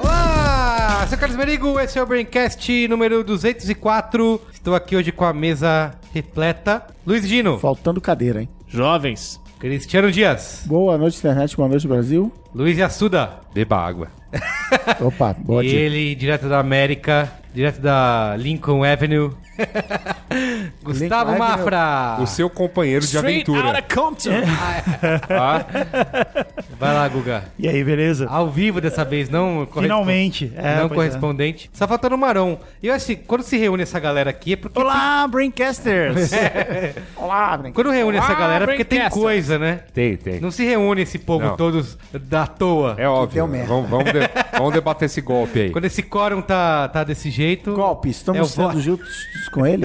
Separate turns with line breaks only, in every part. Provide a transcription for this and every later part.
Olá, sou Carlos Merigo, esse é o Braincast número 204. Estou aqui hoje com a mesa repleta. Luiz Gino,
Faltando cadeira, hein?
Jovens,
Cristiano Dias,
Boa noite, internet. Boa noite, Brasil.
Luiz Assuda. Beba água.
Opa, boa
e
dia.
ele, direto da América, direto da Lincoln Avenue. Gustavo
Lincoln Avenue.
Mafra.
O seu companheiro de aventura.
É.
Compton.
Vai lá, Guga.
E aí, beleza?
Ao vivo dessa vez, não correspo-
Finalmente. É,
não
pois é.
correspondente. Só faltando o Marão. E eu acho que quando se reúne essa galera aqui é porque.
Olá, Braincasters!
Olá, Brinca.
Quando reúne
Ah,
essa galera é porque tem
Braincasters.
coisa, né?
Tem, tem.
Não se reúne esse povo
Não.
todos da toa.
É óbvio.
deu um merda.
Vamos, vamos, de- vamos debater esse golpe aí.
Quando esse quórum tá, tá desse jeito.
Golpe,
É o
estamos
voto.
sendo juntos com ele?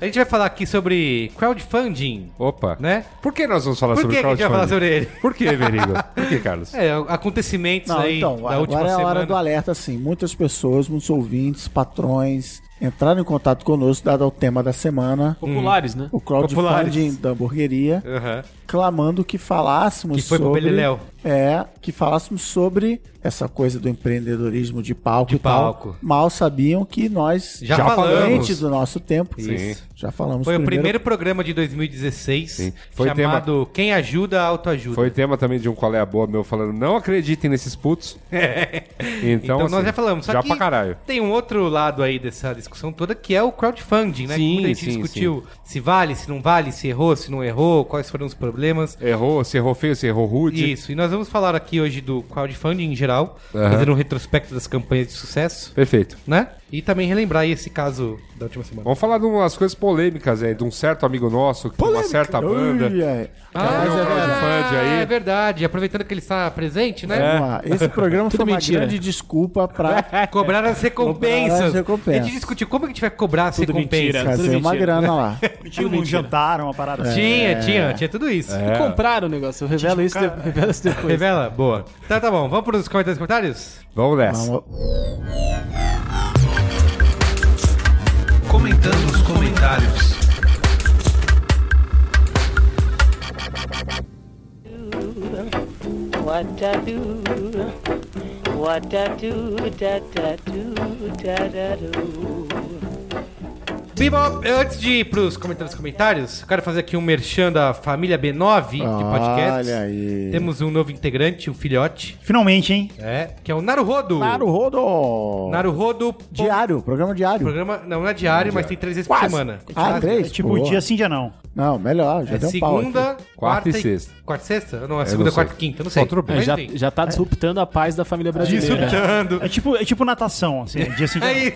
A gente vai falar aqui sobre crowdfunding,
Opa.
né?
Por que nós vamos falar
Por
sobre
que que a gente vai falar
crowdfunding?
sobre ele?
Por que, Verigo? Por que, Carlos?
É, acontecimentos
Não,
aí
então,
da última
agora é a
semana.
hora do alerta, assim. Muitas pessoas, muitos ouvintes, patrões, entraram em contato conosco, dado ao tema da semana,
Populares, né?
o crowdfunding
Populares.
da hamburgueria,
Aham.
clamando que falássemos
Que foi pro
sobre...
Beleléu.
É, que falássemos sobre essa coisa do empreendedorismo de palco
De
e tal.
palco.
Mal sabiam que nós,
Já
frente
falamos.
do nosso tempo,
Sim.
já falamos
Foi o primeiro programa de 2016
Sim. Foi
chamado Quem Ajuda, Autoajuda.
Foi tema também de um qual é a boa meu falando, não acreditem nesses putos. Então,
Então, nós
assim,
já falamos. Só
já
que
pra caralho.
tem um outro lado aí dessa discussão toda que é o crowdfunding, né? Que
Sim,
muita gente
sim,
discutiu se vale, se não vale, se errou, se não errou, quais foram os problemas.
Errou, se errou feio, se errou rude.
Isso, e nós vamos falar aqui hoje do crowdfunding em geral,
Aham.
fazendo um retrospecto das campanhas de sucesso,
Perfeito.
né? E também relembrar aí esse caso da última semana.
Vamos falar de umas coisas polêmicas aí, de um certo amigo nosso, de uma certa banda.
Mas é
um
verdade.
crowdfunding aí.
é verdade. Aproveitando que ele está presente, né?
Vamos lá. Esse programa foi
Tudo
uma
mentira.
grande desculpa
É,
pra
Cobrar as recompensas.
Cobrar as recompensas.
A gente discutiu como que a gente vai cobrar as
Tudo
recompensas.
mentira.
fazer
tudo
uma
mentira.
grana lá.
Todo mundo jantaram, tipo um uma
É.
parada assim.
Tinha, tinha, tinha tudo isso.
E compraram o negócio. Eu revelo isso, de... revelo isso depois.
Revela? Boa. Tá, tá bom. Vamos para os comentários comentários?
Vamos nessa.
Vamos-
Comentando os comentários.
What I do, what I do, da da do, da da do.
Bebop, antes de ir pros comentários comentários, eu quero fazer aqui um merchan da família B9 de podcast.
Olha aí.
Temos um novo integrante, um filhote,
Finalmente, hein?
é, que é o Naruhodo.
Claro, Rodo!
Naruhodo.
Diário, programa diário.
Programa, não, não é diário, mas tem três vezes por
Quase.
semana.
Ah, três?
É tipo
Boa.
dia sim, dia não.
Não, melhor, já
É
deu um pau. aqui.
segunda, quarta
Quarta e
e
sexta.
Quarta e sexta? Não, é segunda,
sei.
quarta e quinta, eu não sei.
Outro
É,
Mas
já,
enfim.
já tá disruptando a paz da família brasileira.
Insultando.
É tipo, é tipo natação, assim. é Dia sim, dia
É
não.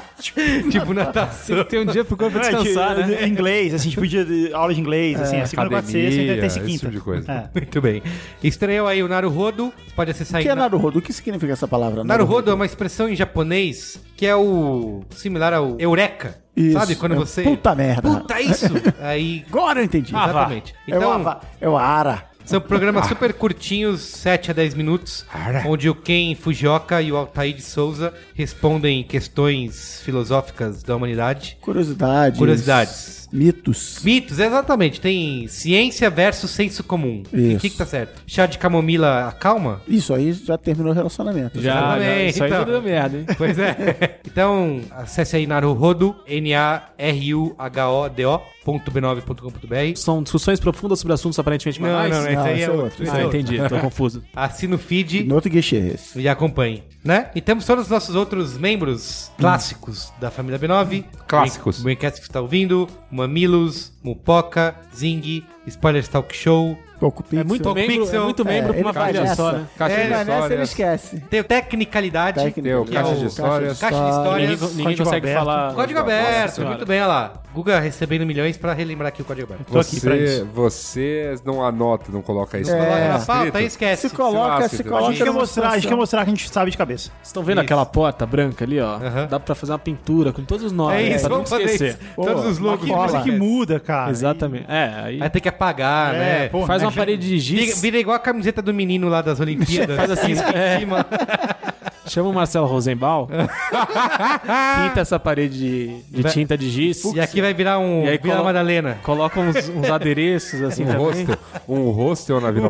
isso. tipo natação.
Tem um dia pro corpo
É,
descansar,
tipo,
né?
é, Inglês, assim, tipo dia de aula de inglês, assim, é segunda, quarta,
academia,
sexta, e terça e
esse
quinta.
tipo de coisa.
É.
Muito bem. Estreou aí o Naruhodo. Você pode
O
acessar
que
aí.
é
na-
Naruhodo? O que significa essa palavra?
Naruhodo é uma expressão em japonês que é o similar ao eureka.
Isso,
Sabe quando
é um
você
puta merda.
Puta é isso. Aí
Agora eu entendi.
exatamente.
É o
Então,
Ava- é o Ara.
são programas super curtinhos, 7 a 10 minutos, onde o Ken Fujioka e o Altair de Souza respondem questões filosóficas da humanidade.
Curiosidades.
Curiosidades.
Mitos.
Mitos, exatamente. Tem ciência versus senso comum.
Isso.
O que, que tá certo? Chá de camomila acalma?
Isso aí já terminou o relacionamento.
Já, já.
Exatamente,
Isso aí
então.
tá dando merda, hein?
Pois é. então, acesse aí naruhodo, N-A-R-U-H-O-D-O, b9.com.br.
São discussões profundas sobre assuntos aparentemente banais.
não, esse aí é outro.
Ah, entendi. Tô confuso.
Assina o feed
No outro guichê é esse.
e acompanhe, né? E temos todos os nossos outros
Hum.
membros clássicos da família B9.
Clássicos.
tá O Braincast que você está ouvindo, o Mamilos, Mupoca, Zing, Spoilers Talk Show.
Pouco pixel.
É muito
Pouco
membro,
pixel.
é muito membro pra uma
vai
família
nessa.
só, né?
Caixa
Ele
de
vai É, nessa, ele
histórias.
esquece.
Tem o Tecnicalidade.
Técnico.
Deu,
que
caixa
é o
de histórias.
Caixa de
Ninguém,
Histórias.
ninguém
Código
consegue
aberto.
falar.
Código
Nossa
aberto,
senhora.
muito bem, olha lá. Guga recebendo milhões pra relembrar aqui o código aberto.
Tô aqui pra
Você,
isso.
você não anota, não coloca isso.
Coloca na
É.
Tá
pauta é e
escrito?
esquece.
Se coloca,
Se
se,
lasca,
coloca.
A gente quer
numa
mostrar, a gente quer
situação-
mostrar que a gente sabe de cabeça.
Vocês estão vendo aquela porta branca ali, ó?
Aham.
Dá pra fazer uma pintura com todos os nomes.
É
né?
isso,
pra não
vamos fazer
esquecer.
isso. Todos os logos.
Que coisa
Cola.
que muda, cara. É,
Exatamente. É, aí
Aí tem que apagar,
É,
né?
porra,
faz uma
imagina.
parede de
Vira,
giz,
vira igual a camiseta do menino lá das Olimpíadas.
Faz assim,
Risca
é.
em cima.
chama o Marcelo Rosenbaum, pinta essa parede de, de
Vai-
tinta de giz,
E aqui vai virar um.
E aí
vira
colo-
Madalena.
coloca uns, uns adereços assim
Um
também.
rosto, um rosto na vida.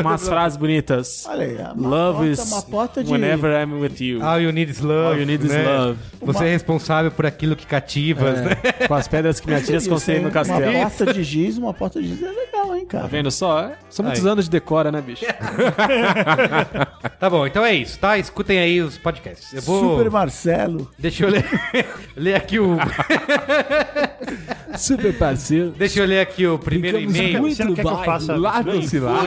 Umas frases bonitas.
Olha aí, uma
love
porta-
is
uma porta de- Ah,
whenever I'm with you.
All you need is love.
All you need is
né?
love.
Você é responsável por aquilo que
É.
cativas, né?
Com as pedras que me atiras, construí no
Uma
castelo.
porta de giz, uma porta de giz é legal, hein,
Tá
cara.
vendo só? São muitos
Aí.
anos de decora, né, bicho?
Tá bom, então é isso, tá? Escutem aí os podcasts. Eu vou.
Super Marcelo.
Deixa eu ler. ler aqui o.
Super parceiro.
Deixa eu ler aqui o primeiro
Ficamos
e-mail.
Você não quer que eu faça-
Lado oscilar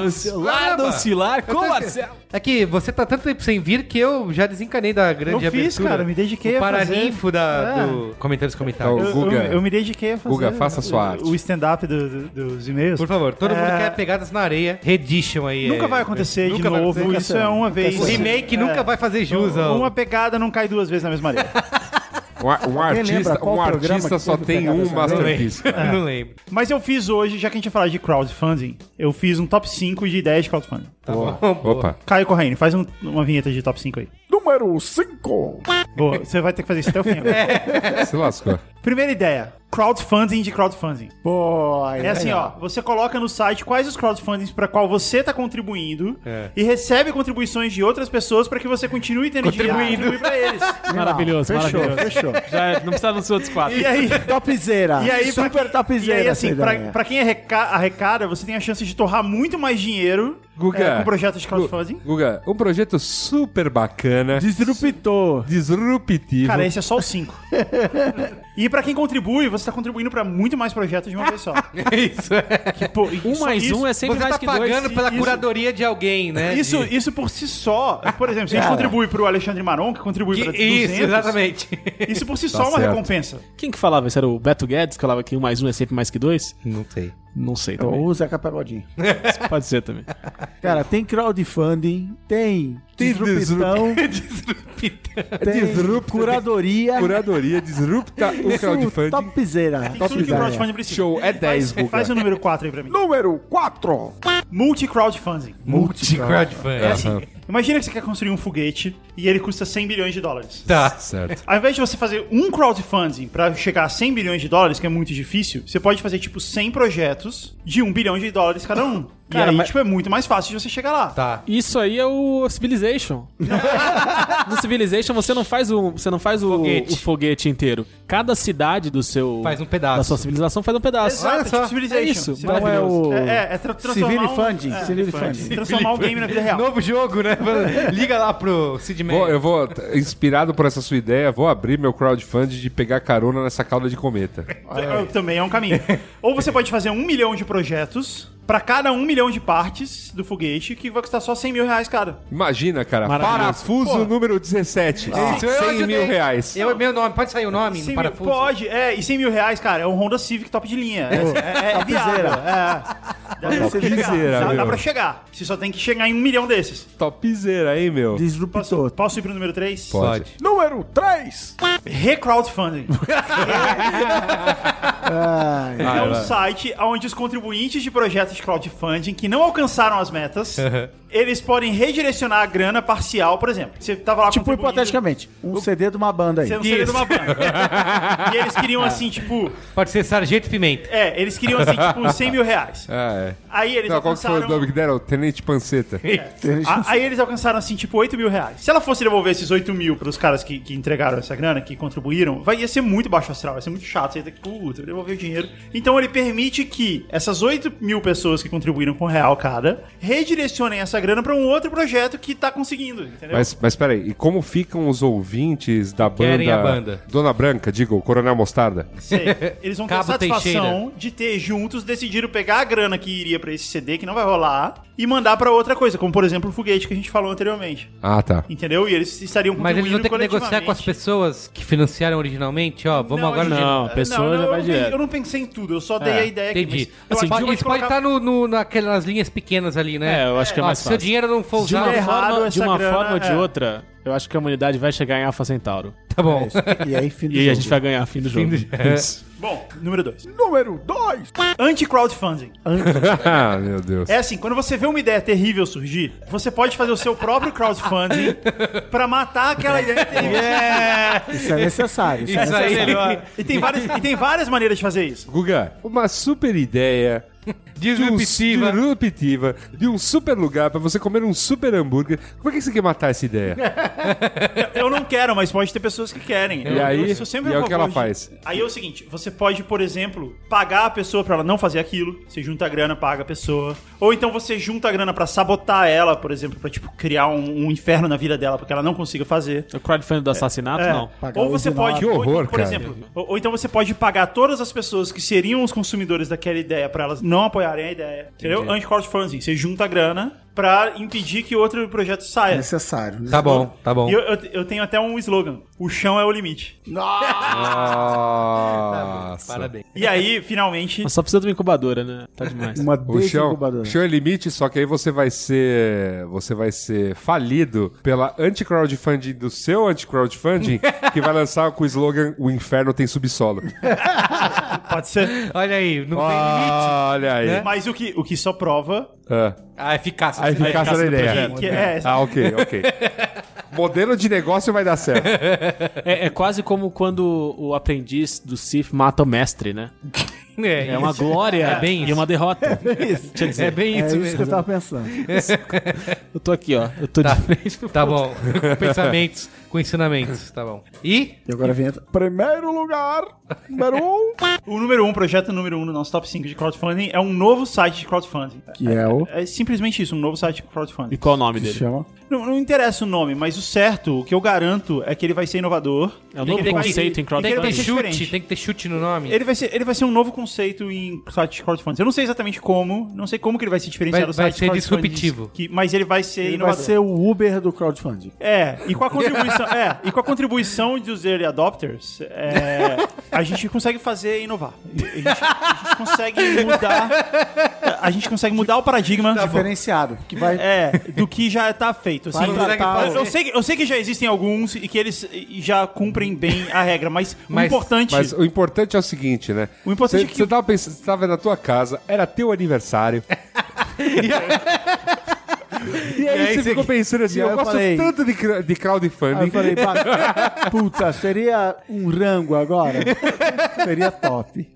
com o Marcelo.
É que você tá tanto tempo sem vir que eu já desencanei da grande
Eu fiz,
abertura.
cara, me dediquei
o
a fazer.
paraninfo da,
É.
do Comentários
Então,
Comentários.
Eu,
Guga.
eu- eu me dediquei a fazer
Guga, faça a sua arte.
o stand-up do- do- dos e-mails.
Por favor, todo mundo
É.
quer pegadas na areia. Redition aí.
Nunca
é.
vai acontecer de
Nunca vai
novo.
acontecer.
Isso é uma vez.
O remake
É.
nunca vai fazer jus ao...
Uma pegada não cai duas vezes na mesma areia.
Um, ar- um
lembra
artista,
qual
um
programa
artista
que
só
teve
tem
pegada
um
essa
Não
masterpiece.
lembro. Não lembro.
Mas eu fiz hoje, já que a gente ia falar de crowdfunding, eu fiz um top 5 de ideias de crowdfunding.
Tá bom. boa.
Opa,
Caio Corraine, faz um- uma vinheta de top 5 aí.
Número 5.
Boa, você vai ter que fazer isso até o fim. agora.
É.
se lascou.
Primeira ideia, crowdfunding de crowdfunding.
Pô, aí
É assim, ó, você coloca no site quais os crowdfundings para qual você tá contribuindo
É.
e recebe contribuições de outras pessoas para que você continue tendo dinheiro pra contribuir pra eles.
Maravilhoso,
Fechou,
maravilhoso.
fechou.
Já é, não precisa dos outros quatro.
E aí,
Topzera.
e aí pra,
super topzera.
E aí, assim,
essa
pra,
ideia.
pra quem arreca- arrecada, você tem a chance de torrar muito mais dinheiro
Guga.
é, com projetos de crowdfunding.
Guga, um projeto super bacana,
Disruptor.
disruptivo.
Cara, esse é só o 5. e pra quem contribui, você tá contribuindo pra muito mais projetos de uma vez só.
É isso.
Que, pô, e
Um
só
mais
isso-
um é sempre
Você
mais
tá
que dois.
pagando pela
Isso.
curadoria de alguém, né?
Isso,
De-
isso por si só, por exemplo, se a gente
Cara.
contribui pro Alexandre Maron, que contribui
Que-
pra 200,
isso, exatamente.
isso por si só é uma
certo.
recompensa.
Quem que falava isso? Era o Beto Guedes que falava que um mais um é sempre mais que dois?
Não sei.
Não sei
Ou
também.
o Então, Zeca Pagodinho.
Então, Pode ser também.
Cara, tem crowdfunding, tem
Tem
disrupção, tem
Disrupt-
curadoria.
Curadoria disrupta o
Isso,
crowdfunding.
Topzera.
Tem tudo que o crowdfunding precisa.
Show, é 10,
Faz,
Guga.
faz o número 4 aí pra mim.
Número 4.
Multi-crowdfunding. É
Multicrowdfunding.
assim, imagina que você quer construir um foguete e ele custa 100 bilhões de dólares.
Tá.
Certo.
Ao invés de você fazer um crowdfunding pra chegar a 100 bilhões de dólares, que é muito difícil, você pode fazer tipo 100 projetos de 1 bilhão de dólares cada um.
Cara,
e aí,
mas-
tipo, é muito mais fácil de você chegar lá.
Tá.
Isso aí é o Civilization. no Civilization você não faz o você não faz o o foguete,
Foguete.
inteiro. Cada cidade do seu
Faz um pedaço.
da sua civilização faz um pedaço.
Exato,
Olha só,
tipo Civilization.
é isso,
Você-
Então é o...
É, é, é tra- transformar.
Civil
um-
funding,
é,
civil funding.
Transformar o game na vida real.
Novo jogo, né? Liga lá pro Sid Man.
Vou- eu vou, t- inspirado por essa sua ideia, vou abrir meu crowdfunding de pegar carona nessa cauda de cometa.
É, Também é um caminho. Ou você pode fazer um milhão de projetos pra cada um milhão de partes do foguete, que vai custar só 100 mil reais cada.
Imagina, cara,
Maravilhoso.
parafuso
Porra.
número 17.
Isso, eu
100
ajudei.
mil reais.
Ah, Eu, meu nome, pode sair o nome
100
no
mil-
parafuso?
Pode, é, e 100 mil reais, cara, é um Honda Civic top de linha. É, é, é, é viável, é. Dá pra chegar,
Topzera,
dá- dá
meu.
pra chegar. Você só tem que chegar em um milhão desses.
Topzera, hein, meu?
É, Disruptor.
Posso, posso ir pro número 3?
Pode.
Número 3.
Recrowdfunding.
Ai,
é um site onde os contribuintes de projetos de crowdfunding que não alcançaram as metas, eles podem redirecionar a grana parcial, por exemplo. Você tava lá
tipo,
contribuindo-
hipoteticamente, um CD de uma banda aí.
Você não seria de uma banda. e eles queriam assim, tipo.
Pode ser Sargento Pimenta.
É, eles queriam assim, tipo, 100 mil reais.
Ah, é.
Aí eles
Não, qual que foi
alcançaram.
o nome que deram? Tenente Panceta.
A- aí eles alcançaram assim, tipo, 8 mil reais. Se ela fosse devolver esses 8 mil pros caras que, que entregaram essa grana, que contribuíram, vai, ia ser muito baixo astral, ia ser muito chato. Você ia ter que, puta, devolver o dinheiro. Então ele permite que essas 8 mil pessoas que contribuíram com um real cada redirecionem essa grana para um outro projeto que tá conseguindo, entendeu?
Mas, mas peraí, e como ficam os ouvintes da banda?
Querem a banda.
Dona Branca, diga, o Coronel Mostarda.
Sei. Eles vão ter a
Cabo
satisfação de ter juntos decidido pegar a grana que iria pra esse CD, que não vai rolar, e mandar pra outra coisa, como por exemplo o foguete que a gente falou anteriormente.
Ah, tá.
Entendeu? E eles estariam
Mas eles vão
contribuindo
ter que negociar com as
coletivamente.
pessoas que financiaram originalmente, ó. Vamos
Não,
agora.
gente,
Não, pessoa já
eu
vai
não
direto. É,
pe- Eu não pensei em tudo, eu só dei a ideia aqui.
Entendi.
mas eu acho
Assim,
que
um,
isso pode
tá
estar no, no- naquelas linhas pequenas ali, né?
É, eu acho que é
Ó,
mais
se
fácil.
seu dinheiro não for
De uma,
usado,
errado
forma, de
essa
uma
grana,
forma ou de
é.
outra, eu acho que a humanidade vai chegar em Alpha Centauro.
tá bom.
E é aí, fim do
E aí a
jogo.
gente vai ganhar fim do jogo. É. Isso.
Bom, número 2.
Número 2!
Anti-crowdfunding.
ah, meu Deus.
É assim, quando você vê uma ideia terrível surgir, você pode fazer o seu próprio crowdfunding pra matar aquela ideia terrível.
Isso é necessário. Isso, é
Isso aí.
necessário.
E, tem várias, e tem várias maneiras de fazer isso.
Guga, uma super ideia de um-
Disruptiva.
disruptiva, de um super lugar pra você comer um super hambúrguer. Como é que você quer matar essa ideia?
Eu não quero, mas pode ter pessoas que querem.
E aí, e é o que ela
de-
faz.
Aí é o seguinte, você pode, por exemplo, pagar a pessoa pra ela não fazer aquilo. Você junta a grana, paga a pessoa. Ou então você junta a grana pra sabotar ela, por exemplo, pra tipo criar um, um inferno na vida dela, pra que ela não consiga fazer.
O crowdfunding do assassinato,
É.
não.
Pagar
Ou você
o
pode,
Que
ordinário.
ou então,
horror,
por
cara.
exemplo, ou, ou então você pode pagar todas as pessoas que seriam os consumidores daquela ideia pra elas não apoiarem a ideia. Entendeu? Anti-crowdfunding, você junta a grana pra impedir que outro projeto saia.
Necessário.
tá bom, tá bom.
E eu, eu- eu tenho até um slogan: o chão é o limite.
Nossa.
Tá Parabéns.
E aí, finalmente,
Mas só precisa de uma incubadora, né? Tá demais.
Uma
O chão,
desincubadora.
chão é limite, só que aí você vai ser. Você vai ser falido pela anti-crowdfunding do seu anti-crowdfunding, que vai lançar com o slogan O Inferno tem subsolo.
pode ser.
Olha aí, não
Ah, Olha aí.
Né?
Mas o que, o que só prova
Ah,
tem. A eficácia.
a eficácia da ideia.
que, que é.
Ah, ok, ok. Modelo de negócio vai dar certo.
É, é quase como quando o aprendiz do Sif mata o mestre, né?
É,
É uma glória
bem
e
isso.
uma derrota.
É bem
É
isso
isso que
mesmo.
eu tava pensando.
Eu tô aqui, ó. Eu tô de frente pro
Tá bom. com pensamentos, com ensinamentos, tá bom. E
E agora vem a... Primeiro lugar, número um,
O número um, projeto número um no nosso top 5 de crowdfunding, é um novo site de crowdfunding.
que é o...
É simplesmente isso, um novo site de crowdfunding.
E qual o nome
que se
dele?
chama...
Não, não interessa o nome, mas o certo, o que eu garanto é que ele vai ser inovador.
É um
E que
novo
ele vai-
conceito
e
em
que ele
tem que
vai
ter
ser
chute,
diferente.
tem que ter chute no nome.
Ele vai, ser, ele vai ser um novo conceito em site de crowdfunding. Eu não sei exatamente como, não sei como que ele vai se diferenciar
Vai-
do
vai
site
ser
de crowdfunding,
disruptivo.
que- mas ele vai ser
Ele vai
inovador.
ser o Uber do crowdfunding.
É, e com a contribuição, é, e com a contribuição dos early adopters, é, a gente consegue fazer inovar. A gente, a gente consegue mudar, a gente consegue mudar o paradigma
Tá Diferenciado, que vai...
é, do que já tá feito. assim.
Vai tratar
eu, eu sei que, eu sei que já existem alguns e que eles eh, já cumprem bem a regra, mas, o
Mas-
importante.
Mas o importante é o seguinte, né?
O importante
Cê-
é que-
Você tava pensando, você tava na tua casa, era teu aniversário. E
é
aí, você ficou pensando assim,
E aí
eu
eu
gosto
falei-
tanto de, cra- de crowdfunding.
Aí eu falei, pá, puta, seria um rango agora? seria top.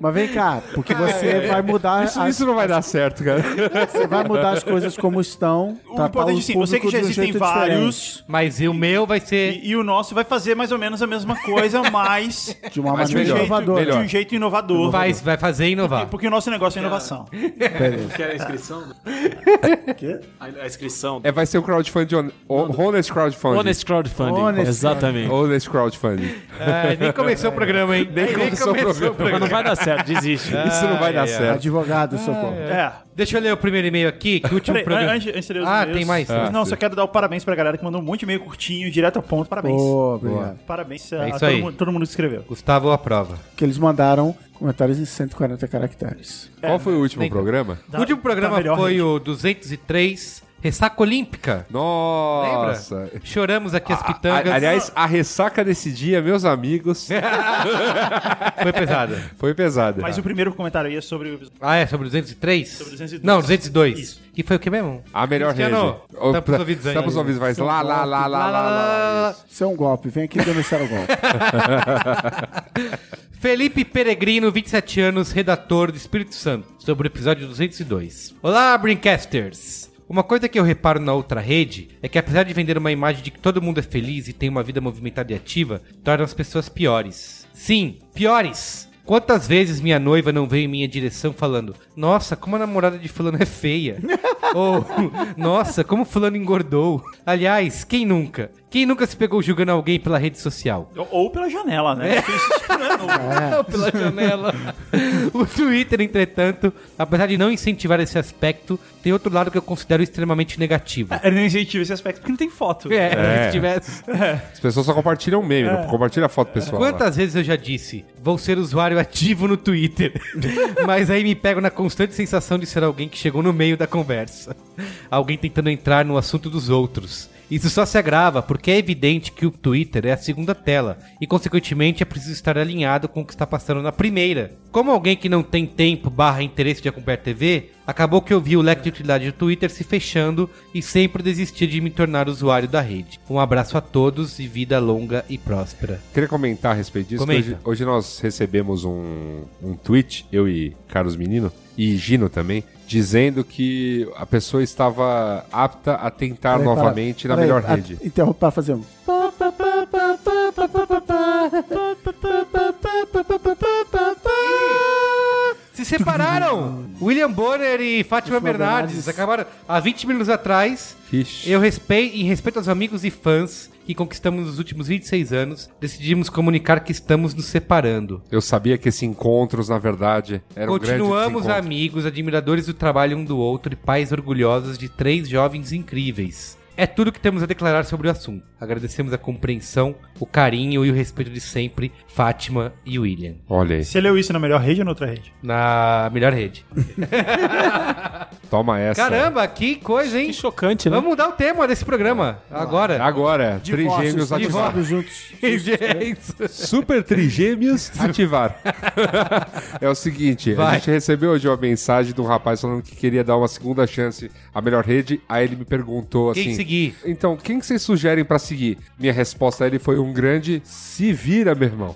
Mas vem cá, porque você vai mudar
É. isso,
as,
isso não vai dar certo, cara.
você vai mudar as coisas como estão.
o
tratar
importante
tá, o
é assim, eu sei que
público
já
de um
existem
jeito diferente,
vários.
Mas e o meu vai ser.
E, e o nosso vai fazer mais ou menos a mesma coisa, mas
de uma
Mas
maneira
melhor,
inovadora.
melhor.
de um jeito inovador.
Vai, vai fazer
Porque-
inovar.
Porque o nosso negócio é inovação.
Quer a inscrição? A, a inscrição.
É, vai ser o crowdfunding, on, o- honest crowdfunding.
Honest Crowdfunding.
Honest-
Exatamente.
Honest crowdfunding.
É, nem começou o programa, hein? Nem,
começou o
Mas não vai dar certo, desiste.
Isso não vai dar
é.
certo.
Advogado, socorro.
É.
Deixa eu ler o primeiro e-mail aqui, que o último
Peraí,
um programa.
antes- antes de ler os
ah,
e-mails,
tem mais.
Não, só quero dar o parabéns pra galera que mandou um monte de e-mail curtinho, direto ao ponto. Parabéns.
Boa, obrigado.
Parabéns a,
É isso
todo,
aí.
Mundo, todo mundo que escreveu.
Gustavo aprova.
Que eles mandaram comentários em 140 caracteres.
Qual foi o último
Nem-
programa?
Dá-
o último
dá
programa
melhor
foi
rede.
o 203, Ressaca Olímpica. Lembra?
Nossa.
Choramos aqui as
A-
pitangas. É.
aliás, a ressaca desse dia, meus amigos,
foi pesada.
foi pesada.
Mas o primeiro comentário aí é sobre o episódio.
Ah, é sobre o 203?
Sobre o 202.
Não, 202.
Isso.
Que foi o que mesmo?
A melhor rede.
Cristiano,
O-
tampa os ouvidos aí.
Tampa os ouvidos, vai. Lá, lá, lá, lá, lá, lá, lá.
Isso é um golpe, vem aqui denunciar o golpe.
Tá
Felipe Peregrino, 27 anos, redator do Espírito Santo, sobre o episódio 202. Olá, Brincasters! Uma coisa que eu reparo na outra rede é que apesar de vender uma imagem de que todo mundo é feliz e tem uma vida movimentada e ativa, torna as pessoas piores. Sim, piores! Quantas vezes minha noiva não veio em minha direção falando: Nossa, como a namorada de fulano é feia? Ou Nossa, como fulano engordou? Aliás, quem nunca? Quem nunca se pegou julgando alguém pela rede social?
Ou- Ou pela janela, né? Porque Isso não é novo.
Não, pela janela. o Twitter, entretanto, apesar de não incentivar esse aspecto, tem outro lado que eu considero extremamente negativo.
Ele não incentiva esse aspecto porque não tem foto.
É,
É.
se tivesse.
As pessoas só compartilham meme,
É.
não compartilha foto pessoal. lá.
Quantas vezes eu já disse, vou ser usuário ativo no Twitter, mas aí me pego na constante sensação de ser alguém que chegou no meio da conversa. Alguém tentando entrar no assunto dos outros. Isso só se agrava porque é evidente que o Twitter é a segunda tela e, consequentemente, é preciso estar alinhado com o que está passando na primeira. Como alguém que não tem tempo barra interesse de acompanhar TV, acabou que eu vi o leque de utilidade do Twitter se fechando e sempre desisti de me tornar usuário da rede. Um abraço a todos e vida longa e próspera.
Queria comentar a respeito disso. que
Comenta.
Hoje, hoje nós recebemos um, um tweet, eu e Carlos Menino, e Gino também, dizendo que a pessoa estava apta a tentar
Peraí,
novamente
para-
na
peraí,
melhor
a-
rede.
Interromper para fazer um.
Se separaram! William Bonner e Fátima Bernardes acabaram há 20 minutos atrás.
Ixi.
Eu respeito, em respeito aos amigos e fãs que conquistamos nos últimos 26 anos, decidimos comunicar que estamos nos separando.
Eu sabia que esses encontros, na verdade, eram
Continuamos
grandes desencontros.
amigos, admiradores do trabalho um do outro e pais orgulhosos de três jovens incríveis. É tudo que temos a declarar sobre o assunto. Agradecemos a compreensão, o carinho e o respeito de sempre, Fátima e William.
Olha aí,
Você leu isso na melhor rede ou na outra rede?
Na melhor rede.
toma essa.
Caramba, que coisa, hein?
Que chocante, né?
Vamos mudar o tema desse programa agora.
Agora, trigêmeos ativar.
Divórcios juntos.
É isso.
Super trigêmeos ativar. é o seguinte, a
Vai.
gente recebeu hoje uma mensagem de um rapaz falando que queria dar uma segunda chance à melhor rede. Aí ele me perguntou
Quem
assim:
seguir?
Então, quem que vocês sugerem pra seguir? Minha resposta a ele foi um grande se vira, meu irmão.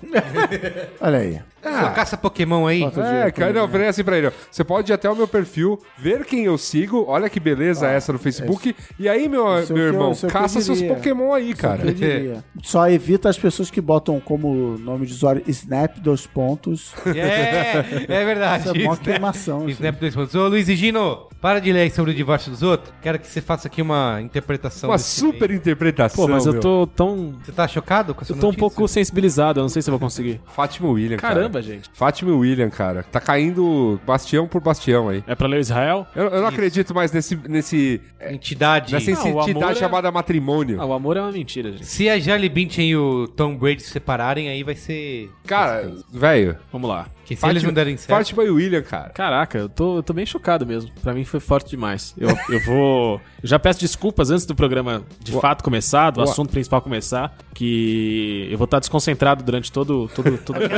Olha aí.
Só caça Pokémon aí.
É, cara,
né?
não, falei assim pra ele, ó, Você pode ir até o meu perfil, ver quem eu sigo, olha que beleza essa no Facebook. E aí, meu,
Ah, é Isso é o
meu
que eu-
irmão,
isso é o que eu
caça seus
diria.
Pokémon aí, cara.
Eu diria. É. Só evita as pessoas que botam como nome de usuário Snap dois pontos.
É, é verdade.
Isso é mó
Snap-
queimação, isso.
Snap 2.0. Ô, Luiz e Gino, para de ler aí sobre o divórcio dos outros. Quero que você faça aqui uma interpretação.
Uma
desse
super
meio.
interpretação.
Pô, mas eu
é meu.
tô tão.
Você tá chocado com essa
Eu tô um
notícia?
pouco sensibilizado, eu não sei se eu vou conseguir.
Fátima William, cara.
Caramba, gente.
Fátima William, cara. Tá caindo bastião por bastião aí.
É pra ler o Israel?
Eu, eu não acredito mais nesse, nesse,
Entidade.
nessa
Não, o amor é-
entidade chamada matrimônio.
Ah, o amor é uma mentira, gente.
Se a Jelly Bintin e o Tom Brady se separarem, aí vai ser...
Cara, velho.
Vamos lá.
Que se
Fátima-
um.
eles não derem certo...
Fátima e William, cara.
Caraca, eu tô, eu tô bem chocado mesmo. Pra mim foi forte demais. Eu, eu vou. eu já peço desculpas antes do programa de fato começar, do
Ué.
assunto principal começar, que eu vou estar desconcentrado durante todo. todo, todo...
Porque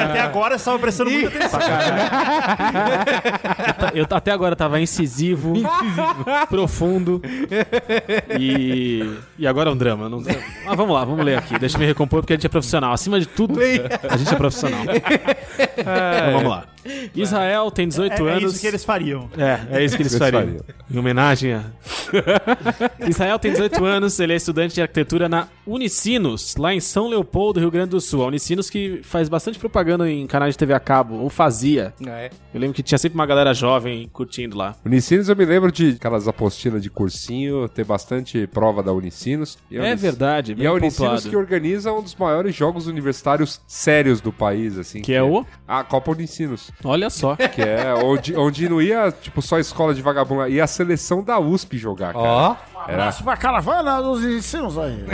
até agora estava prestando muita atenção. É,
tá, eu até agora tava incisivo, profundo. E. E agora é um drama. Não... Mas vamos lá, vamos ler aqui. Deixa eu me recompor, porque a gente é profissional. Acima de tudo, a gente é profissional. Então vamos lá. Israel tem 18
É, é
anos.
isso que eles fariam.
É, é isso que eles fariam. Em homenagem a. Israel tem 18 anos, ele é estudante de arquitetura na Unicinos, lá em São Leopoldo, Rio Grande do Sul. A Unicinos que faz bastante propaganda em canais de TV a cabo, ou fazia.
Ah, é.
Eu lembro que tinha sempre uma galera jovem curtindo lá.
Unicinos, eu me lembro de aquelas apostilas de cursinho, ter bastante prova da Unicinos. E a
É
Unic-
verdade, bem
E a Unicinos
pontuado.
que organiza um dos maiores jogos universitários sérios do país, assim.
Que é o?
A Copa Unicinos.
Olha só.
Que é onde, onde não ia, tipo, só escola de vagabundo, ia a seleção da USP jogar, cara.
Ó,
Próxima caravana dos ensinos aí.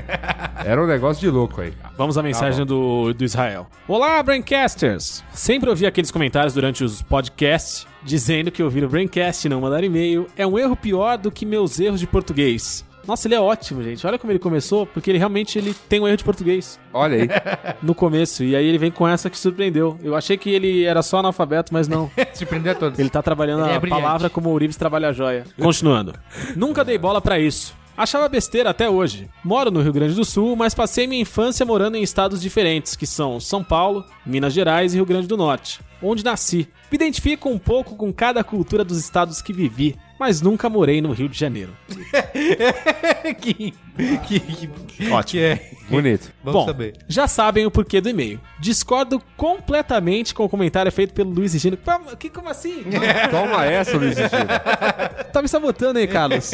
Era um negócio de louco aí.
Vamos à mensagem do, do Israel. Olá, Braincasters! Sempre ouvi aqueles comentários durante os podcasts dizendo que ouvir o Braincast e não mandar e-mail é um erro pior do que meus erros de português. Nossa, ele é ótimo, gente. Olha como ele começou, porque ele realmente ele tem um erro de português
Olha aí.
no começo. E aí ele vem com essa que surpreendeu. Eu achei que ele era só analfabeto, mas não.
surpreendeu a todos.
Ele tá trabalhando
Ele é
a
brilhante.
palavra como o Urives trabalha a joia. Continuando. Nunca dei bola pra isso. Achava besteira até hoje. Moro no Rio Grande do Sul, mas passei minha infância morando em estados diferentes, que são São Paulo, Minas Gerais e Rio Grande do Norte, onde nasci. Me identifico um pouco com cada cultura dos estados que vivi. mas nunca morei no Rio de Janeiro.
que, que, que,
Ótimo.
que é.
Bonito.
Vamos
Bom,
saber.
já sabem o porquê do e-mail. Discordo completamente com o comentário feito pelo Luiz Regino. Pá, Que, como assim?
Toma essa, Luiz Egídio.
tá me sabotando aí, Carlos.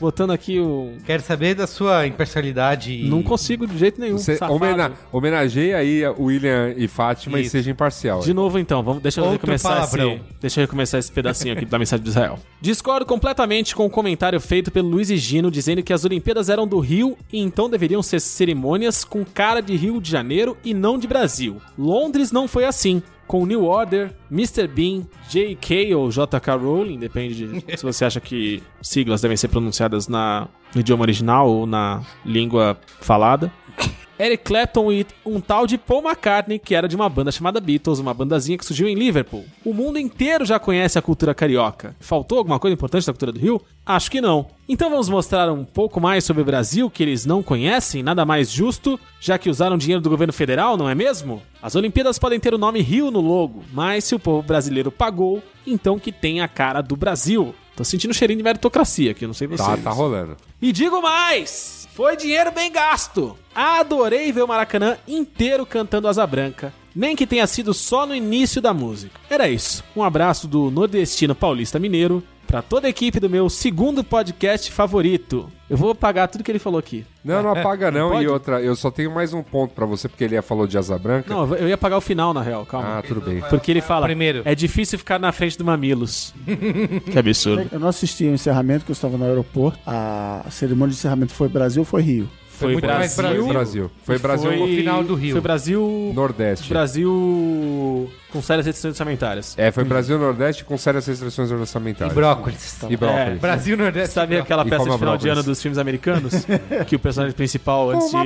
Botando aqui um o...
Quero saber da sua imparcialidade.
Não consigo de jeito nenhum,
Você
Um safado.
homena- homenageia aí a William e Fátima e
Isso.
seja imparcial.
De novo, então, vamos, deixa eu
Outro
recomeçar esse,
palavrão.
deixa eu recomeçar esse pedacinho aqui da mensagem de Israel. Discordo completamente com o comentário feito pelo Luiz e Gino dizendo que as Olimpíadas eram do Rio e então deveriam ser cerimônias com cara de Rio de Janeiro e não de Brasil. Londres não foi assim. Com New Order, Mr. Bean, J.K. ou J.K. Rowling, depende de se você acha que siglas devem ser pronunciadas na, no idioma original ou na língua falada. Eric Clapton e um tal de Paul McCartney, que era de uma banda chamada Beatles, uma bandazinha que surgiu em Liverpool. O mundo inteiro já conhece a cultura carioca. Faltou alguma coisa importante da cultura do Rio? Acho que não. Então vamos mostrar um pouco mais sobre o Brasil que eles não conhecem, nada mais justo, já que usaram dinheiro do governo federal, não é mesmo? As Olimpíadas podem ter o nome Rio no logo, mas se o povo brasileiro pagou, então que tem a cara do Brasil. Tô sentindo um cheirinho de meritocracia aqui, não sei vocês.
Tá, tá rolando.
E digo mais! Foi dinheiro bem gasto! Adorei ver o Maracanã inteiro cantando Asa Branca, nem que tenha sido só no início da música. Era isso. Um abraço do nordestino paulista mineiro pra toda a equipe do meu segundo podcast favorito. Eu vou pagar tudo que ele falou aqui.
Não, não apaga não.
Pode?
E outra, eu só tenho mais um ponto pra você, porque ele falou de asa branca.
Não, eu ia pagar o final, na real, calma.
Ah, tudo bem.
Porque ele fala,
Primeiro.
é difícil ficar na frente do Mamilos. que absurdo.
Eu não assisti o encerramento, que eu estava no aeroporto. A cerimônia de encerramento foi Brasil ou foi Rio?
Foi,
muito mais
Brasil.
Foi Brasil. Foi Brasil
Foi- o final do Rio.
Foi Brasil...
Nordeste.
Brasil com sérias restrições orçamentárias.
É, foi Brasil Nordeste com sérias restrições
E
orçamentárias.
brócolis.
Tá
E brócolis.
É,
Brasil Nordeste.
Sabe aquela
é, E
peça de
coma
final de
brócolis.
ano dos filmes americanos? que o personagem principal, antes de,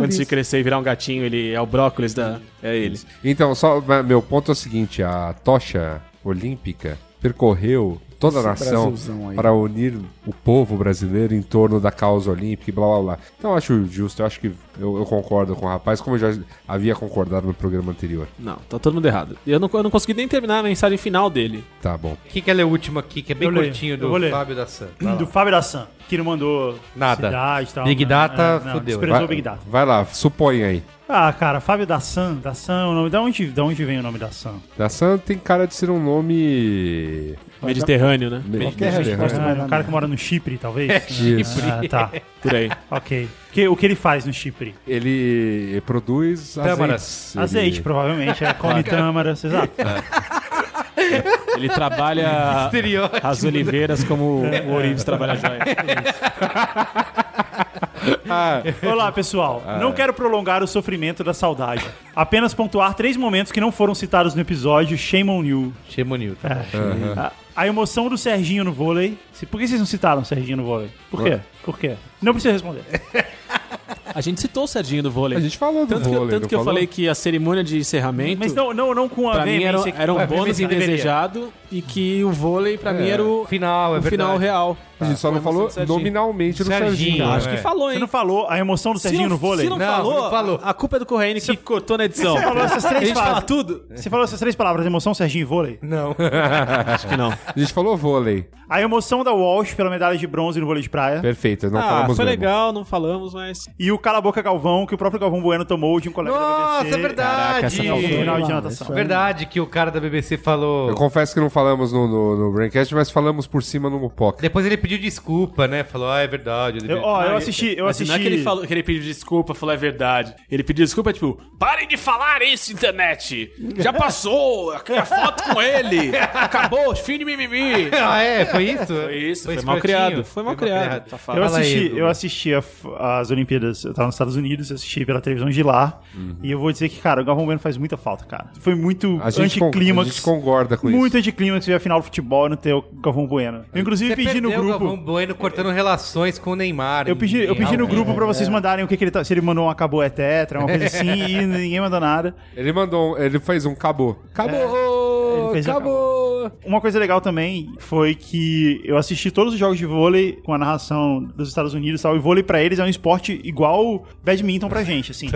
antes de crescer e virar um gatinho, ele é o brócolis da. É ele.
Então, só ma- meu ponto é o seguinte: a tocha olímpica percorreu toda a
Esse
nação
Brasilzão aí.
para unir o povo brasileiro em torno da causa olímpica e blá blá blá. Então, eu acho justo, eu acho que eu, eu concordo com o rapaz, como eu já havia concordado no programa anterior.
Não, tá todo mundo errado. Eu não, eu não consegui nem terminar a mensagem final dele.
Tá bom.
O que, que ela é o último aqui, que é bem
Eu leio,
curtinho,
eu vou
do
ler.
Fábio da Sam. Vai lá.
Do Fábio da Sam, que não mandou
Nada.
cidade e tal.
Big
né?
Data,
não,
fudeu.
Desprezou
Vai,
Big Data.
vai lá, supõe aí.
Ah, cara, Fábio da Sam, da Sam, o nome, da onde, da onde vem o nome da Sam?
Da Sam tem cara de ser um nome.
Mediterrâneo, né?
Qualquer resposta
Ah,
vai
é um
dar
cara que
merda.
mora no Chipre, talvez?
É,
Isso.
Ah, tá.
Por aí.
Ok. Que- o que ele faz no Chipre?
Ele produz
Tâmaras.
azeites.
Azeite,
Ele-
provavelmente. É come tâmaras, exato.
Ele trabalha
Estereótipo.
as oliveiras como
É.
o Orives trabalha a joia.
Ah,
Olá, pessoal.
Ah.
Não quero prolongar o sofrimento da saudade. Apenas pontuar três momentos que não foram citados no episódio Shame on You.
Chemonil.
É,
Ah.
A, a emoção do Serginho no vôlei. Se- Por que vocês não citaram o Serginho no vôlei? Por quê? Por quê? Não precisa responder.
A gente citou o Serginho do vôlei.
A gente falou do
tanto que, eu-
vôlei,
tanto
não
que eu
falou?
falei que a cerimônia de encerramento.
Mas não, não, não com a
Pra mim era,
veemência que-
era um
a
bônus
veemência que deveria.
indesejado e que o vôlei, pra mim, era o,
Final, é
o final
verdade.
real.
A gente só não
Foi
falou
do Serginho.
nominalmente do
Serginho,
Serginho.
eu
né?
Acho que
É.
falou,
Você
hein?
não falou a emoção do Serginho no vôlei?
Se não,
Não,
falou,
não falou.
a culpa é do Correia que cortou na edição.
Você falou essas três
a gente fala
frases.
tudo?
Você falou essas três palavras, emoção, Serginho e vôlei?
Não.
Acho que não.
A gente falou vôlei.
A emoção da Walsh pela medalha de bronze no vôlei de praia.
Perfeito, não
Ah,
falamos
foi
mesmo.
legal, não falamos, mas...
E o Cala a Boca Galvão, que o próprio Galvão Bueno tomou de um colega da
Nossa,
BBC.
é
Caraca, essa
verdade.
No final de
Vamos lá,
natação.
isso aí.
Verdade que o cara da BBC
Eu
falou.
confesso que não falamos no, no, no Braincast, mas falamos por cima no Mupoca.
Depois ele pediu desculpa, né? Falou, ah, é verdade. eu devia-
Eu, ó, eu assisti, eu
Mas
assisti.
Não é que ele, falou, que ele pediu desculpa, falou é verdade. Ele pediu desculpa, tipo, parem de falar isso, internet! Já passou! Aqui a foto com ele! Acabou, fim de mimimi!
Ah, é? Foi isso?
Foi isso, foi
escrotinho.
mal criado. Foi mal criado. Tá falando.
Eu
Fala aí,
assisti,
Edu.
eu assisti a f- as Olimpíadas, eu tava nos Estados Unidos, eu assisti pela televisão de lá. E eu vou dizer que, cara, o Galvão Bueno faz muita falta, cara. Foi muito
Uhum. A gente, con- a gente
anticlímax.
concorda com
Muito anticlímax ver a final do futebol e não ter o Galvão Bueno. Eu, inclusive,
Você
pedi no
perdeu o Galvão
grupo.
Bueno cortando relações com o Neymar.
Eu pedi, eu
em-
pedi no
ao
grupo
vivo.
pra vocês mandarem o que, que ele tá. Se ele mandou um acabou é tetra, uma coisa assim, e ninguém mandou nada.
É.
isso. Ele mandou, um- ele fez um cabo. Cabo!
Ele fez um
cabo!
Uma coisa legal também foi que eu assisti todos os jogos de vôlei com a narração dos Estados Unidos e tal. E vôlei pra eles é um esporte igual badminton pra gente, assim.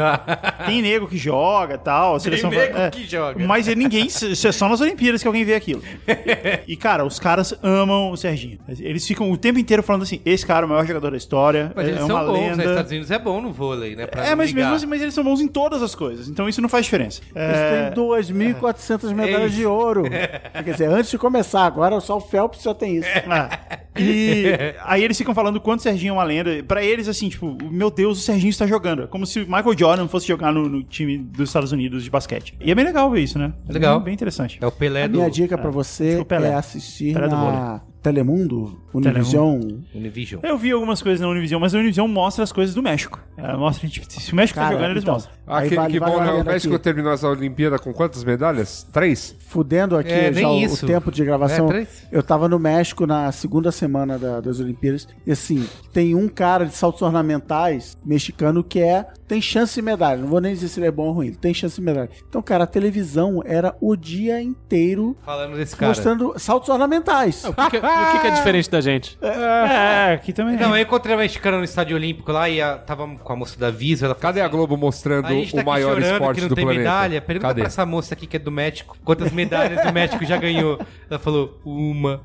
Tem nego que joga e tal. a seleção-
nego
é.
que joga.
Mas é ninguém, isso é só nas Olimpíadas que alguém vê aquilo. E, cara, os caras amam o Serginho. Eles ficam o tempo inteiro falando assim: esse cara é o maior jogador da história,
Mas
é,
eles
é uma
são bons, né?
lenda.
Estados Unidos é bom no vôlei, né? Pra
É,
não
mas
ligar.
mesmo assim, mas eles são bons em todas as coisas, então isso não faz diferença. É, É.
Eles têm 2.400 medalhas
isso.
de ouro. Quer dizer, antes de começar, agora só o Phelps já tem isso.
Ah, E aí eles ficam falando quanto o Serginho é uma lenda. Pra eles, assim, tipo, meu Deus, o Serginho está jogando. É Como se o Michael Jordan fosse jogar no, no time dos Estados Unidos de basquete. E é bem legal ver isso, né? É
Legal.
Bem, bem interessante.
É o Pelé do
Minha dica pra você
Acho que o Pelé.
é assistir
Pelé do
na Telemundo, Univision.
Univision.
Eu vi algumas coisas na Univision, mas a Univision mostra as coisas do México. Ela mostra, tipo, se o México tá
Cara,
jogando, eles
então,
mostram.
Ah,
Aí
que,
vale-
que
vale
bom,
a
né? O
pena
México
aqui.
terminou essa Olimpíada com quantas medalhas? Três?
Fudendo aqui
É,
já
nem
o,
isso.
o tempo de gravação.
É, três.
eu tava no México na segunda semana da- das Olimpíadas. E assim, tem um cara de saltos ornamentais mexicano que é. Tem chance de medalha. Não vou nem dizer se ele é bom ou ruim. Tem chance de medalha. Então, cara, a televisão era o dia inteiro
Falando desse cara.
mostrando saltos ornamentais.
O que que é- e o que que é diferente da gente?
É, aqui também.
Não, eu encontrei uma mexicana no estádio olímpico lá e a, tava com a moça da Visa. Ela falou assim,
Cadê a Globo mostrando
"A gente tá
o
aqui
maior
chorando
esporte
que não
do
tem
planeta?
medalha. Pergunta
Cadê?
pra essa moça aqui que é do México quantas medalhas o México já ganhou. Ela falou, uma.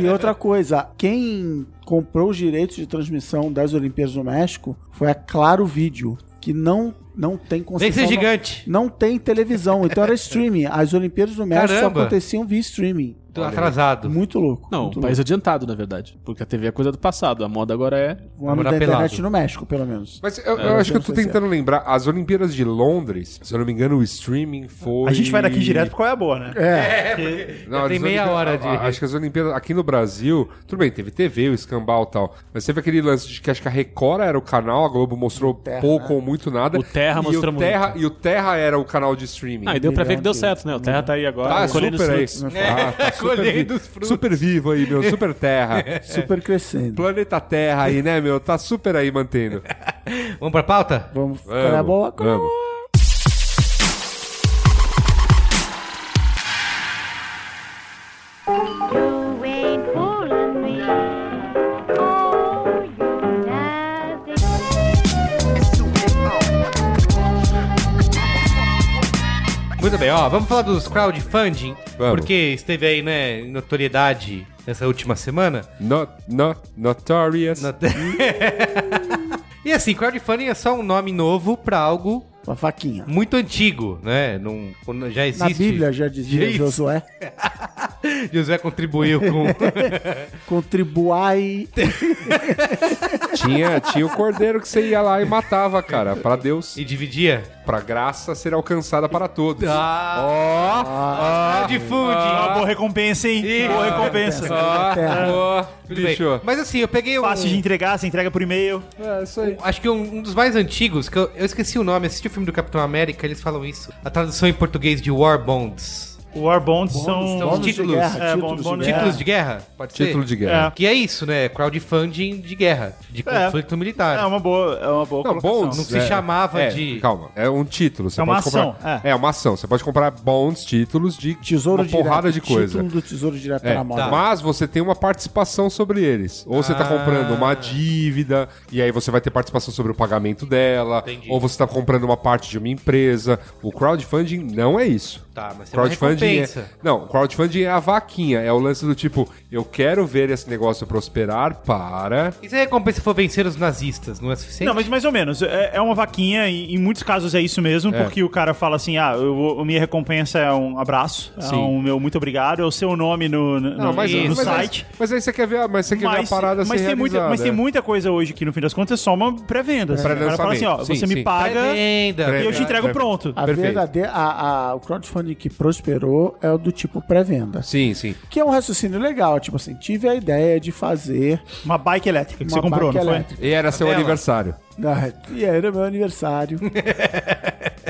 E outra coisa, quem comprou os direitos de transmissão das Olimpíadas do México foi a Claro Vídeo, que não, não tem
Nem que
concessão.
seja
não-
gigante.
Não tem televisão, então era streaming. As Olimpíadas do México
Caramba.
só aconteciam via streaming.
Tô atrasado.
Muito louco.
Não,
muito
um país adiantado, na verdade. Porque a TV é coisa do passado, a moda agora é.
louco. O ano da
Agora
internet
pelado.
no México, pelo menos.
Mas eu, eu acho que eu tô
não sei se é.
tentando lembrar. As Olimpíadas de Londres, se eu não me engano, o streaming foi.
A gente vai daqui direto pra qual é a boa, né?
É,
já
as
tem meia
Olimpíadas-
hora de-
a- a- Acho que as Olimpíadas aqui no Brasil, tudo bem, teve TV, o escambau e tal. Mas teve aquele lance de que acho que a Record era o canal, a Globo mostrou
né?
pouco ou muito nada.
O Terra
e
mostrou
o Terra, E o Terra era o canal de streaming.
Ah, e deu pra ver que
Milhão
deu
de-
certo, né? O Terra tá aí agora.
Tá
colhendo
super aí.
frutos.
Ah, tá super,
Colhendo
vi-
os frutos.
super vivo aí, meu. Super Terra.
Super crescendo.
Planeta Terra aí, né, meu? Tá super aí mantendo.
Vamos pra pauta?
Vamos ficar na boa.
vamos.
You ain't fooling me. Oh, you nasty.
Muito bem, ó, vamos falar dos crowdfunding,
Vamos.
porque esteve aí, né, em notoriedade nessa última semana.
No, no, notorious.
No- e assim, crowdfunding é só um nome novo pra algo
Uma faquinha.
muito antigo, né? Não, já existe.
Na Bíblia já dizia
Isso.
Josué,
Josué contribuiu com.
contribuai
Tinha, tinha o cordeiro que você ia lá e matava, cara. Pra Deus.
e Tá.
E
dividia.
pra graça ser alcançada para todos.
Ah, de
Uma
funding.
boa recompensa, hein?
Isso.
Boa recompensa.
Ó,
terra.
ó,
Tudo bem.
bicho.
Mas assim, eu peguei um.
Fácil de entregar, você entrega por e-mail.
É, isso aí.
Acho que um, um dos mais antigos, que eu, eu esqueci o nome, assisti o filme do Capitão América, eles falam isso. A tradução em português de War Bonds.
War bonds são.
São os
de
títulos.
guerra,
É,
títulos
bom- bom-
de guerra.
Títulos de guerra? Pode ser?
Título de guerra.
Que é isso, né? Crowdfunding de guerra, de conflito militar.
É uma boa. É uma boa.
Não,
colocação.
bonds.
Não se
é-
chamava
é,
de-
Calma, é um título. Você
É uma
pode comprar-
ação,
É. uma ação. Você pode comprar bonds, títulos de
Tesouro
uma porrada de
direto,
coisa.
Título do Tesouro Direto
É,
na moda.
Mas você tem uma participação sobre eles. Ou você tá
Ah.
comprando uma dívida, e aí você vai ter participação sobre o pagamento dela.
Entendi.
Ou você tá comprando uma parte de uma empresa. O crowdfunding não é isso.
Tá, mas tem uma
crowdfunding é...
recompensa.
Não, o crowdfunding é a vaquinha. É o lance do tipo, eu quero ver esse negócio prosperar para...
E se a recompensa for vencer os nazistas, não é suficiente?
Não, mas mais ou menos. É, é uma vaquinha, e em muitos casos é isso mesmo, porque o cara fala assim: ah, eu vou- minha recompensa é um abraço, é um meu muito obrigado, é o seu nome no, no, no-
Ah, mas, é,
no
mas-
site.
Mas aí você quer ver, a- mas você quer ver a parada
mas,
ser
tem muita,
realizada,
mas tem
é.
muita coisa hoje que, no fim das contas, é só uma pré-venda. assim. O cara fala assim: ó,
Sim,
você
sim.
me paga e
Pré-venda.
eu te
Pré-venda.
entrego pronto.
A
Perfeito.
verdadeira, a, a- o crowdfunding que prosperou é o do tipo pré-venda.
Sim, sim.
Que é um raciocínio legal, tipo assim, tive a ideia de fazer
Uma bike elétrica que
uma
você comprou,
barca
não foi?
elétrica.
E era seu
Tela.
aniversário.
Ah, E era meu aniversário.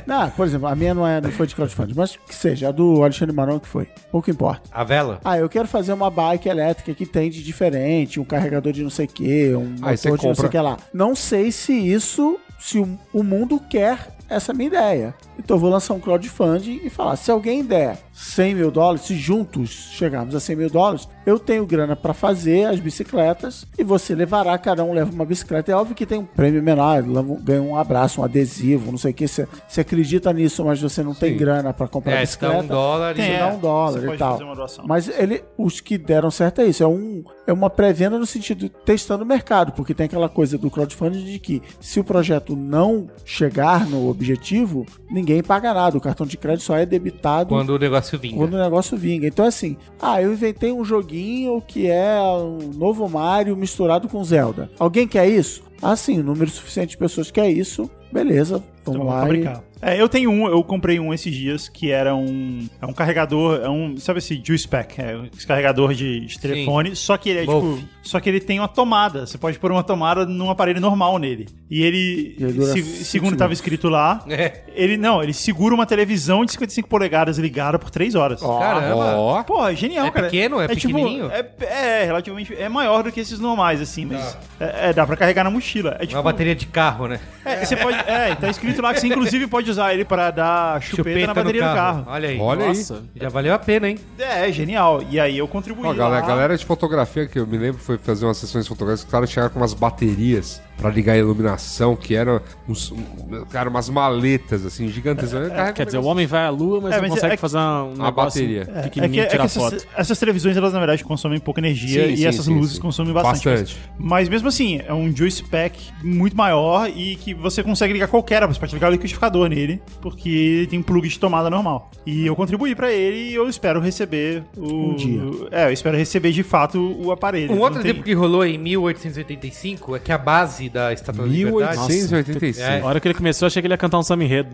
não, por exemplo, a minha não, é, não foi de crowdfunding, mas que seja, a do Alexandre Maron que foi. Pouco importa.
A vela?
Ah, eu quero fazer uma bike elétrica que tem de diferente, um carregador de não sei o que, um
Aí
motor
você
de não sei
compra.
o que lá. Não sei se isso, se o, o mundo quer essa minha ideia. Então eu vou lançar um crowdfunding e falar, se alguém der 100 mil dólares, se juntos chegarmos a 100 mil dólares, eu tenho grana para fazer as bicicletas e você levará, cada um leva uma bicicleta. É óbvio que tem um prêmio menor, leva um- ganha um abraço, um adesivo, não sei o que. Você você acredita nisso, mas você não tem grana para
Ah,
comprar
É, se dá
bicicleta.
um dólar e-
Você
É
é,
dá um dólar
Você
e
pode
tal.
fazer uma doação.
Mas ele, os que deram certo é isso. É, um, é uma pré-venda no sentido de testando o mercado, porque tem aquela coisa do crowdfunding de que se o projeto não chegar no objetivo, ninguém paga nada. O cartão de crédito só é debitado
Quando o negócio vinga.
quando o negócio vinga. Então, assim, ah, eu inventei um joguinho que é um novo Mario misturado com Zelda. Alguém quer isso? Ah, sim, um número suficiente de pessoas quer isso. Beleza, vamos
Então, vou
lá. E...
fabricar. É, eu tenho um, eu comprei um esses dias que era um, é um carregador, é um, sabe esse juice pack, é um carregador de, de telefone, só que ele é
Wolf.
tipo, só que ele tem uma tomada, você pode pôr uma tomada num aparelho normal nele. E ele,
E ele dura
se-
cinco
segundo estava escrito lá,
É.
ele não, ele segura uma televisão de 55 polegadas ligada por 3 horas.
Caramba.
Ó,
Pô, é genial,
É
cara.
pequeno? É pequenininho?
é, é, relativamente. É maior do que esses normais, assim, mas. É, é, dá pra carregar na mochila. É tipo.
Tá. Uma bateria de carro, né?
É, você pode. É, tá escrito lá que você inclusive pode usar ele pra dar chupeta, na bateria do carro.
Olha aí.
olha aí.
Nossa.
Já valeu a pena, hein?
É, é genial. E aí eu contribuí.
Ó, a galera,
lá.
a galera de fotografia, que eu me lembro, foi fazer umas sessões fotográficas, os caras chegaram com umas baterias pra ligar a iluminação, que eram uns, um- cara, umas maletas, assim, gigantes.
Quer dizer, o homem vai à lua, mas
É,
não
mas
consegue
é que-
fazer um
Uma
negócio
bateria.
pequenininho
É que, é
e
que
tirar
essas,
foto.
essas televisões, elas na verdade consomem pouca energia
Sim,
e
sim,
essas
sim,
luzes
sim.
consomem bastante.
Bastante.
Mas, mas mesmo assim, é um juice pack muito maior e que você consegue ligar qualquer, você pode ligar o liquidificador nele, porque ele tem um plug de tomada normal. E eu contribuí pra ele e eu espero receber o.
Um dia.
o- é, eu espero receber de fato o aparelho.
Um
Não
outro
tem-
exemplo que rolou em 1885 é que a base da Estátua da Liberdade...
1885.
É.
A hora que ele começou, achei que ele ia cantar um samba enredo.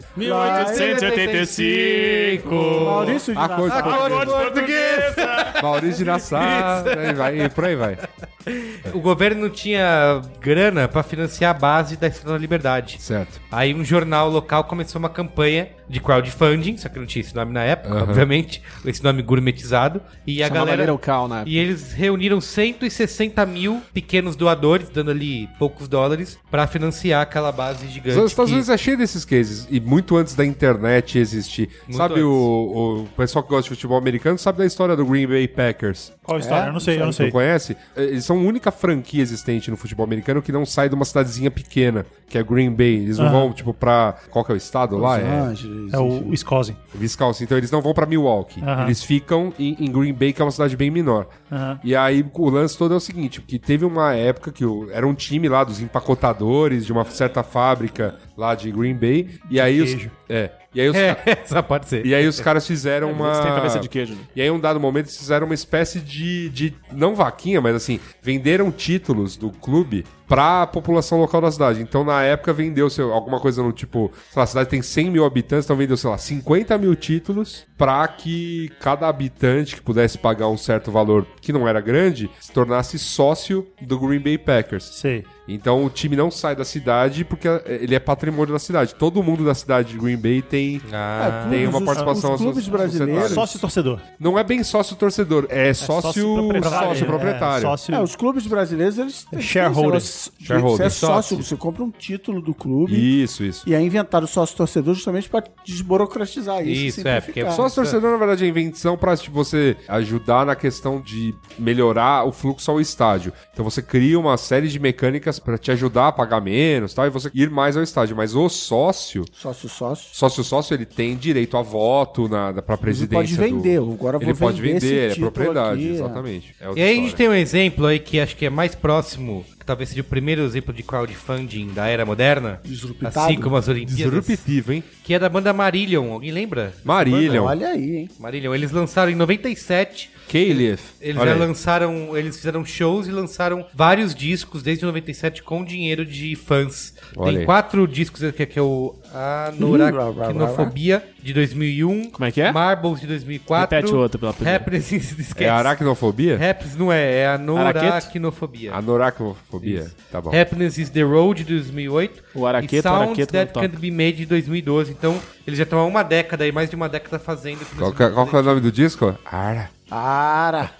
1885.
Maurício de
A
Nassau.
coisa-
A cor portuguesa.
Maurício de Nassau, aí vai, e por aí vai.
O governo não tinha grana pra financiar a base da Estátua da Liberdade.
Certo.
Aí um jornal local começou uma campanha de crowdfunding, só que não tinha esse nome na época,
Aham.
obviamente, esse nome gourmetizado. E a
Chamava
galera.
Little Cal na época.
E eles reuniram 160 mil pequenos doadores, dando ali poucos dólares, pra financiar aquela base gigante.
Os Estados
que-
Unidos é cheio desses cases. E muito antes da internet existir.
Muito
sabe
antes.
o, o pessoal que gosta de futebol americano sabe da história do Green Bay Packers.
Qual a história? eu não sei, eu não
Você
sei.
não conhece? Eh, Eles são a única franquia existente no futebol americano que não sai de uma cidadezinha pequena, que é Green Bay. Eles não vão, tipo, pra. Qual que é o estado lá?
Los
É.
Angeles,
É
enfim.
o, o Scosen.
Wisconsin. Então eles não vão pra Milwaukee.
Aham.
Eles ficam em, em Green Bay, que é uma cidade bem menor.
Aham.
E aí o lance todo é o seguinte: que teve uma época que o- era um time lá dos empacotadores de uma certa fábrica lá de Green Bay. E aí os.
queijo.
É. E aí os,
É, essa pode ser.
e aí os caras fizeram uma.
Você tem a cabeça de queijo, né?
E aí, em um dado momento, eles fizeram uma espécie de, de. Não vaquinha, mas assim, venderam títulos do clube pra população local da cidade. Então, na época, vendeu sei lá, alguma coisa no tipo. Sei lá, a cidade tem 100 mil habitantes, então vendeu, sei lá, 50 mil títulos pra que cada habitante que pudesse pagar um certo valor que não era grande se tornasse sócio do Green Bay Packers.
Sei.
Então o time não sai da cidade porque eh, ele é patrimônio da cidade. Todo mundo da cidade de Green Bay tem,
Ah,
É,
Ah, tem
clubes,
uma
os-
participação
os clubes
soci- societária.
brasileiros- Claro.
Sócio torcedor.
Não é bem sócio torcedor, é, sócio
Proprietário,
sócio proprietário.
É, sócio...
É, os clubes brasileiros, eles... eles
Shareholder.
Shareholders. Você é
Shareholder.
sócio, você compra um título do clube
Isso, isso.
e é aí inventaram o sócio-torcedor justamente pra desburocratizar isso.
Isso, é, porque
simplificar.
Sócio torcedor, na verdade, é a invenção pra tipo, você ajudar na questão de melhorar o fluxo ao estádio. Então você cria uma série de mecânicas pra te ajudar a pagar menos tal, e você ir mais ao estádio. Mas o sócio,
Sócio-sócio.
sócio-sócio, ele tem direito a voto na, na, pra
Ele
presidência.
pode
do-
vender, agora eu vou
Ele pode
vender esse
vender, é
título
propriedade,
aqui, é.
exatamente. É
E
outra
aí a gente
história.
tem um exemplo aí que acho que é mais próximo, que talvez seja o primeiro exemplo de crowdfunding da era moderna.
Disruptado.
Assim como as Olimpíadas.
Disruptivo, hein?
Que é da banda Marillion. Alguém lembra?
Marillion,
Olha aí, hein?
Marillion. Eles lançaram em 97.
Caliph.
Eles
Olha
já
aí.
lançaram, eles fizeram shows e lançaram vários discos desde 97 com dinheiro de fãs.
Olha aí.
Tem quatro discos aqui, que é o Anoraquinofobia de 2001.
Como é que é?
Marbles de 2004.
Repete o outro pela primeira.
Happiness esquece.
É aracnofobia?
Happiness não é, é Anoraquinofobia.
Anoracnofobia. Tá Ah, bom.
Happiness is the Road de 2008
O Araqueto,
e
o
Sounds
Araqueto
That
não toca.
Can't Be Made de 2012. Então, eles já estão há uma década aí, mais de uma década fazendo. tudo
Qual é
isso.
que, é- qual que é o nome do disco? Ara.
Para!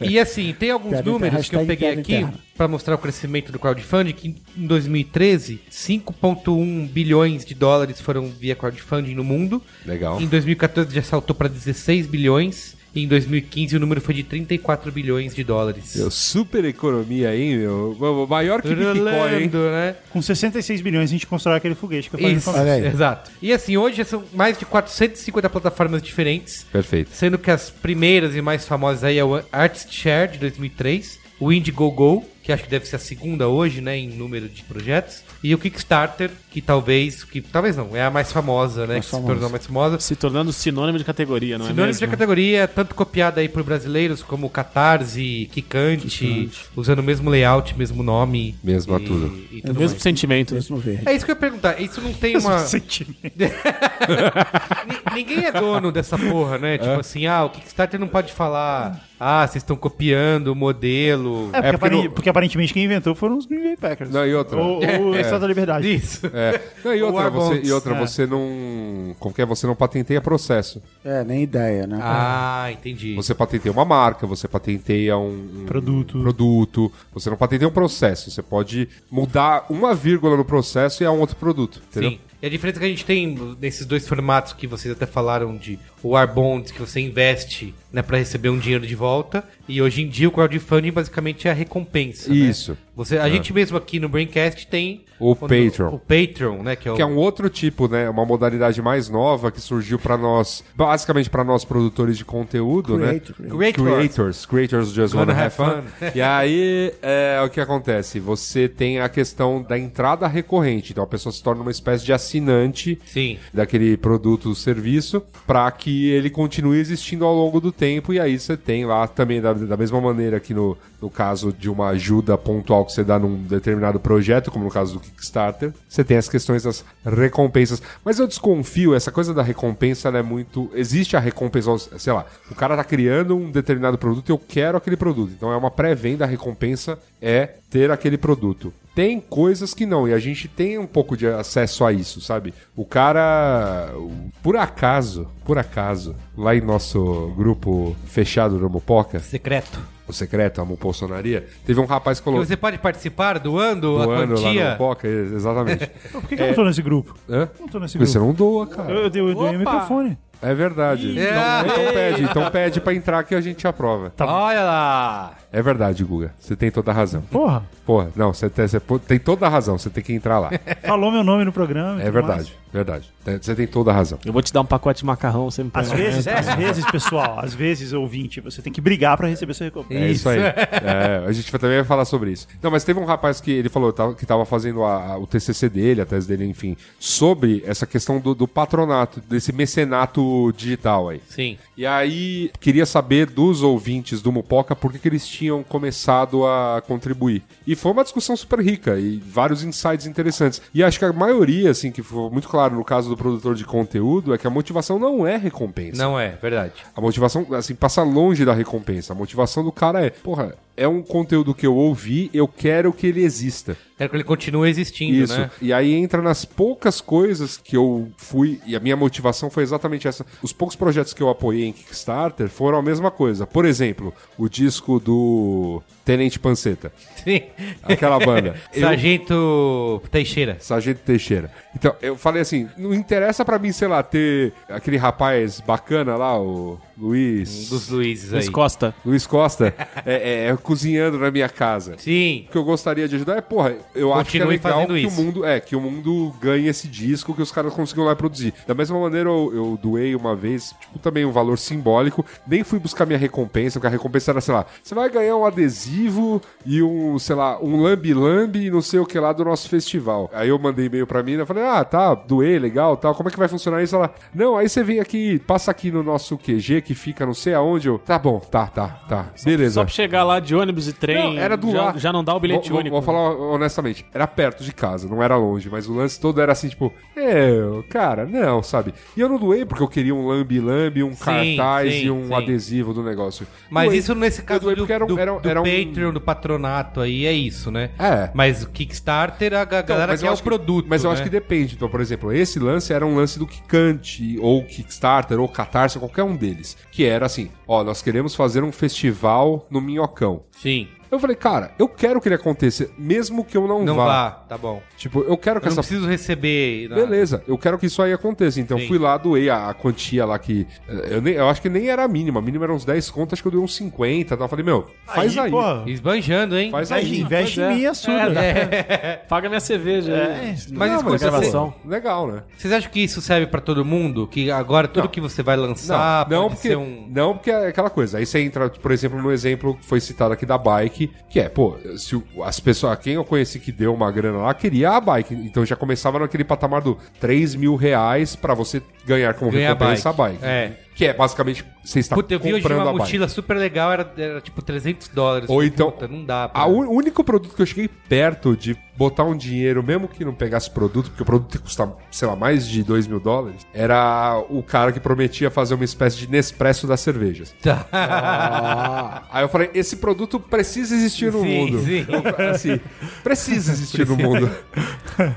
E assim, tem alguns
Piada
números
interna,
que eu
hashtag
peguei
piada
aqui
interna.
para mostrar o crescimento do crowdfunding, que em 2013, 5.1 bilhões de dólares foram via crowdfunding no mundo.
Legal.
Em 2014 já saltou para 16 bilhões. E em 2015 o número foi de 34 bilhões de dólares.
Meu, super economia aí, meu. Vamos, Maior que Bitcoin, hein?
Rolando, né?
Com 66 bilhões a gente constrói aquele foguete que eu falei no
Isso,
começo.
Olha aí.
exato. E assim, hoje já são mais de 450 plataformas diferentes.
Perfeito.
Sendo que as primeiras e mais famosas aí é o ArtShare de 2003, o Indiegogo, que acho que deve ser a segunda hoje, né, em número de projetos, e o Kickstarter, que talvez, que talvez não, é a mais famosa, né, que se tornou mais famosa.
Se tornando sinônimo de categoria, não é
Sinônimo de
mesmo?
categoria, tanto copiada aí por brasileiros como Catarse, Kikante, usando o mesmo layout, mesmo nome.
Mesmo a
e-
tudo.
e
O
tudo
mesmo
mais.
sentimento.
Mesmo verde.
É isso que eu ia perguntar. Isso não
É
tem uma.
Sentimento.
Ni- Ninguém é dono dessa porra,
É.
né? Tipo assim, ah, o Kickstarter não pode falar. Ah, vocês estão copiando o modelo.
É, porque,
porque
apare-
no-
porque aparentemente quem inventou foram os Green Bay Packers.
Não, e outra?
Ou, ou o Estado da Liberdade.
Isso.
É. Não, e
O
outra, você,
Arbontes,
e outra
é.
você não. Como que é? Você não patenteia processo.
É, nem ideia, né?
Ah, entendi.
Você patenteia uma marca, você patenteia um, um
Produto.
produto. Você não patenteia um processo. Você pode mudar uma vírgula no processo e é um outro produto. Entendeu?
Sim. E a diferença que a gente tem nesses dois formatos que vocês até falaram de o War Bonds, que você investe né, para receber um dinheiro de volta, e hoje em dia o crowdfunding basicamente é a recompensa. né?
Isso. É.
Você, a gente mesmo aqui no Braincast tem
O Patreon.
O Patreon, né? Que é, o,
Que é um outro tipo, né? Uma modalidade mais nova que surgiu pra nós, basicamente pra nós produtores de conteúdo,
Creator.
né?
Creator.
Creators. Creators just wanna have fun. e aí, é, o que acontece? Você tem a questão da entrada recorrente. Então, a pessoa se torna uma espécie de assinante
Sim.
daquele produto ou serviço para que ele continue existindo ao longo do tempo. E aí você tem lá também, da, da mesma maneira que no, no caso de uma ajuda pontual que você dá num determinado projeto, como no caso do Kickstarter, você tem as questões das recompensas. Mas eu desconfio, essa coisa da recompensa ela é muito. Existe a recompensa, sei lá, o cara tá criando um determinado produto e eu quero aquele produto. Então é uma pré-venda, a recompensa é ter aquele produto tem coisas que não, e a gente tem um pouco de acesso a isso, sabe? O cara, o- por acaso, por acaso, lá em nosso grupo fechado do Mupoca,
secreto.
o secreto, a Mupoçonaria, teve um rapaz que
Que
colocou
você pode participar doando a
doando lá no
quantia.
Mupoca, ex- exatamente.
Por
É.
que, que eu não tô nesse grupo?
Hã?
Não tô nesse
Porque você
grupo.
não doa, cara.
Eu, eu dei eu dei o
Opa!
microfone.
É verdade.
É.
Não, então pede, então pede pra entrar que a gente aprova.
Olha lá!
É verdade, Guga. Você tem toda a razão.
Porra,
Porra, não, você tem, você tem toda a razão, você tem que entrar lá.
falou meu nome no programa.
É
e É tudo
verdade, verdade. Você tem toda a razão.
Eu vou te dar um pacote de macarrão, você me põe
É.
mais. Às
lá
vezes, é,
dentro.
às vezes, pessoal, às vezes, ouvinte, você tem que brigar pra receber sua recompensa.
É isso, aí. É, a gente vai- também vai falar sobre isso. Não, mas teve um rapaz que ele falou tava- que estava fazendo a- a- o TCC dele, a tese dele, enfim, sobre essa questão do, do patronato, desse mecenato digital aí.
Sim.
E aí, queria saber dos ouvintes do Mupoca por que, que eles tinham começado a contribuir. E foi uma discussão super rica e vários insights interessantes. E acho que a maioria, assim, que foi muito claro no caso do produtor de conteúdo, é que a motivação não é recompensa.
Não é, verdade.
A motivação, assim, passa longe da recompensa. A motivação do cara é, porra, é um conteúdo que eu ouvi, eu quero que ele exista.
Quero É que ele continue existindo,
Isso.
né?
E aí entra nas poucas coisas que eu fui, e a minha motivação foi exatamente essa. Os poucos projetos que eu apoiei em Kickstarter foram a mesma coisa. Por exemplo, o disco do Tenente Panceta,
Sim.
aquela banda. Eu-
Sargento Teixeira.
Sargento Teixeira. Então, eu falei assim, não interessa pra mim, sei lá, ter aquele rapaz bacana lá, o Luiz...
Um dos Luizes aí.
Luiz Costa.
Luiz Costa é, é, é cozinhando na minha casa.
Sim.
O que eu gostaria de ajudar é, porra, eu acho que é
Continue
legal
fazendo
que
isso.
o mundo é que o mundo ganhe esse disco que os caras conseguiram lá produzir. Da mesma maneira, eu, eu doei uma vez, tipo, também um valor simbólico. Nem fui buscar minha recompensa, porque a recompensa era, sei lá, você vai ganhar um adesivo e um, sei lá, um lambi-lambi e não sei o que lá do nosso festival. Aí eu mandei e-mail pra mina, falei, ah, tá, doei, legal, tal, como é que vai funcionar isso? Ela, não, aí você vem aqui, passa aqui no nosso QG que fica não sei aonde, eu, tá bom, tá, tá, tá, beleza.
Só pra chegar lá de ônibus e trem,
Não, era do
já,
lado.
já não dá o bilhete
vou,
único.
Vou, vou
né?
falar honestamente, era perto de casa, não era longe, mas o lance todo era assim, tipo, eu, cara, não, sabe? E eu não doei porque eu queria um lambi-lambi, um
Sim,
cartaz
sim,
e um
sim.
adesivo do negócio.
Mas
Doei.
isso nesse caso
doei
do,
porque era um-
do-
era um-
do
era um-
Patreon, do patronato aí, é isso, né?
É.
Mas o Kickstarter, a ga-
Então,
galera
mas eu
quer o
acho que-
produto,
Mas eu
né?
acho que depende. Então, por exemplo, esse lance era um lance do Kikante, ou Kickstarter, ou Catarse, qualquer um deles. 2016, que era assim: ó, nós queremos fazer um festival no Minhocão.
Sim.
Eu falei, cara, eu quero que ele aconteça, mesmo que eu não,
Não
Então vá.
vá, tá bom.
Tipo, eu quero que
Eu não
essa
preciso receber. nada.
Beleza, eu quero que isso aí aconteça. Então
Tá. Sim.
fui lá, doei a, a quantia lá que. eh, Eu, nem- eu acho que nem era a mínima. A mínima era uns 10 contas, acho que eu dei uns 50 e tal. Falei, meu, faz aí.
porra,
Esbanjando, hein?
Faz
aí,
aí. é.
investe em mim, É assuda.
né? Paga minha cerveja. aí.
Mas
Não,
escuta,
pô,
você-
legal, né?
vocês acham que isso serve pra todo mundo? Que agora tudo
Não.
que você vai
Não,
lançar
não,
pode
porque,
ser um...
não, porque é aquela coisa. Aí você entra, por exemplo, no exemplo que foi citado aqui da bike, que é, pô, se o- as pessoas, quem eu conheci que deu uma grana lá, queria a bike. Então já começava naquele patamar do 3 mil reais pra você ganhar como
Ganhar a
recompensa a
bike.
bike.
É.
Que é basicamente, você está
Puta, eu vi hoje
comprando
uma
a bike.
mochila super legal, era, era tipo 300 dólares.
Ou então-
Puta, não dá. pra-
A u- O único produto que eu cheguei perto de botar um dinheiro, mesmo que não pegasse produto, porque o produto custa, sei lá, mais de 2 mil dólares, era o cara que prometia fazer uma espécie de Nespresso das cervejas. Ah, Aí eu falei, esse produto precisa existir no
Sim,
mundo.
sim.
Assim, precisa existir no mundo.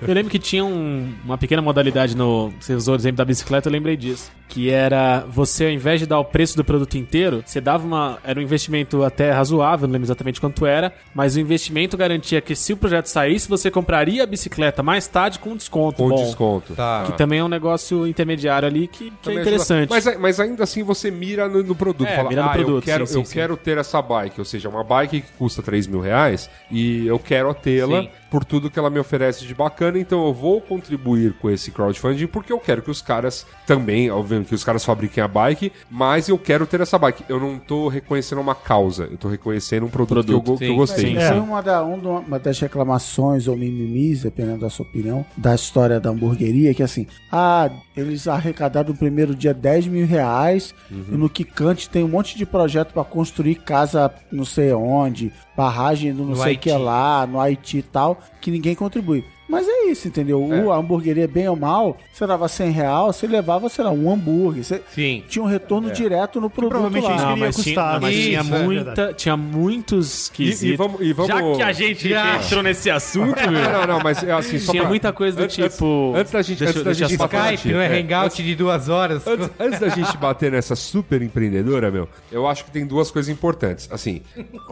Eu lembro que tinha um- uma pequena modalidade no. Você usou o exemplo da bicicleta, eu lembrei disso. Que era você, ao invés de dar o preço do produto inteiro, você dava uma. Era um investimento até razoável, não lembro exatamente quanto era, mas o investimento garantia que se o projeto saísse, você compraria a bicicleta mais tarde com desconto.
Com
bom,
desconto.
Tá.
Que também é um negócio intermediário ali que, que é
Também ajuda.
interessante.
Mas, a- mas ainda assim você mira no, no produto.
É,
fala,
mira no
ah, eu,
produto,
quero,
sim, sim,
eu
sim.
quero ter essa bike. Ou seja, uma bike que custa 3 mil reais e eu quero tê-la
Sim.
por tudo que ela me oferece de bacana. Então eu vou contribuir com esse crowdfunding porque eu quero que os caras também, obviamente, que os caras fabriquem a bike, mas eu quero ter essa bike. Eu não tô reconhecendo uma causa, eu tô reconhecendo um produto, que eu
Produto,
go- que, eu,
sim,
gostei.
sim.
Isso é uma, da- um do- uma das reclamações ou mimimis, dependendo da sua opinião, da história da hamburgueria, que assim, ah, eles arrecadaram no primeiro dia 10 mil reais,
Uhum.
e no Kikante tem um monte de projeto pra construir casa não sei onde, barragem do não
No
sei o
Haiti.
que lá, no Haiti e tal, que ninguém contribui. Mas é isso, entendeu? O, a hamburgueria, bem ou mal, você dava 100 reais, você levava, sei lá, um hambúrguer. Você
Sim.
tinha um
É.
retorno direto no produto
provavelmente
lá.
é isso
Não,
Queria
mas tinha,
custar,
não, mas
né?
tinha
Isso, é
muita, tinha muitos
E,
quesitos.
e vamos, e vamos-
gente entrou nesse assunto, meu.
Não, não, mas é assim, só
Tinha
pra-
muita coisa do tipo-
Antes, antes da gente,
Deixa eu-
antes da
deixa eu né?
gente
só
bater na
Skype, não é
tia.
hangout de duas horas.
Antes, antes da gente bater nessa super empreendedora, meu, eu acho que tem duas coisas importantes. Assim,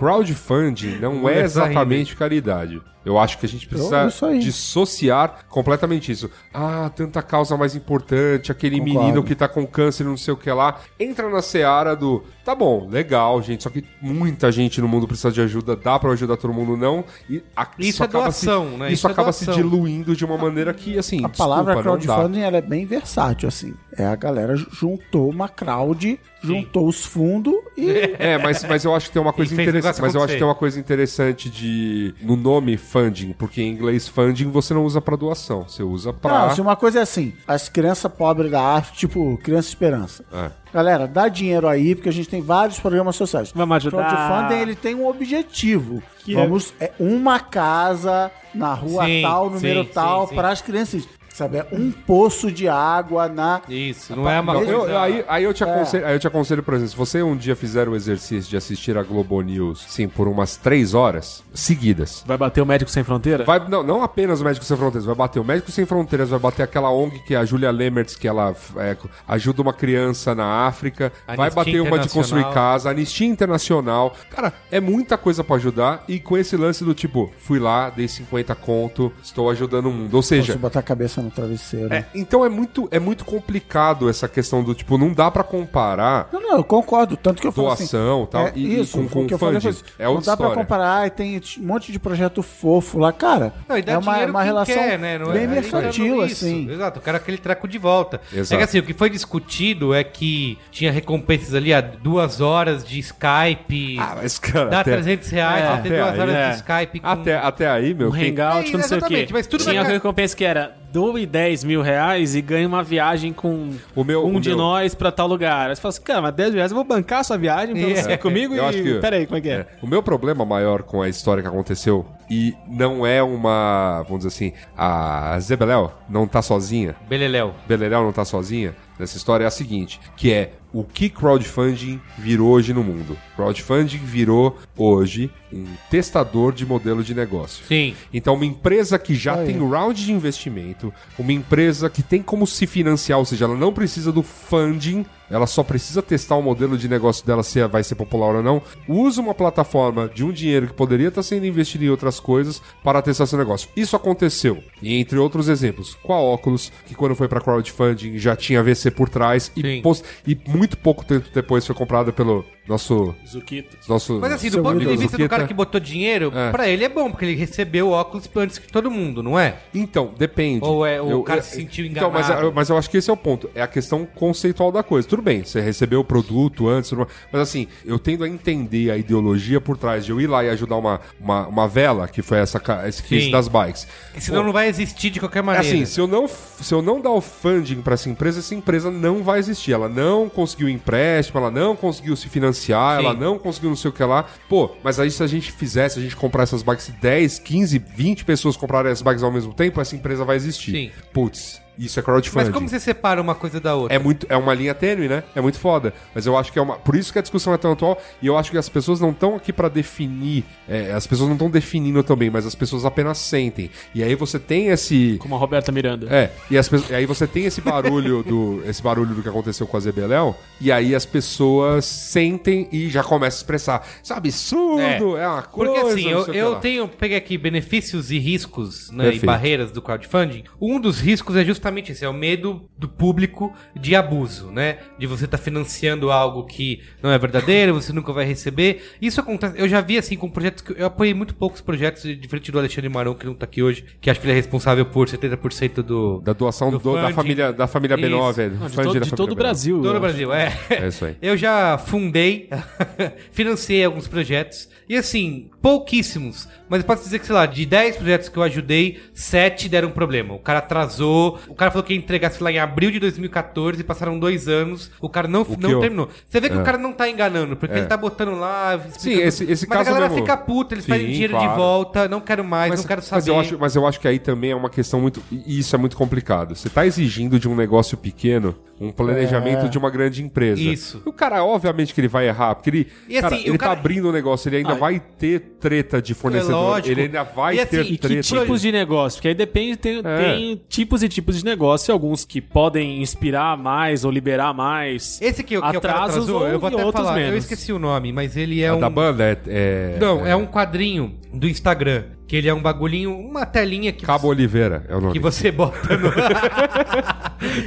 crowdfunding não é
Começar a rir,
exatamente caridade. Eu acho que a gente precisa
Eu- tá Então, isso aí.
dissociar completamente isso. Ah, tanta causa mais importante, aquele
Concordo.
menino que tá com câncer, não sei o que lá. Entra na seara do, tá bom, legal, gente, só que muita gente no mundo precisa de ajuda, dá pra ajudar todo mundo, não. E a-
Isso é
acaba se,
doação, né?
Isso,
Isso é
acaba se
doação.
diluindo de uma maneira que, assim,
A palavra
desculpa, não dá.
crowdfunding ela é bem versátil, assim. É a galera ju- juntou uma crowd, juntou os fundos e.
É, mas, mas eu acho que tem uma coisa
fez o
interessante.
negócio
Mas eu acho que tem
acontecer.
uma coisa interessante de no nome funding, porque em inglês funding você não usa pra doação, você usa pra.
Não, se uma coisa é assim, as crianças pobres da África, tipo Criança Esperança.
É.
Galera, dá dinheiro aí, porque a gente tem vários programas sociais.
Vamos ajudar.
Crowdfunding, ele tem um objetivo.
Que
Vamos, é uma casa na rua
Sim,
tal, número
sim,
tal,
sim, sim.
para as crianças. Sabe, é um poço de água na...
Isso, não é uma
Não,
coisa...
eu- eu- aí, aí
É.
eu te aconselho, aí eu te aconselho, por exemplo, se você um dia fizer o exercício de assistir a Globo News, sim, por umas três horas seguidas.
Vai bater o Médico Sem Fronteira?
Vai, não, não apenas o Médico Sem Fronteiras, vai bater o Médico Sem Fronteiras, vai bater aquela ONG que é a Julia Lemertz, que ela é, ajuda uma criança na África, vai
Anistia
bater uma de construir
Internacional.
casa, Anistia Internacional. Cara, é muita coisa pra ajudar e com esse lance do tipo, fui lá, dei 50 conto, estou ajudando o mundo. Ou
Posso
seja,
botar a cabeça no travesseiro.
é, então é muito, é muito complicado essa questão do tipo, não dá pra comparar
Não, não, eu concordo. Tanto que eu falo assim,
doação tal,
É
e, e
isso,
com, com
o que eu falei foi
funding.
isso.
É
não
outra
dá pra
história.
comparar, e tem um monte de projeto fofo lá, cara.
Não, e dá
é uma,
dinheiro
uma
quem
relação
quer, né? Não
bem
é-
mercantil,
Isso,
assim.
Exato, o cara é aquele traco de volta.
Exato.
É que assim, o que foi discutido é que tinha recompensas ali, a duas horas de Skype,
Ah, mas, cara,
dá
até-
300 reais, até,
até
duas
aí, né?
horas
é.
de Skype. com-
até, até aí, meu,
um
quem-
hangout,
É,
não sei o quê.
exatamente, mas tudo
Tinha
na ca-
recompensa que era doe 10 mil reais e ganhe uma viagem com
O meu-
um
o
de
meu-
nós pra tal lugar. Aí você fala assim, cara, mas 10 mil reais eu vou bancar a sua viagem pra
É.
você ir comigo
Eu
e...
acho que-
Pera aí, como é que é?
É. O meu problema maior com a história que aconteceu, e não é uma, vamos dizer assim, a Zebeléu não tá sozinha,
Beleléu.
Beleléu não tá sozinha nessa história, é a seguinte, que é o que crowdfunding virou hoje no mundo. Crowdfunding virou hoje um testador de modelo de negócio.
Sim.
Então, uma empresa que já tem round de investimento, uma empresa que tem como se financiar, ou seja, ela não precisa do funding ela só precisa testar o modelo de negócio dela se vai ser popular ou não, usa uma plataforma de um dinheiro que poderia estar sendo investido em outras coisas para testar seu negócio. Isso aconteceu, e entre outros exemplos, com a Oculus, que quando foi para crowdfunding já tinha VC por trás e,
Sim.
pos- e muito pouco tempo depois foi comprada pelo nosso
Zuquito.
nosso
Mas assim,
seu
do ponto de
amigo
vista do
Zuqueta.
cara que botou dinheiro,
É.
pra ele é bom, porque ele recebeu o óculos antes que todo mundo, não é?
Então, depende.
Ou é, o cara se sentiu
Então, mas,
enganado.
mas eu acho que esse é o ponto. É a questão conceitual da coisa. Tudo bem, você recebeu o produto antes, tudo mais, mas assim, eu tendo a entender a ideologia por trás de eu ir lá e ajudar uma, uma, uma vela, que foi essa, ca- esse case
Sim.
das bikes.
Porque senão
Pô,
não vai existir de qualquer
é
maneira.
assim, se eu não f- se eu não dar o funding pra essa empresa, essa empresa não vai existir. Ela não conseguiu empréstimo, ela não conseguiu se financiar,
Sim.
ela não conseguiu não sei o que lá. Pô, mas aí se a gente fizesse, a gente comprar essas bikes, se 10, 15, 20 pessoas comprarem as bikes ao mesmo tempo, essa empresa vai existir.
Sim.
Putz, isso é
mas
crowdfunding.
como você separa uma coisa da outra?
É, muito, é uma linha tênue, né? É muito foda. Mas eu acho que é uma. Por isso que a discussão é tão atual. E eu acho que as pessoas não estão aqui pra definir. é, as pessoas não estão definindo também, mas as pessoas apenas sentem. E aí você tem esse.
Como a Roberta Miranda.
É, e, as pessoas- e aí você tem esse barulho do esse barulho do que aconteceu com a Zebeléu, e aí as pessoas sentem e já começam a expressar. Isso é um absurdo, é, uma coisa.
Porque assim,
não
eu,
sei o que
eu
lá."
tenho, peguei aqui benefícios e riscos né, e
Perfeito.
barreiras do crowdfunding. Um dos riscos é justamente esse, é o medo do público de abuso, né? De você estar financiando algo que não é verdadeiro, você nunca vai receber. Isso acontece, eu já vi assim com projetos que eu apoiei muito poucos projetos, diferente do Alexandre Marão, que não tá aqui hoje, que acho que ele é responsável por 70% do...
Da doação
Do
do- da
funding.
família, da família
Isso.
B9, velho.
Não,
Funding
de todo,
da
de
família
todo o
B9.
Brasil.
Todo
eu
o Brasil, é.
É isso aí.
Eu já fundei, financei alguns projetos. E assim, pouquíssimos. Mas eu posso dizer que, sei lá, de 10 projetos que eu ajudei, 7 deram problema. O cara atrasou, o cara falou que ia entregar, sei lá, em abril de 2014, passaram dois anos, o cara não,
que
não
eu- É.
terminou. Você vê que o cara não tá enganando, porque ele tá botando lá. explicando-
esse- esse
mas
caso
a galera
mesmo.
fica puta, eles
Sim,
pedem dinheiro de
claro.
volta, não quero mais, não quero saber.
eu acho, mas eu acho que aí também é uma questão muito. E isso é muito complicado. Você tá exigindo de um negócio pequeno um planejamento de uma grande empresa.
Isso.
E o cara, obviamente, que ele vai errar, porque ele,
E assim,
cara,
o
ele
cara- É
tá abrindo um negócio, ele ainda vai ter treta de fornecedor.
lógico.
Ele ainda vai
E assim,
ter
e que
E que
treta.
tipos de negócio? Porque aí depende,
É.
tem, tem tipos e tipos de negócio, alguns que podem inspirar mais ou liberar mais.
Esse aqui, o que o cara
Atrasos
atrasou,
ou-
eu vou
e
até
outros
falar. Eu
menos.
esqueci o nome, mas ele é
A
um.
da banda é. é-
Não, é um quadrinho do Instagram, que ele é um bagulhinho, uma telinha que
Cabo Oliveira é o nome.
que você bota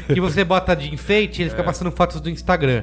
no... que você bota de enfeite, ele fica passando fotos do Instagram.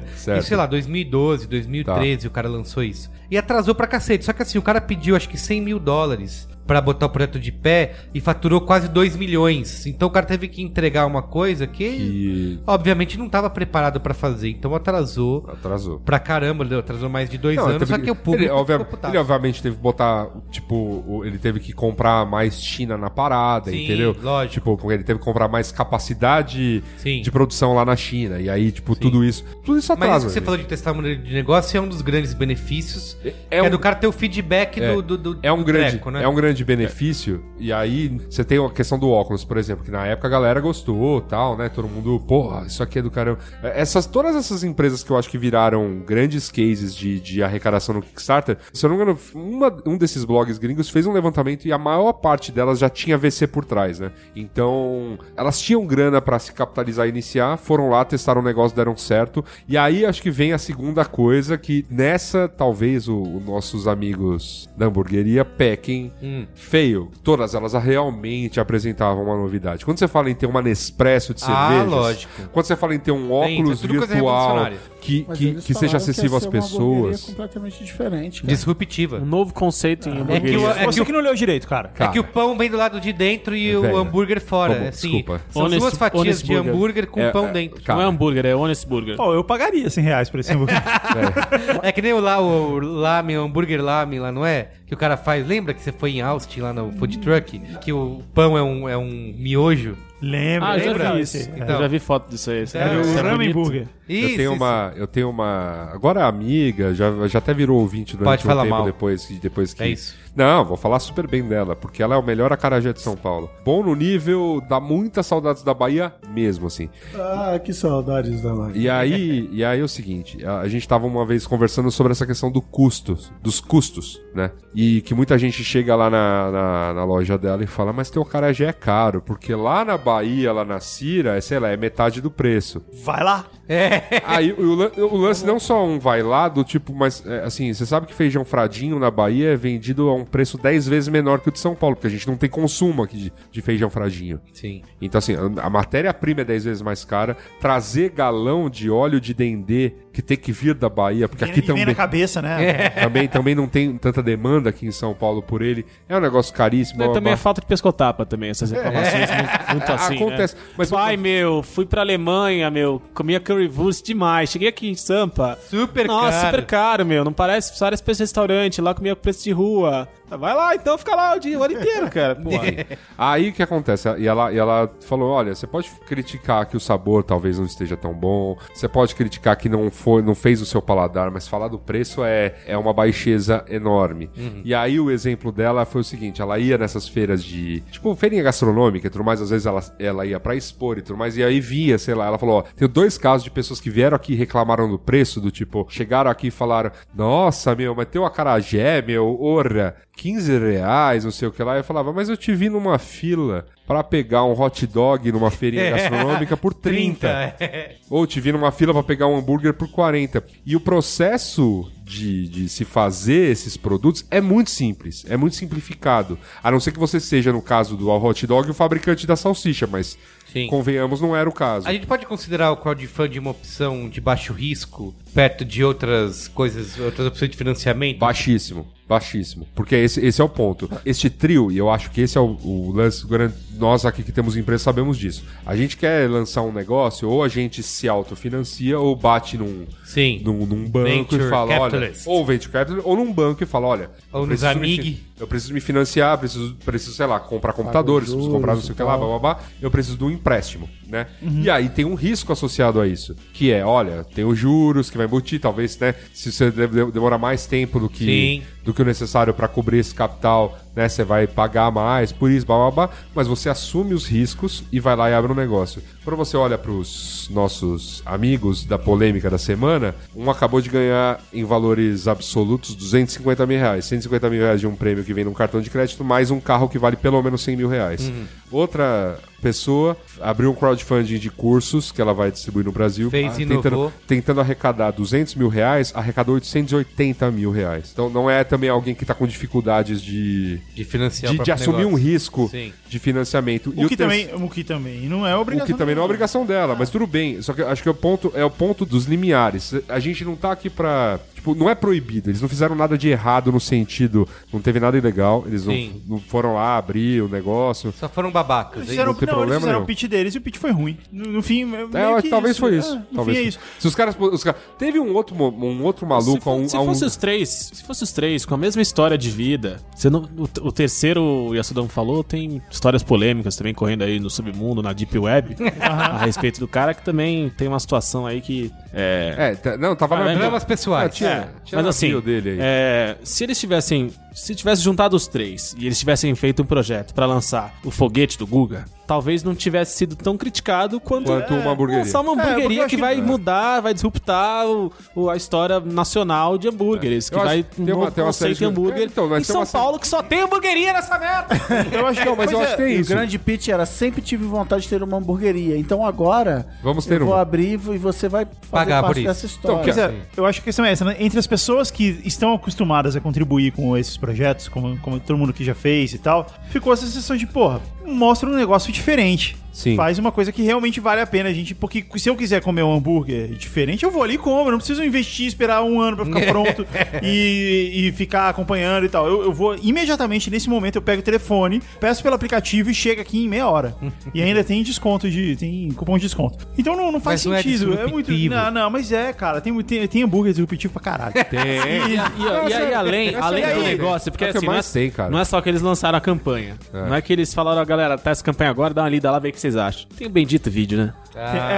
É. Certo. Tá.
Isso, sei lá, 2012, 2013, o cara lançou isso. E atrasou pra cacete. Só que assim, o cara pediu acho que 100 mil dólares pra botar o projeto de pé e faturou quase 2 milhões. Então o cara teve que entregar uma coisa que,
Que-
obviamente não tava preparado pra fazer. Então atrasou
Atrasou.
pra caramba, ele atrasou mais de dois
Não,
anos.
teve
Só que o público
ele, obvia-
ficou putaço.
ele obviamente teve que botar, tipo, o- ele teve que comprar mais China na parada,
Sim,
entendeu?
lógico.
Tipo, porque ele teve que comprar mais capacidade
Sim.
de produção lá na China. E aí, tipo, tudo isso. Tudo isso
Mas
atrasa.
isso que você
né?
falou de testar o modelo de negócio é um dos grandes benefícios.
É-
que É,
é um-
do cara ter o feedback
É,
do, do, do-
é um
do
grande,
treco, né?
é um grande benefício. E aí você tem a questão do óculos, por exemplo, que na época a galera gostou, tal, né? Todo mundo, porra, isso aqui é do caramba. É, Essas, todas essas empresas que eu acho que viraram grandes cases de, de arrecadação no Kickstarter, se eu não me engano, uma- um desses blogs gringos fez um levantamento e a maior parte delas já tinha VC por trás, né? Então, elas tinham grana pra se capitalizar e iniciar, foram lá, testaram o negócio, deram certo. E aí acho que vem a segunda coisa que nessa talvez o- os nossos amigos da hamburgueria pequem feio. Todas elas realmente apresentavam uma novidade. Quando você fala em ter uma Nespresso de
Ah,
cervejas,
lógico.
quando você fala em ter um
Tem,
óculos
isso é tudo coisa
virtual
revolucionária.
que,
Mas
que,
eles
que seja
falaram ia
acessível às
ser uma hamburgueria
pessoas.
completamente diferente. cara.
Disruptiva.
Um novo conceito em
É que,
hamburgueria.
o, é, que
Você
o,
que não leu direito, cara.
é que o pão vem do lado de dentro e o
Velho.
hambúrguer fora.
Como?
assim,
Desculpa.
São
Honest-
duas fatias
Honest
de
Burger.
hambúrguer com
É,
pão
é,
dentro.
cara.
Não é hambúrguer, é honest burger.
Pô, eu pagaria 100 reais por esse hambúrguer.
É que nem o lá, o lamen, o hambúrguer lamen lá, não é? Que o cara faz. Lembra que você foi em Austin lá no food truck? Que o pão é um, é um miojo?
Lembra?
Ah, eu já
lembra?
vi isso.
Então.
Eu já vi foto disso aí. Isso
Sério?
isso
O Ramen
bonito.
Burger.
eu tenho uma, eu tenho uma, agora a amiga já, já até virou ouvinte durante
Pode
um
falar
tempo
mal.
depois, que- depois que
É isso.
Não, vou falar super bem dela, porque ela é o melhor acarajé de São Paulo. Bom no nível, dá muitas saudades da Bahia mesmo, assim.
Ah, que saudades da live.
E aí, e aí é o seguinte, a, a gente tava uma vez conversando sobre essa questão do custo, dos custos, né? E que muita gente chega lá na, na, na loja dela e fala, mas teu acarajé é caro, porque lá na Bahia, lá na Cira, é, sei lá, é metade do preço.
Vai lá.
Aí o, lan- o lance não só um vai lá do tipo, mas é, assim, você sabe que feijão fradinho na Bahia é vendido a um preço 10 vezes menor que o de São Paulo, porque a gente não tem consumo aqui de, de feijão fradinho.
Sim.
Então, assim, a- a matéria-prima é 10 vezes mais cara. Trazer galão de óleo de dendê que tem que vir da Bahia, porque
E-
aqui
e vem
também. É.
na cabeça, né?
Também, também não tem tanta demanda aqui em São Paulo por ele. É um negócio caríssimo.
E
blá,
também
blá,
é falta de pescotapa também, essas reclamações muito- muito assim,
Acontece,
Né?
mas-
É. Mas Ai, meu, fui pra Alemanha, meu, comia currywurst demais. Cheguei aqui em Sampa.
Super
Nossa,
caro.
super caro, meu. Não parece, parece preço de restaurante, lá comia com preço de rua. Ah, Vai lá, então, fica lá o dia, o ano inteiro, cara. Pô,
Aí o que acontece? E ela, e ela falou: olha, você pode criticar que o sabor talvez não esteja tão bom, você pode criticar que não foi, não fez o seu paladar, mas falar do preço é, é uma baixeza enorme.
Uhum.
E aí o exemplo dela foi o seguinte: ela ia nessas feiras de. Tipo, feirinha gastronômica e tudo mais, às vezes ela, ela ia pra expor e tudo mais, e aí via, sei lá, ela falou: ó, tenho dois casos de pessoas que vieram aqui e reclamaram do preço, do tipo, chegaram aqui e falaram: nossa, meu, mas tem o acarajé, meu, orra, 15 reais, não sei o que lá. Eu falava, mas eu te vi numa fila pra pegar um hot dog numa feirinha gastronômica por 30. Ou te vi numa fila pra pegar um hambúrguer por 40. E o processo de, de se fazer esses produtos é muito simples, é muito simplificado. A não ser que você seja, no caso do hot dog, o fabricante da salsicha, mas
Sim.
convenhamos, não era o caso.
A gente pode considerar o crowdfunding uma opção de baixo risco, perto de outras coisas, outras opções de financiamento?
Baixíssimo, baixíssimo. Porque esse, esse é o ponto. Este trio, e eu acho que esse é o, o lance grande. Nós aqui que temos empresa sabemos disso. A gente quer lançar um negócio, ou a gente se autofinancia, ou bate num,
Sim.
num, num banco
Venture
e fala, olha.
capitalist.
Ou venture capital, ou num banco e fala, olha.
Ou
eu
nos
preciso me
Amig.
fi- Eu preciso me financiar, preciso, preciso sei lá, comprar computadores, preciso comprar não sei o que lá, blá, blá, blá. Eu preciso de um empréstimo, né? E aí tem um risco associado a isso, que é, olha, tem os juros que vai embutir, talvez, né? Se você de- de- demora mais tempo do que,
Sim.
do que o necessário para cobrir esse capital, né? Você vai pagar mais por isso, blá, blá, blá. Mas você assume os riscos e vai lá e abre um negócio. Quando você olha para os nossos amigos da polêmica da semana, um acabou de ganhar em valores absolutos 250 mil reais. 150 mil reais de um prêmio que vem num cartão de crédito, mais um carro que vale pelo menos 100 mil reais.
Uhum.
Outra pessoa abriu um crowdfunding de cursos que ela vai distribuir no Brasil. Ah,
Fez,
tentando,
inovou.
tentando arrecadar 200 mil reais, arrecadou 880 mil reais. Então não é também alguém que tá com dificuldades de,
De financiar
de,
o
de
próprio
assumir um
negócio.
risco
Sim.
de financiamento.
O que,
terceiro-
também, o que também Ah. não é
o
obrigação.
que também não é obrigação dela, mas tudo bem. Só que eu acho que o ponto é o ponto dos limiares. A gente não tá aqui pra. Tipo, não é proibido. Eles não fizeram nada de errado no sentido. Não teve nada ilegal. Eles não,
Sim.
não foram lá abrir o negócio.
Só foram babacas.
Eles
hein?
fizeram,
um-
não tem
não, eles
problema
fizeram
nenhum.
o pitch deles e o pitch foi ruim. No, no fim,
É, eu
meio
acho
que
que talvez foi isso.
Ah, no
talvez
fim é
foi.
isso.
Se os caras, os caras- Teve um outro, mo- um outro maluco
se, fo-
a um.
se
a um-
fosse os três, se fosse os três, com a mesma história de vida, você não, o, o terceiro, o Yasudão falou, tem histórias polêmicas também correndo aí no submundo, na Deep Web, a respeito do cara que também tem uma situação aí que. É,
É, tá- não, tava na.
Problemas pessoais.
Ah, tinha,
é,
tinha
mas
na
assim,
bio dele aí.
é, se eles tivessem. Se tivesse juntado os três e eles tivessem feito um projeto pra lançar o foguete do Guga, talvez não tivesse sido tão criticado quanto,
Quanto uma hamburgueria.
lançar uma
É, porque eu
hamburgueria
acho
que
que-
vai mudar, vai disruptar o- o- a história nacional de hambúrgueres. Que
É. Eu acho-
vai
tem
um
uma-
novo
tem uma série
conceito de
de-
hambúrguer.
É, então, mas tem
em São
uma série-
Paulo que só tem hamburgueria nessa merda!
Eu acho que
Não, mas eu
pois
acho que é
E o
isso.
grande pitch era sempre tive vontade de ter uma hamburgueria. Então agora
Vamos ter
eu vou
uma.
abrir e você vai fazer
Pagar
parte
por isso. Então,
dessa
Então,
história.
Pois é, eu acho que a questão é essa, né? Entre as pessoas que estão acostumadas a contribuir com esses projetos, como, como todo mundo que já fez e tal, ficou essa sensação de, porra, mostra um negócio diferente.
Sim.
Faz uma coisa que realmente vale a pena, gente. Porque se eu quiser comer um hambúrguer diferente, eu vou ali e como. Eu não preciso investir, esperar um ano pra ficar pronto e, e ficar acompanhando e tal. Eu, eu vou imediatamente, nesse momento, eu pego o telefone, peço pelo aplicativo e chega aqui em meia hora. e ainda tem desconto de. tem cupom de desconto. Então não, não faz
Mas não é
sentido. é muito.
disruptivo.
Não, não, mas é, cara. Tem, tem, tem hambúrguer disruptivo pra caralho.
Tem.
E, e- e aí, além,
É. essa
além
é
do
a-
negócio, porque
é o que
assim,
mais
não, é,
tem, cara.
não é só que eles lançaram a é campanha. Não é que eles falaram, galera, tá essa campanha agora, dá uma lida lá, vê o que vocês acham. Tem o bendito vídeo, né?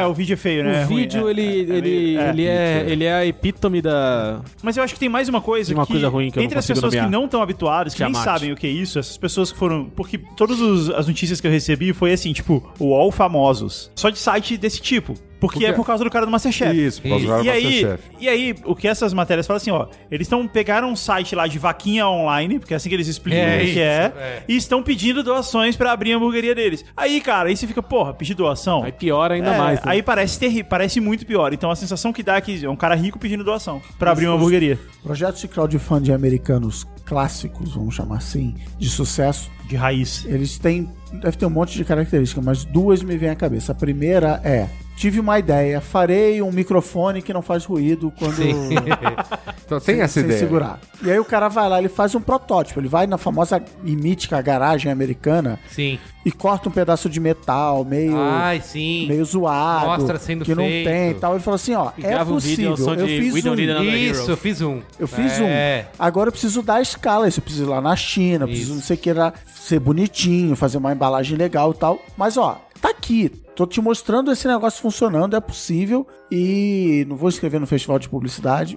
É, o vídeo é feio, né? É
o
ruim,
vídeo,
é,
ele,
é, é
ele,
meio- é.
ele, é, ele é a epítome da.
Mas eu acho que tem mais uma coisa
Tem uma
que,
coisa ruim que eu não
entre as
consigo
pessoas
nomear.
que não estão habituadas, que
Tiamat.
nem sabem o que é isso, essas pessoas que foram... Porque todas os- as notícias que eu recebi foi assim, tipo, UOL famosos. Só de site desse tipo. Porque é por causa do cara do Masterchef.
Isso, por causa do cara
E
do
aí,
Masterchef.
e aí, o que essas matérias falam assim, ó, eles estão pegaram um site lá de vaquinha online, porque é assim que eles explicam
É
o que
isso,
é,
é.
e estão pedindo doações pra abrir a hamburgueria deles. Aí, cara, aí você fica, porra, pedir doação?
Aí piora ainda
É,
mais. né?
Aí parece terri parece muito pior. Então a sensação que dá é que é um cara rico pedindo doação pra abrir uma hamburgueria.
Projetos de crowdfunding americanos clássicos, vamos chamar assim, de sucesso,
De raiz.
eles têm. Deve ter um monte de características, mas duas me vêm à cabeça. A primeira é. Tive uma ideia, farei um microfone que não faz ruído quando
Então tem essa
sem
ideia.
segurar. E aí o cara vai lá, ele faz um protótipo, ele vai na famosa e mítica garagem americana
Sim.
e corta um pedaço de metal meio
Ai, sim.
meio zoado,
Mostra sendo
que não
feito.
tem e tal. Ele falou assim, ó,
E
é
grava um
possível.
vídeo ao som
eu
de
fiz
We Don't
um
Need Another
Isso,
Hero.
eu fiz um.
eu fiz
É.
um. Agora eu preciso dar a escala. Isso eu preciso ir lá na China, eu preciso
Isso.
não sei o que lá, ser bonitinho, fazer uma embalagem legal e tal. Mas ó, tá aqui. Tô te mostrando esse negócio funcionando, é possível. E não vou escrever no festival de publicidade,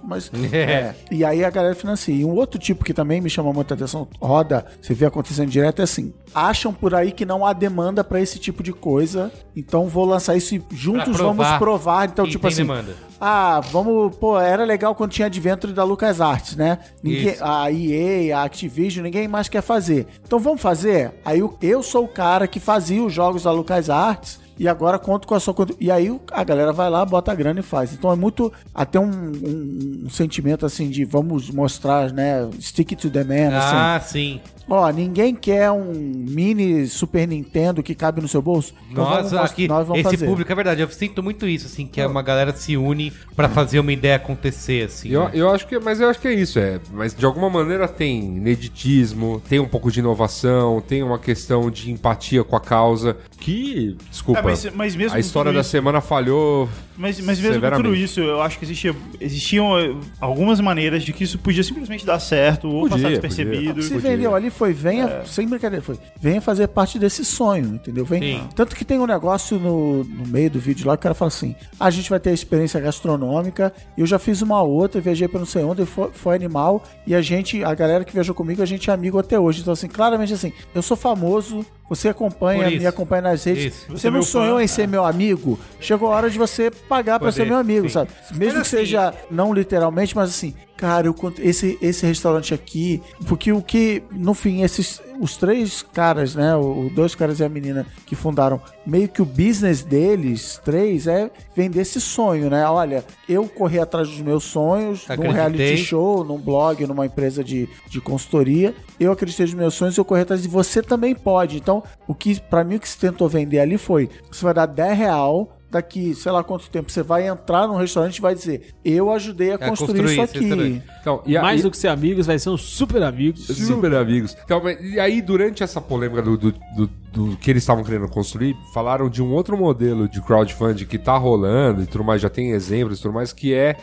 mas. é. E aí a galera financia. E um outro tipo que também me chama muita atenção, roda, você vê acontecendo direto, é assim: acham por aí que não há demanda pra esse tipo de coisa, então vou lançar isso e juntos
provar
vamos provar. Então,
que
tipo
tem
assim,
demanda.
ah, vamos. Pô, era legal quando tinha Adventure da LucasArts, né? Ninguém,
Isso.
a EA, a Activision, ninguém mais quer fazer. Então vamos fazer? Aí eu, eu sou o cara que fazia os jogos da LucasArts. E agora conto com a sua. contribu- E aí o- a galera vai lá, bota a grana e faz. Então é muito. Até um, um- um sentimento assim de vamos mostrar, né? Stick to the man. assim.
Ah, sim.
Ó, ninguém quer um mini Super Nintendo que cabe no seu bolso. Então
Nós
vamos-
aqui,
nós vamos
esse
fazer.
público, é verdade, eu sinto muito isso, assim, que é uma galera se une pra fazer uma ideia acontecer, assim.
Eu,
né?
eu acho que, mas eu acho que é isso, é. Mas de alguma maneira tem ineditismo, tem um pouco de inovação, tem uma questão de empatia com a causa. Que, desculpa,
É, mas- mas mesmo
a história
tudo
da
isso-
semana falhou.
Mas, mas mesmo com tudo
Severamente.
isso, eu acho que existia, existiam eh, algumas maneiras de que isso podia simplesmente dar certo ou
Podia,
passar
podia.
despercebido.
Se
Podia.
vendeu ali foi, venha,
É.
sem brincadeira, foi, venha fazer parte desse sonho, entendeu? Vem,
Sim.
tanto que tem um negócio no, no meio do vídeo lá que o cara fala assim: a gente vai ter a experiência gastronômica, eu já fiz uma outra, viajei pra não sei onde, foi, foi animal, e a gente, a galera que viajou comigo, a gente é amigo até hoje. Então, assim, claramente assim, eu sou famoso. Você acompanha,
Por isso.
me acompanha nas redes.
Isso.
Você,
Você é
não
meu
sonhou
fã.
em ser meu amigo? Chegou a hora de você pagar pra
Poder,
ser meu amigo,
é. sim.
sabe? Mesmo
Mas assim.
que seja não literalmente, mas assim, cara, eu conto- esse, esse restaurante aqui, porque o que, no fim, esses os três caras, né, o, o dois caras e a menina que fundaram, meio que o business deles, três, é vender esse sonho, né? Olha, eu corri atrás dos meus sonhos, num
Acreditei.
reality show, num blog, numa empresa de, de consultoria, eu acreditei nos meus sonhos, eu corri atrás e você também pode. Então, o que, pra mim, o que se tentou vender ali foi, você vai dar 10 real daqui, sei lá quanto tempo, você vai entrar num restaurante e vai dizer, eu ajudei a
É,
construir, isso
esse
aqui.
restaurante.
Então, e a-
Mais
e-
do que ser amigos, vai ser um super amigo. Assim,
Super amigos. Então, mas- e aí, durante essa polêmica do, do, do- do que eles estavam querendo construir, falaram de um outro modelo de crowdfunding que tá rolando e tudo mais, já tem exemplos e tudo mais, que é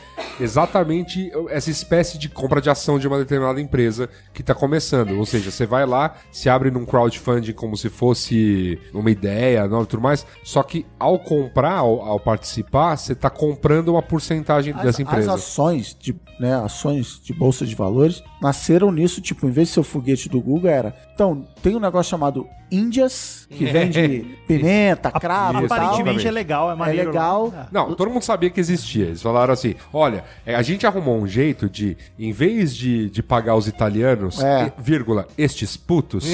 exatamente essa espécie de compra de ação de uma determinada empresa que tá começando. Ou seja, você vai lá, se abre num crowdfunding como se fosse uma ideia, não, tudo mais, só que ao comprar, ao, ao participar, você tá comprando uma porcentagem
As,
dessa
as
empresa.
ações de, né, ações de bolsa de valores nasceram nisso, tipo, em vez de ser o foguete do Google, era. Então, tem um negócio chamado Índias, que vende pimenta, cravo e tal.
Aparentemente é legal, é
É
maneiro.
legal.
né?
Não, todo mundo sabia que existia. Eles falaram assim: olha, é, a gente arrumou um jeito de, em vez de, de pagar os italianos,
É.
e- vírgula, estes putos,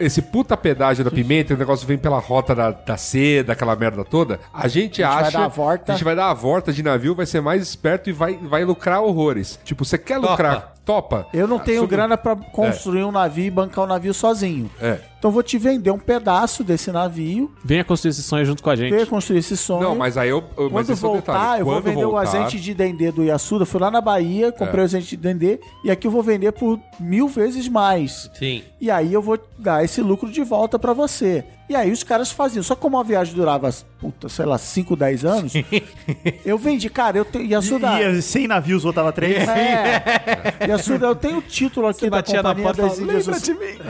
esse puta pedágio da pimenta, o negócio vem pela rota da, da seda, aquela merda toda, a gente,
vai
acha.
dar a volta.
a gente vai dar a volta de navio, vai ser mais esperto e vai, vai lucrar horrores. Tipo, você quer lucrar? Topa.
Eu não
Ah,
tenho
sobre-
grana pra construir um navio e bancar um navio sozinho.
É.
Então vou te vender um pedaço desse navio,
Venha construir esse sonho junto com a
ver
gente.
construir esse sonho.
Não, mas aí eu. eu mas
Quando
esse é o
voltar,
detalhe.
eu vou
Quando
vender o
voltar- É.
azeite de dendê do Yasuda. Fui lá na Bahia, comprei o azeite de dendê e aqui eu vou vender por mil vezes mais.
Sim.
E aí eu vou dar esse lucro de volta pra você. E aí os caras faziam. Só que como a viagem durava puta, sei lá, 5, 10 anos, eu vendi, cara, eu tenho. Yasuda.
E 100 navios, voltava três.
É. Yasuda, eu tenho o título aqui da
batia na
Companhia
porta e
das
falava,
Índias
"Lembra de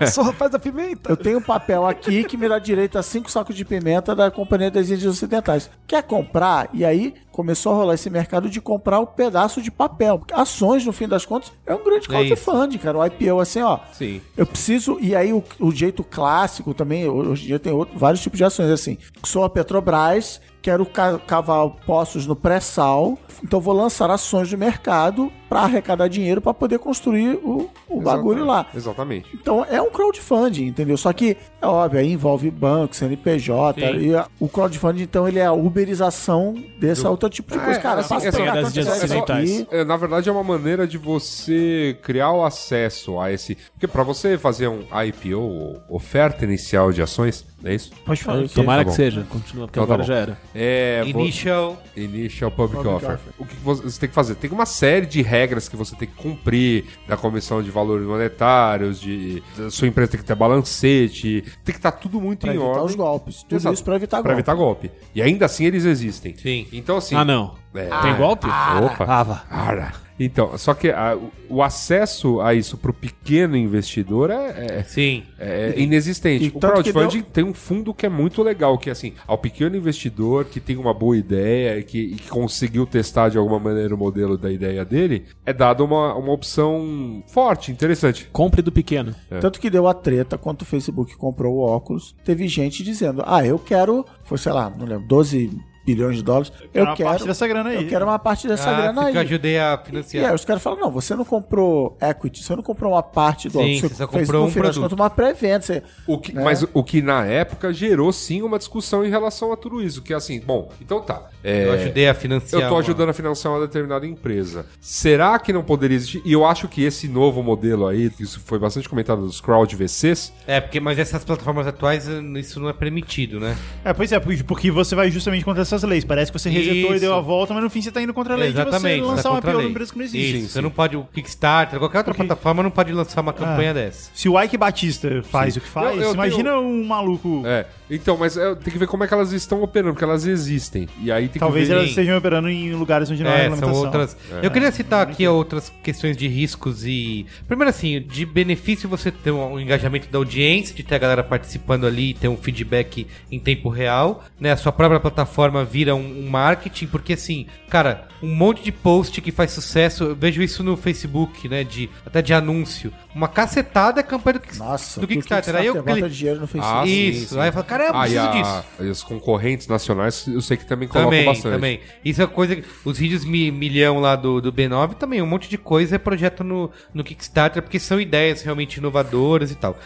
mim! Sou o rapaz da pimenta!
Eu tenho um papel aqui que me dá direito a cinco sacos de pimenta da Companhia das Índias Ocidentais. Quer comprar? E aí começou a rolar esse mercado de comprar um pedaço de papel. Ações, no fim das contas, é um grande crowdfunding, cara. O IPO assim, ó.
Sim.
Eu preciso. E aí o, o jeito clássico também, hoje em dia tem outro- vários tipos de ações. Assim, sou a Petrobras, quero ca- cavar poços no pré-sal, então vou lançar ações de mercado para arrecadar dinheiro para poder construir o, o um bagulho lá.
Exatamente.
Então é um crowdfunding, entendeu? Só que, é óbvio, aí envolve banco, CNPJ. E a- o crowdfunding, então, ele é a uberização desse outro tipo de coisa. Cara, passa
é
o teu
só-
cartão
das
de
dias
crédito
ocidentais.
aqui.
É, na verdade, é uma maneira de você criar o acesso a esse. Porque pra você fazer um IPO, ou oferta inicial de ações, é isso?
Pode falar.
Tomara
Tá
que
bom.
seja, continua, porque
Então tá
agora
bom.
já era.
É, vo-
Initial.
Initial Public, offer. O que você você tem que fazer? Tem uma série de regras que você tem que cumprir da Comissão de Valores Monetários, de da sua empresa tem que ter balancete, tem que estar tudo muito
Pra
em
evitar
ordem.
os golpes. Tudo
Exato.
isso pra evitar
Pra
golpe.
evitar golpe. E ainda assim eles existem.
Sim.
Então assim.
Ah, não.
É.
Tem golpe?
Opa. Ara. Então, só que ah, o- o acesso a isso pro pequeno investidor é, é-
Sim.
é inexistente.
E
o
tanto que
crowdfunding tem um fundo que é muito legal, que assim, ao pequeno investidor que tem uma boa ideia e que, e que conseguiu testar de alguma maneira o modelo da ideia dele, é dada uma, uma opção forte, interessante.
Compre do pequeno.
É.
Tanto que deu a treta quando o Facebook comprou o óculos. Teve gente dizendo: Ah, eu quero, foi, sei lá, não lembro, 12 bilhões de dólares. Eu
uma
quero.
parte dessa grana aí.
Eu quero uma parte dessa
Ah,
grana
porque eu
aí.
ajudei a
E aí
financiar.
os caras falam, não, você não comprou equity, você não comprou uma parte do
Sim,
óculos,
você só comprou
no
um
fim das
produto.
contas, uma pré-venda. Você-
O que,
né?
Mas o que na época gerou sim uma discussão em relação a tudo isso, que é assim, bom, então tá. é,
Eu ajudei a financiar.
Eu tô
uma-
ajudando a financiar uma determinada empresa. Será que não poderia existir? E eu acho que esse novo modelo aí, que isso foi bastante comentado dos crowd VCs,
É, porque, mas essas plataformas atuais, isso não é permitido, né?
É, pois é, porque você vai justamente contra essas leis. Parece que você resetou e
Isso.
deu a volta, mas no fim você tá indo contra a lei de
Exatamente.
você lançar
tá
uma
contra a
IPO numa
lei.
empresa que não existe.
Isso, você não pode. O Kickstarter, qualquer outra plataforma não pode lançar
Ah.
uma campanha dessa.
Se o Ike Batista faz o que faz,
Eu- eu
imagina um maluco.
É, então, mas é, tem que ver como é que elas estão operando, porque elas existem. E aí tem
Talvez
que ver...
elas estejam operando em lugares onde não há
É, são
regulamentação.
outras. Eu queria citar aqui outras questões de riscos e. Primeiro, assim, de benefício você ter um um engajamento da audiência, de ter a galera participando ali e ter um feedback em tempo real, né? A sua própria plataforma vira um, um marketing, porque assim, cara, um monte de post que faz sucesso, eu vejo isso no Facebook, né? De, até de anúncio. Uma cacetada é campanha do, Kick-
Nossa,
do
que o
Kickstarter. Aí tá, eu
bota
clico.
dinheiro no
Ah,
Facebook.
sim,
Isso,
sim.
aí eu falo, caramba,
Ah, e
preciso
a-
disso.
e os concorrentes nacionais, eu sei que também colocam
Também,
bastante.
também. Isso é coisa que. Os vídeos mi- milhão lá do, do B9 também, um monte de coisa é projeto no, no Kickstarter, porque são ideias realmente inovadoras e tal.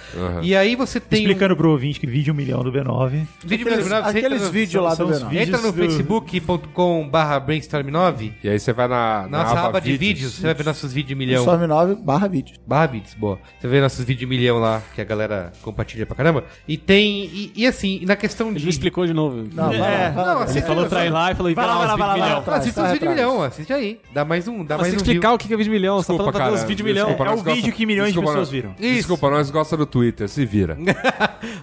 E aí você tem.
Explicando pro ouvinte que vídeo um milhão do B9.
um vídeo
Aqueles-
milhão do B9, você
aqueles
entra no-
vídeos lá
são-
do
são os
B9.
Entra no
Vídeos do-
facebook.com/barra brainstorm9.
E aí você vai na, na
Nossa aba, de vídeos, você vai ver nossos vídeos milhão.
Storm 9 barra vídeo.
Barra Beats, boa. Você vê nossos vídeos milhão lá, que a galera compartilha pra caramba. E tem. E, e assim, e na questão
Ele
de.
não explicou de novo.
Não, vai lá, vai lá.
não,
Ele
assim,
falou pra ir lá e falou:
Vai lá, vai lá, vai lá, vai lá.
Ah, assista os
Vai
vídeos
atrás.
milhão, assiste aí. Dá mais um, dá
Mas
mais
tem
um.
que
view.
explicar o que é vídeo milhão. Você tá falando pra os vídeos milhão.
desculpa,
É o
nós
vídeo que milhões de
desculpa,
pessoas
nós-
viram.
Desculpa, nós gosta do Twitter, se vira.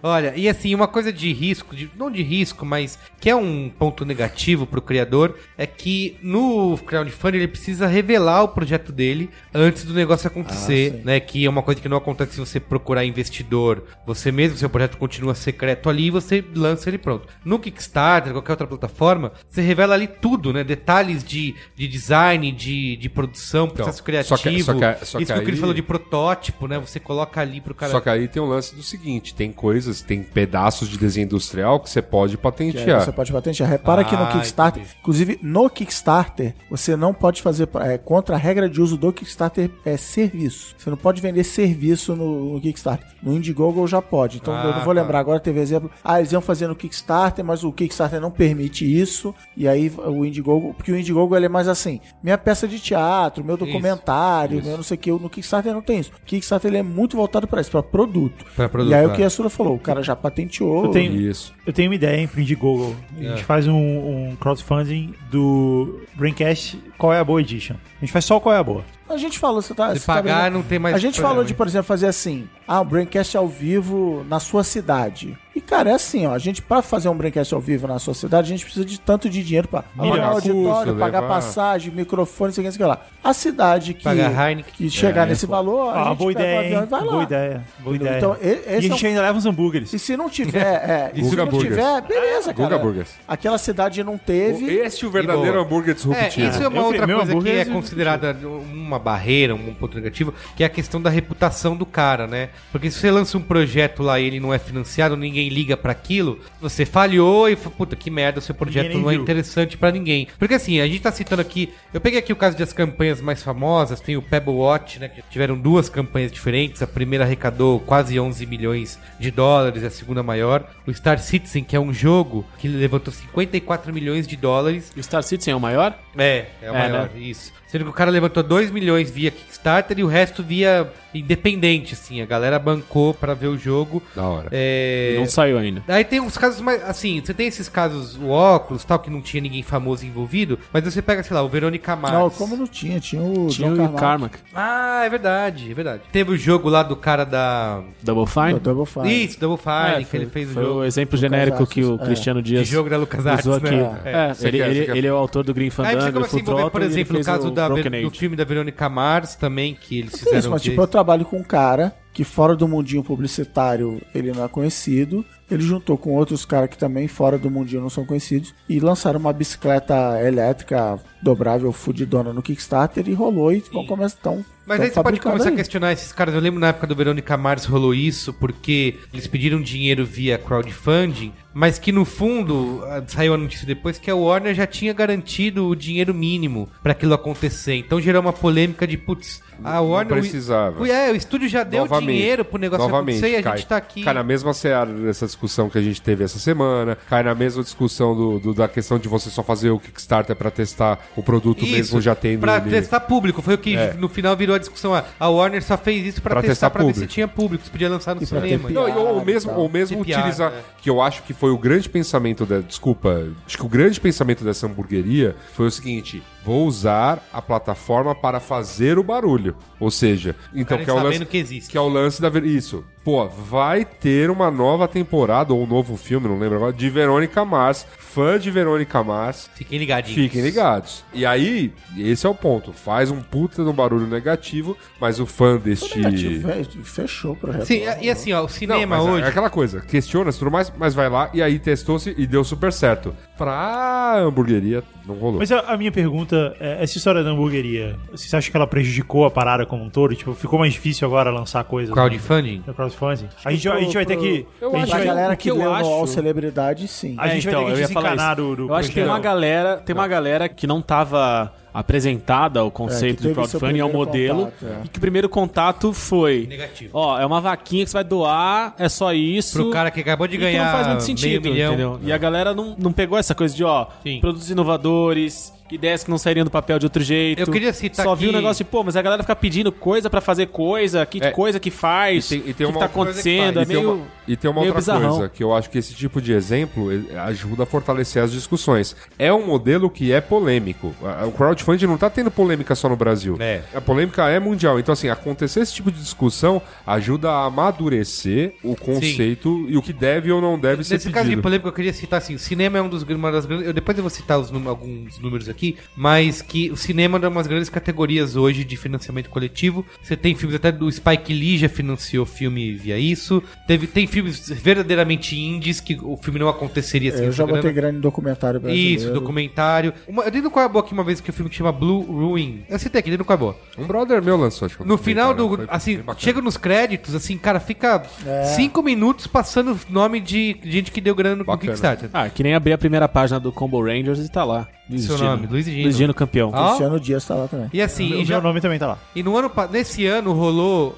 Olha, e assim, uma coisa de risco, de- não de risco, mas que é um ponto negativo pro criador, é que no crowdfunding ele precisa revelar o projeto dele antes do negócio
Ah,
acontecer, né? Que é uma coisa que não acontece se você procurar investidor. Você mesmo, seu projeto continua secreto ali e você lança ele pronto. No Kickstarter, qualquer outra plataforma, você revela ali tudo, né? Detalhes de, de design, de, de produção, processo
Então, só
criativo.
que- só que- só
Isso
que
que o Cris
aí-
falou de protótipo, né? Você coloca ali pro cara...
Só que aí tem um lance do seguinte: tem coisas, tem pedaços de desenho industrial que você pode
Que é, aí
patentear.
Você pode patentear. Repara que no
Ah,
Kickstarter, inclusive no Kickstarter, você não pode fazer é, contra a regra de uso do Kickstarter é serviço. Você não pode vender serviço no, no Kickstarter. No Indiegogo já pode. Então
Ah,
eu não vou
tá.
lembrar agora, teve exemplo. Ah, eles iam fazer no Kickstarter, mas o Kickstarter não permite isso. E aí o Indiegogo, porque o Indiegogo ele é mais assim, minha peça de teatro, meu documentário, meu não sei o que, no Kickstarter não tem isso. O Kickstarter ele é muito voltado pra isso, pra produto.
Pra produto,
e aí o
é.
que a Sura falou, o cara já patenteou.
Eu tenho-
Isso. É.
Eu tenho uma ideia, hein, pro Indiegogo. A gente faz um, um crowdfunding do Braincast Qual é a Boa Edition. A gente faz só o Qual é a Boa.
A gente falou, você tá.
Se
você tá
pagar,
brincando.
não tem mais
A gente
problema,
falou de,
hein?
por exemplo, fazer assim: ah, um Braincast ao vivo na sua cidade. E, Cara, é assim, ó. A gente, pra fazer um Braincast ao vivo na sociedade, a gente precisa de tanto de dinheiro pra pagar
Pagar
auditório,
custo,
pagar
levar-
passagem, microfone, não sei o que, não sei o que lá. A cidade que,
Pagar Heineken. É.
que chegar nesse valor, a
Ah,
gente pega o
boa ideia,
avião
hein?
e vai lá.
Boa ideia, boa ideia.
Então, e-
e a
esse é um
gente ainda leva uns hambúrgueres.
E se não tiver, é, e se
Guga
não
Burgers.
tiver, beleza,
Guga
é
cara.
Burgers.
Aquela cidade não teve.
Este é o verdadeiro
boa.
hambúrguer
É,
disruptivo.
isso é uma
Eu
outra
comi um
coisa que
hambúrguer
é
e-
considerada uma barreira, um ponto negativo, que é a questão da reputação do cara, né? Porque se você lança um projeto lá e ele não é financiado, ninguém liga pra aquilo, você falhou e fala, puta, que merda, seu projeto
Ninguém nem
não é
viu."
interessante pra ninguém. Porque assim, a gente tá citando aqui, eu peguei aqui o caso das campanhas mais famosas, tem o Pebble Watch, né, que tiveram duas campanhas diferentes, a primeira arrecadou quase 11 milhões de dólares, a segunda maior. O Star Citizen, que é um jogo que levantou 54 milhões de dólares,
O Star Citizen é o maior?
é, é o
É,
maior, isso. Sendo que o cara levantou 2 milhões via Kickstarter e o resto via independente, assim. A galera bancou pra ver o jogo.
Da hora.
É...
Não saiu ainda.
Aí tem uns casos mais. Assim, você tem esses casos, o óculos tal, que não tinha ninguém famoso envolvido, mas você pega, sei lá, o Verônica Mars.
Não, como não tinha? Tinha o
Tinha
John
o
Carmack.
Carmack.
Ah, é verdade, é verdade. Teve o jogo lá do cara da.
Double Fine?
O Double Fine.
Isso, Double Fire,
É,
que ele fez o
foi
jogo.
o exemplo genérico
Artes,
que o
é.
Cristiano
De
Dias
jogo da Lucas
usou
Arts,
aqui.
né? É.
É, ele,
quer-
ele-
você quer-
ele é o autor do Green
Aí você
Fandango, do
começa a
Full
envolver,
Throttle,
por
e ele
exemplo, no
fez
caso da,
Broken
do
Age.
filme da Verônica Mars também, que eles
Não tem
fizeram.
Isso, mas
que-
é
tipo, eu trabalho com um cara que fora do mundinho publicitário ele não é conhecido. Ele juntou com outros caras que também fora do mundinho não são conhecidos e lançaram uma bicicleta elétrica dobrável fudidona no Kickstarter e rolou e vão começar tão
Mas
tão
aí você pode
fabricando
começar
aí.
a questionar esses caras. Eu lembro na época do Verônica Mars rolou isso, porque eles pediram dinheiro via crowdfunding, mas que no fundo, ah, saiu a notícia depois, que a Warner já tinha garantido o dinheiro mínimo pra aquilo acontecer. Então gerou uma polêmica de, putz, a Warner...
precisava.
O, é, o estúdio já deu
Novamente,
dinheiro pro negócio
novamente,
acontecer e a
cai-
gente tá aqui...
Cai na mesma seara dessa discussão que a gente teve essa semana, cai na mesma discussão do, do- da questão de você só fazer o Kickstarter pra testar o produto mesmo já tendo.
pra
ele- É.
testar público. Foi o que no final virou a discussão. ah, A Warner só fez isso pra,
Pra testar
testar, pra ver se
público.
tinha público. Se podia lançar no
E pra ter
cinema.
piada.
Não, e- ou, ou mesmo, ou mesmo
De piada,
utilizar,
é.
que eu acho que foi o grande pensamento da. Desculpa, acho que o grande pensamento dessa hamburgueria foi o seguinte: vou usar a plataforma para fazer o barulho. Ou seja, então
cara
que é o
sabendo
lance.
que existe.
Que é o lance da. Ver- Isso. Pô, vai ter uma nova temporada ou um novo filme, não lembro agora, de Verônica Mars. Fã de Verônica Mars.
Fiquem ligadinhos.
Fiquem ligados. E aí, esse é o ponto. Faz um puta de um barulho negativo, mas o fã deste.
Negativo, Fechou o projeto.
Sim, e e assim, ó, o
Não,
cinema
mas é-
hoje.
É aquela coisa, questiona-se tudo mais, mas vai lá e aí testou-se e deu super certo. Pra hamburgueria, não rolou.
Mas a, a minha pergunta é, essa história da hamburgueria, você acha que ela prejudicou a parada como um todo? Tipo, ficou mais difícil agora lançar coisas
Crowdfunding?
no crowdfunding? A gente, a gente vai ter que...
Eu
a Ah, é?
acho que
gente
a
vai-
galera
o
que,
que eu
leu
acho-
o All Celebridade, sim.
A gente vai ter que
Então, eu ia falar
desencanar
isso.
do, do
Eu acho que tem uma
projeto.
galera, tem
Tá.
uma galera que não tava apresentada ao conceito
É, que
de
teve seu
crowdfunding, ao
primeiro
modelo,
contato, é.
e que o primeiro contato foi
Negativo.
Ó, é uma vaquinha que você vai doar, é só isso.
Pro cara que acabou de
E que
ganhar
não faz muito
meio
sentido,
milhão. É.
entendeu? E a galera não, não pegou essa coisa de, ó,
Sim.
produtos inovadores, ideias que não sairiam do papel de outro jeito.
Eu queria citar
Só
aqui-
viu o negócio de, pô, mas a galera fica pedindo coisa pra fazer coisa, que
É.
coisa que faz,
E tem- e tem
o que,
uma
que tá
outra coisa que
acontecendo,
E
é
tem
meio...
uma, e tem uma
meio
outra
bizarrão.
coisa, que eu acho que esse tipo de exemplo eh, ajuda a fortalecer as discussões. É um modelo que é polêmico. A- O crowdfunding não tá tendo polêmica só no Brasil.
É.
A polêmica é mundial. Então, assim, acontecer esse tipo de discussão ajuda a amadurecer o conceito e o que deve ou não deve ser
Nesse
é pedido.
caso de polêmica, eu queria citar assim: o cinema é um dos, uma das grandes. Eu, depois eu vou citar os num- alguns números aqui, mas que o cinema é uma das grandes categorias hoje de financiamento coletivo. Você tem filmes, até do Spike Lee já financiou filme via isso. Teve, tem filmes verdadeiramente indies que o filme não aconteceria sem
É, eu
essa
já
grana.
botei grande documentário brasileiro.
Isso, documentário. Uma, eu dei no Coabó aqui uma vez que o filme que chama Blue Ruin. Eu citei aqui, dei no Coabó.
Um brother meu lançou, acho que
No final
comentário,
do.
né? Foi
Assim,
bem bacana.
chega nos créditos, assim, cara, fica
É.
cinco minutos passando o nome de gente que deu grana no
Bacana.
Kickstarter.
Ah, que nem abrir a primeira página do Combo Rangers e tá lá. Luiz
Seu
Gino.
nome, Luiz Gino.
campeão.
Ah.
Luciano Dias tá lá também.
E assim,
O
e, já-
meu nome também tá lá.
e no ano. pa- Nesse ano rolou.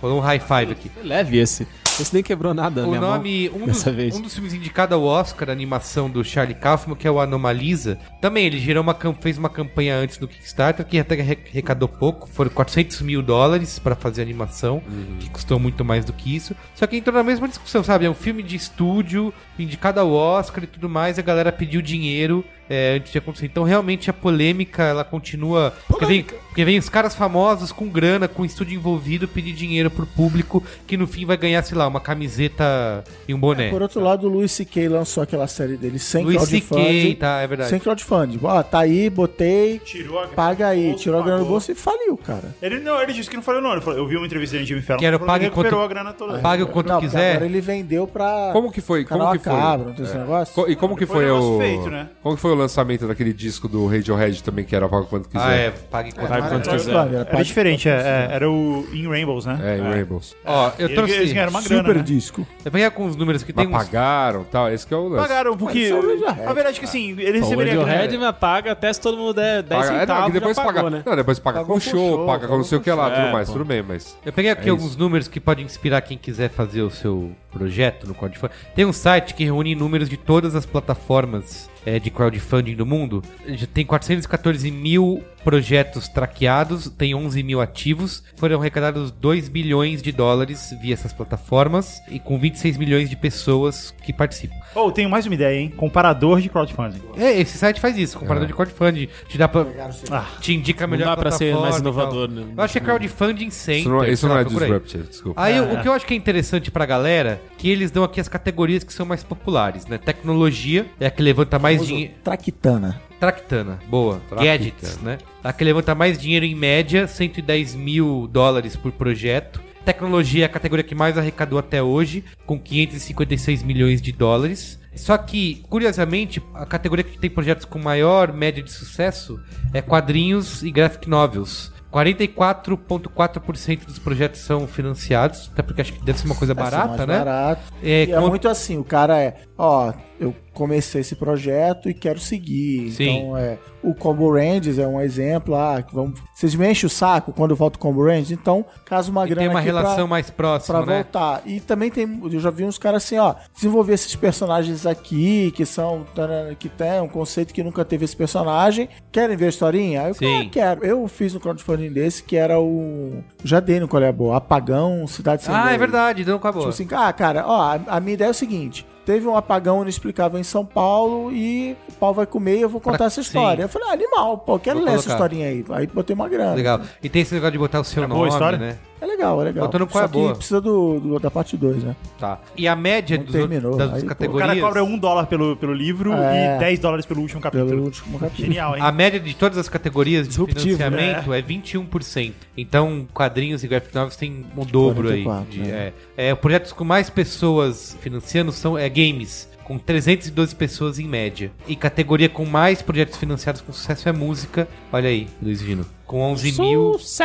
Rolou um high five aqui.
Foi Leve esse. Esse nem quebrou nada,
O
né,
minha mão,
nome, um dos,
dessa vez.
um dos filmes indicados ao Oscar, a animação do Charlie Kaufman, que é o Anomalisa, também ele gerou uma, cam- fez uma campanha antes do Kickstarter, que até arre- arrecadou pouco, foram 400 mil dólares pra fazer a animação, que custou muito mais do que isso. Só que entrou na mesma discussão, sabe? É um filme de estúdio, indicado ao Oscar e tudo mais, a galera pediu dinheiro é, antes de acontecer. Então, realmente, a polêmica, ela continua... Porque vem, porque vem os caras famosos com grana, com estúdio envolvido, pedir dinheiro pro público, que no fim vai ganhar, sei lá, uma camiseta e um
É,
boné.
É, Por
tá.
outro lado, o Luiz C.K. lançou aquela série dele sem
Luiz C.K.,
crowdfunding.
tá, é verdade.
Sem crowdfunding. Ó, tá aí, botei,
Tirou a grana
paga
do
aí.
bolso,
Tirou a grana do
pagou.
bolso e faliu, cara.
Ele não, ele disse que não falou não. Ele falou, eu vi uma entrevista dele de Jimmy Fallon.
Quero
falou
pague
ele recuperou
quanto-
a grana toda.
Paga o quanto
não, porque
quiser.
Agora ele vendeu pra.
Como que foi? Como
Canal
que foi? É.
Cabra, não tem esse negócio?
Co- E como que
Foi
foi,
um negócio
o.
feito, né?
Como que foi o lançamento daquele disco do Radiohead também, que era Paga Quanto Quiser?
Ah, é, pague quanto
Paga quanto
Era
quiser.
crowdfunding, era
Era
pago-
diferente, é, é, era o In Rainbows, né?
É, em Rainbows.
Ó, eu
Ele-
trouxe.
Eles ganharam uma grana,
Super
né?
disco.
Eu peguei alguns números aqui, tem
Mas
uns.
pagaram e tal, esse que é o lance.
Pagaram, porque... A verdade é que assim, ele
O
receberia a grana.
Radiohead me paga até se todo mundo der 10
Paga- é,
centavos,
não, que depois
já
paga.
pagou, né?
Não, depois paga
Pagou
com
com
show,
show,
paga com não sei o que lá,
show.
tudo
É,
mais,
pô.
tudo bem, mas.
Eu peguei aqui
É
alguns
isso.
números que podem inspirar quem quiser fazer o seu projeto no crowdfunding. Tem um site que reúne números de todas as plataformas eh, de crowdfunding do mundo. Já tem 414 mil projetos traqueados, tem 11 mil ativos. Foram arrecadados 2 bilhões de dólares via essas plataformas e com 26 milhões de pessoas que participam.
Oh, tenho mais uma ideia, hein? Comparador de crowdfunding.
É, esse site faz isso,
É.
comparador de crowdfunding. Te dá pra, Ah, te indica a melhor
dá pra ser
plataforma
mais
e tal.
inovador, né?
Eu achei crowdfunding center.
Isso não, isso
sei
não
lá,
é
então procura aí.
disruptive, desculpa.
Aí o que eu acho que é interessante pra galera, que eles dão aqui as categorias que são mais populares, né? Tecnologia é a que levanta mais dinheiro.
Traquitana.
Tractana, boa. Gadgets, né? A que levanta mais dinheiro em média, 110 mil dólares por projeto. Tecnologia é a categoria que mais arrecadou até hoje, com 556 milhões de dólares. Só que, curiosamente, a categoria que tem projetos com maior média de sucesso é quadrinhos e graphic novels. 44,4% dos projetos são financiados, até porque acho que deve ser uma coisa barata, né?
É, Barato.
É,
E é
com-
muito assim, o cara é, ó, eu comecei esse projeto e quero seguir.
Sim.
Então, é, o Combo Ranges é um exemplo, ah, que vamos, vocês me enchem o saco quando volta o Combo Ranges, então, caso uma
e
grana
tem uma
aqui pra-
relação mais próxima,
Pra
né?
voltar. E também tem. Eu já vi uns caras assim, ó. Desenvolver esses personagens aqui, que são. tarana, que tem um conceito que nunca teve esse personagem. Querem ver a historinha? Aí Eu
Sim.
ah, quero. Eu fiz um crowdfunding desse que era o. Já dei no qual é a boa. Apagão, Cidade Sem
Ah,
Lei.
é verdade, então acabou.
Tipo assim, ah, cara, ó, a- a minha ideia é o seguinte. Teve um apagão inexplicável em São Paulo e o pau vai comer e eu vou contar
Pra-
essa história.
sim.
Eu falei, ah, animal, pô, eu quero
Vou
ler essa
colocar.
historinha aí. Aí botei uma grana.
Tá Legal. E tem esse negócio de botar o seu
boa a
nome,
história?
né?
É legal, é legal.
Botando qual é
Só
a boa.
que precisa do, do- da parte 2, né?
Tá. E a média
Não
dos,
terminou,
das
aí, pô.
O
categorias.
cara cobra um dólar pelo, pelo livro
É.
e 10 dólares pelo último capítulo.
Pelo último capítulo.
Genial, hein?
A média de todas as categorias de
Disruptivo,
né?
financiamento é 21%. Então, quadrinhos e graphic novels tem um dobro aí.
44,
de-
né?
é. É, projetos com mais pessoas financiando são é, games, com 312 pessoas em média. E categoria com mais projetos financiados com sucesso é música. Olha aí, Luiz Gino. Com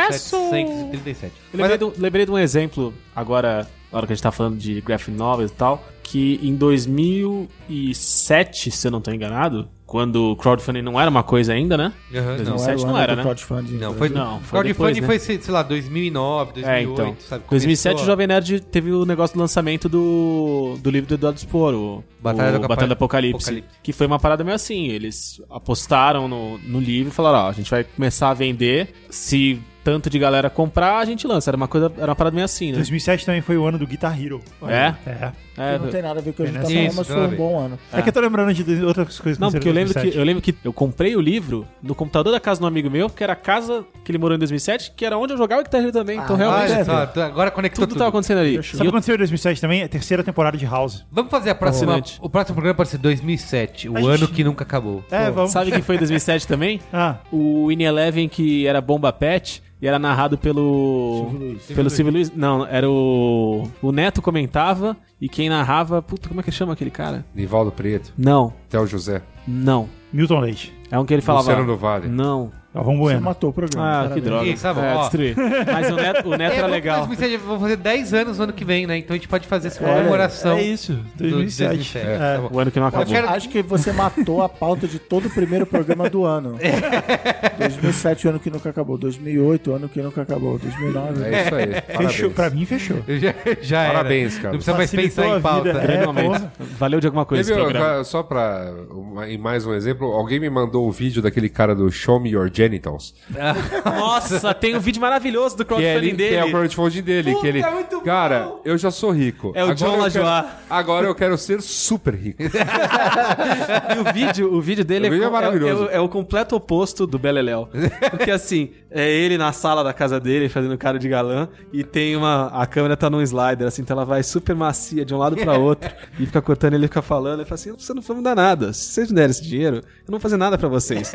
11.737. Mas é
Eu lembrei, de, um- lembrei de um exemplo agora, na hora que a gente tá falando de graphic novels e tal, que em 2007, se eu não tô enganado, quando o crowdfunding não era uma coisa ainda, né?
Aham, não.
2007 não
ano
era,
do
né?
crowdfunding.
Não, foi,
Não, foi
crowdfunding
depois, né?
foi, sei lá, 2009, 2008,
É, então.
sabe?
2007
Começou-
o Jovem Nerd teve o negócio do lançamento do, do livro do Eduardo Spor, o
Batalha
o
do Apocalipse.
Batalha do Apocalipse,
Apocalipse.
Que foi uma parada meio assim. Eles apostaram no, no livro e falaram: ó, a gente vai começar a vender. Se tanto de galera comprar, a gente lança. Era uma coisa, era uma parada meio assim, né?
2007 também foi o ano do Guitar Hero.
É?
É.
É,
não tem nada a ver com a gente tá
Isso,
falando, mas
nada
foi
a
um
ver.
bom ano.
É que eu tô lembrando de outras coisas
Não, porque eu lembro, que,
2007.
eu lembro que eu comprei o livro no computador da casa de um amigo meu, que era a casa que ele morou em 2007, que era onde eu jogava Guitar Hero também. então,
Ah,
realmente,
Olha
deve.
só, tu- agora conectou
tudo,
tudo.
tava acontecendo ali.
Sabe o
E
que
eu-
aconteceu em 2007 também? A terceira temporada de House.
Vamos fazer a próxima.
Fascinante.
O próximo programa pode ser 2007, o
A
ano
gente-
que nunca acabou.
É, vamos.
sabe que foi em 2007 também?
Ah,
O In Eleven, que era Bomba Pet, e era narrado pelo. Silvio Luiz. Pelo Silvio Luiz. Não, era o. O Neto comentava e quem narrava. Puta, como é que chama aquele cara?
Nivaldo Preto,
Não,
Theo José.
não.
Milton Leite.
É um que ele falava.
Luciano do Vale.
Não.
Galvão
Você
Bueno.
matou o programa.
Ah, que
parabéns.
droga.
Ih, tá bom,
é,
ó.
destruí. Mas o Neto, o neto
É,
era
vamos-
legal.
2007, vamos fazer 10 anos no ano que vem, né? Então a gente pode fazer essa comemoração.
É isso,
do
2007.
2007.
É.
Tá bom.
O ano que não
Eu
acabou.
quero-
Acho que você matou a pauta de todo o primeiro programa do ano.
É.
2007, o ano que nunca acabou. 2008, o ano que nunca acabou. 2009.
É isso aí.
Fechou,
parabéns.
pra mim fechou.
É.
Eu já, já era.
Parabéns, cara.
Não precisa mais
Facilitou
pensar em
a vida.
pauta.
É.
Grande momento.
porra.
Valeu de alguma
Teve,
coisa esse programa.
ah, só pra. uma- em mais um exemplo, alguém me mandou um vídeo daquele cara do Show Me Your genitals.
Nossa, tem um vídeo maravilhoso do
Que é, ele,
crowdfunding
que é o
dele.
crowdfunding dele. que ele, cara, eu já sou rico.
É o John
eu quero-
Lajoie.
Agora eu quero ser super rico.
E o vídeo, o vídeo dele
O vídeo é
co-
maravilhoso.
é o completo oposto do Beleléu. Porque assim, é ele na sala da casa dele fazendo cara de galã e tem uma a câmera tá num slider assim, então ela vai super macia de um lado pra outro e fica cortando ele fica falando, ele fala assim: "Você não vai me dar nada. Se vocês me derem esse dinheiro, eu não vou fazer nada pra vocês.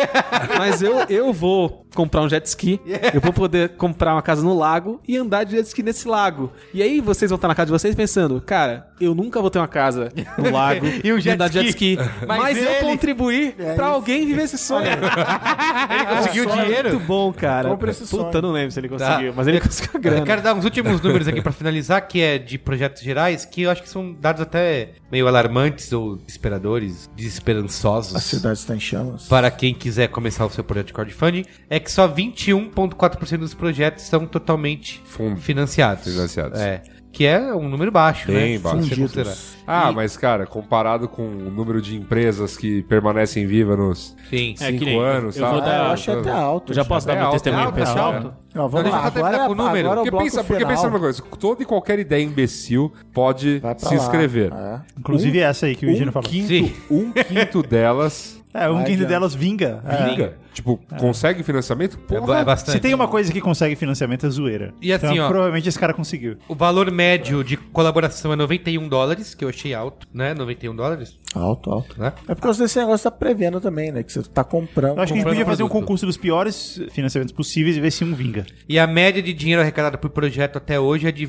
Mas eu eu vou comprar um jet ski, eu vou poder comprar uma casa no lago e andar de jet ski nesse lago. E aí vocês vão estar na casa de vocês pensando: "Cara, eu nunca vou ter uma casa no lago
E
É
um jet
andar de
ski.
Mas,
Mas
eu
ele-
contribuí pra alguém viver esse sonho.
É
é
Ele conseguiu o dinheiro?
Muito bom, cara.
é.
Compra esse
Puta,
sonho.
não lembro se ele
Tá.
conseguiu, mas ele conseguiu a grana.
Eu quero dar uns últimos números aqui pra finalizar, que é de projetos gerais, que eu acho que são dados até meio alarmantes ou desesperadores, desesperançosos.
A cidade está em chamas.
Para quem quiser começar o seu projeto de crowdfunding, é que só 21,4% dos projetos são totalmente
Fundo.
financiados.
Financiados.
É. Que é um número baixo,
Bem
né?
baixo.
Se você
Fundidos.
considerar.
Ah, mas cara, comparado com o número de empresas que permanecem vivas nos
Sim.
É, que
cinco
nem-
anos,
eu vou
tá?
dar-
Ah, eu achei até alto.
Eu já posso dar
É
meu
alto,
testemunho
é alto,
pessoal?
é alto.
Não,
Não,
vamos
deixa
lá.
eu terminar
Agora,
com o número,
agora é o
Porque
bloco
pensa, porque
final.
pensa numa coisa, toda e qualquer ideia imbecil pode
Vai pra
se
lá.
inscrever.
É.
Inclusive essa aí que o Eugênio
Um
falou.
quinto,
Sim.
um quinto delas
É, um
Vai
quinto
adiante.
delas vinga. É.
vinga. Tipo, consegue financiamento?
É,
Porra.
ba- é bastante.
Se tem uma coisa que consegue financiamento é zoeira.
E assim, ó.
provavelmente esse cara conseguiu.
O valor médio de colaboração é 91 dólares, que eu achei alto, né? 91 dólares,
Alto, alto.
né?
É por causa desse negócio da pré-venda também, né? Que você tá comprando.
Eu acho que a gente
Comprando
podia fazer um
produto.
concurso dos piores financiamentos possíveis e ver se um vinga.
E a média de dinheiro arrecadado por projeto até hoje é de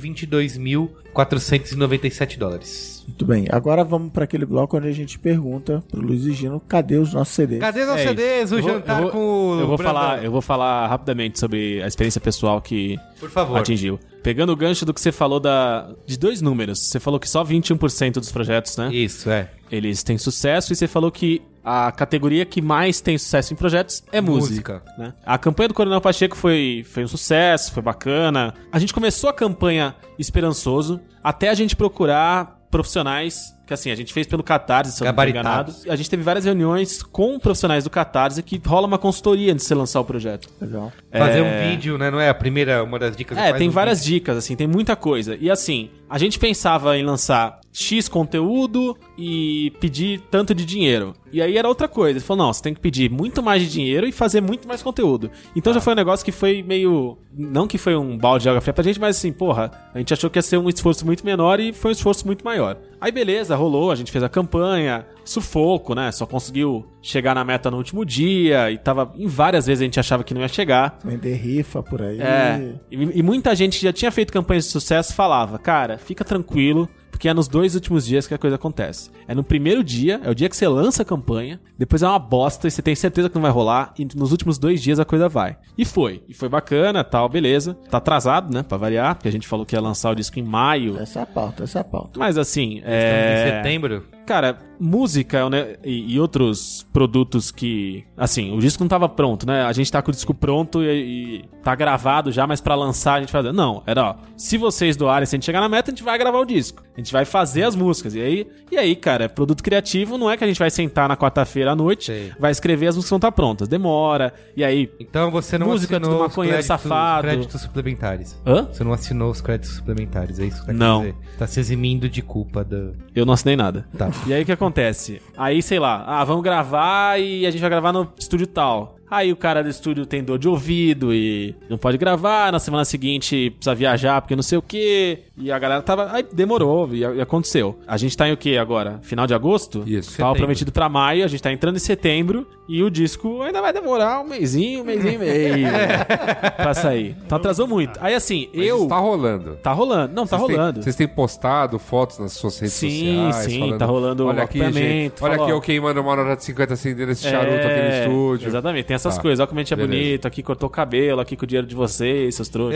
22.497 dólares.
Muito bem. Agora vamos para aquele bloco onde a gente pergunta pro Luiz e Gino cadê os nossos CDs?
Cadê os
É isso.
CDs? O
Eu vou-
jantar
eu vou-
com o.
Eu vou,
Brandão?
falar, eu vou falar rapidamente sobre a experiência pessoal que
Por favor.
atingiu. Pegando o gancho do que você falou da, de dois números. Você falou que só 21% dos projetos, né?
Isso, é.
Eles têm sucesso e você falou que a categoria que mais tem sucesso em projetos é
Música.
música. né? A campanha do Coronel Pacheco foi, foi um sucesso, foi bacana. A gente começou a campanha esperançoso até a gente procurar profissionais. Que assim, a gente fez pelo Catarse, se eu não tô enganado.
Gabaritados.
A gente teve várias reuniões com profissionais do Catarse que rola uma consultoria antes de você lançar o projeto.
Legal.
Fazer um vídeo, né? Não é a primeira, uma das dicas.
É,
faz
tem
um
várias
vídeo.
dicas, assim, tem muita coisa. E assim, a gente pensava em lançar X conteúdo e pedir tanto de dinheiro. E aí era outra coisa. Ele falou: não, você tem que pedir muito mais de dinheiro e fazer muito mais conteúdo. Então já foi um negócio que foi meio. Não que foi um balde de água fria pra gente, mas assim, porra, a gente achou que ia ser um esforço muito menor e foi um esforço muito maior. Aí beleza, rolou, a gente fez a campanha, sufoco, né? Só conseguiu chegar na meta no último dia e tava. Em várias vezes a gente achava que não ia chegar.
Vender rifa por aí.
É. E, e muita gente que já tinha feito campanhas de sucesso falava, cara, fica tranquilo, porque é nos dois últimos dias que a coisa acontece. É no primeiro dia, é o dia que você lança a campanha, depois é uma bosta e você tem certeza que não vai rolar, e nos últimos dois dias a coisa vai. E foi. E foi bacana, tal, beleza. Tá atrasado, né, pra variar, porque a gente falou que ia lançar o disco em maio.
Essa é a pauta, essa é a pauta.
Mas assim,
Em
é...
setembro.
Cara, música né, e, e outros produtos que. Assim, o disco não tava pronto, né? A gente tá com o disco pronto e, e tá gravado já, mas pra lançar a gente vai. Não, era ó. Se vocês doarem, se a gente chegar na meta, a gente vai gravar o disco. A gente vai fazer as músicas. E aí, e aí cara, produto criativo não é que a gente vai sentar na quarta-feira à noite,
Sei.
vai escrever as músicas que vão estar prontas. Demora. E aí.
Então você não
Música do
assinou os
maconheiro
créditos,
safado.
créditos suplementares.
Hã?
Você não assinou os créditos suplementares, é isso que tá
Não.
querendo dizer. Tá se eximindo de culpa da.
Eu não assinei nada.
Tá.
E aí o que acontece? Aí, sei lá, ah, vamos gravar e a gente vai gravar no estúdio tal. Aí o cara do estúdio tem dor de ouvido e não pode gravar, na semana seguinte precisa viajar porque não sei o quê. E a galera tava. Aí demorou e, e aconteceu. A gente tá em o quê agora? Final de agosto?
Isso,
Tava
setembro.
prometido pra maio, a gente tá entrando em setembro e o disco ainda vai demorar um mêsinho, um mêsinho e meio pra sair. Então atrasou muito. Aí assim,
Mas
eu.
isso tá rolando.
Tá rolando. Não, tá
Vocês têm-
rolando.
Vocês têm postado fotos nas suas redes
Sim,
sociais?
sim, tá rolando
Olha
um
aqui,
acompanhamento,
gente. Olha
falou,
aqui
ó."
eu queimando uma hora de 50 acendendo esse charuto aqui
É,
no estúdio.
Exatamente, tem essas
Tá.
coisas. Olha como a gente é
Beleza.
bonito, aqui cortou o cabelo, aqui com o dinheiro de vocês, seus trouxas.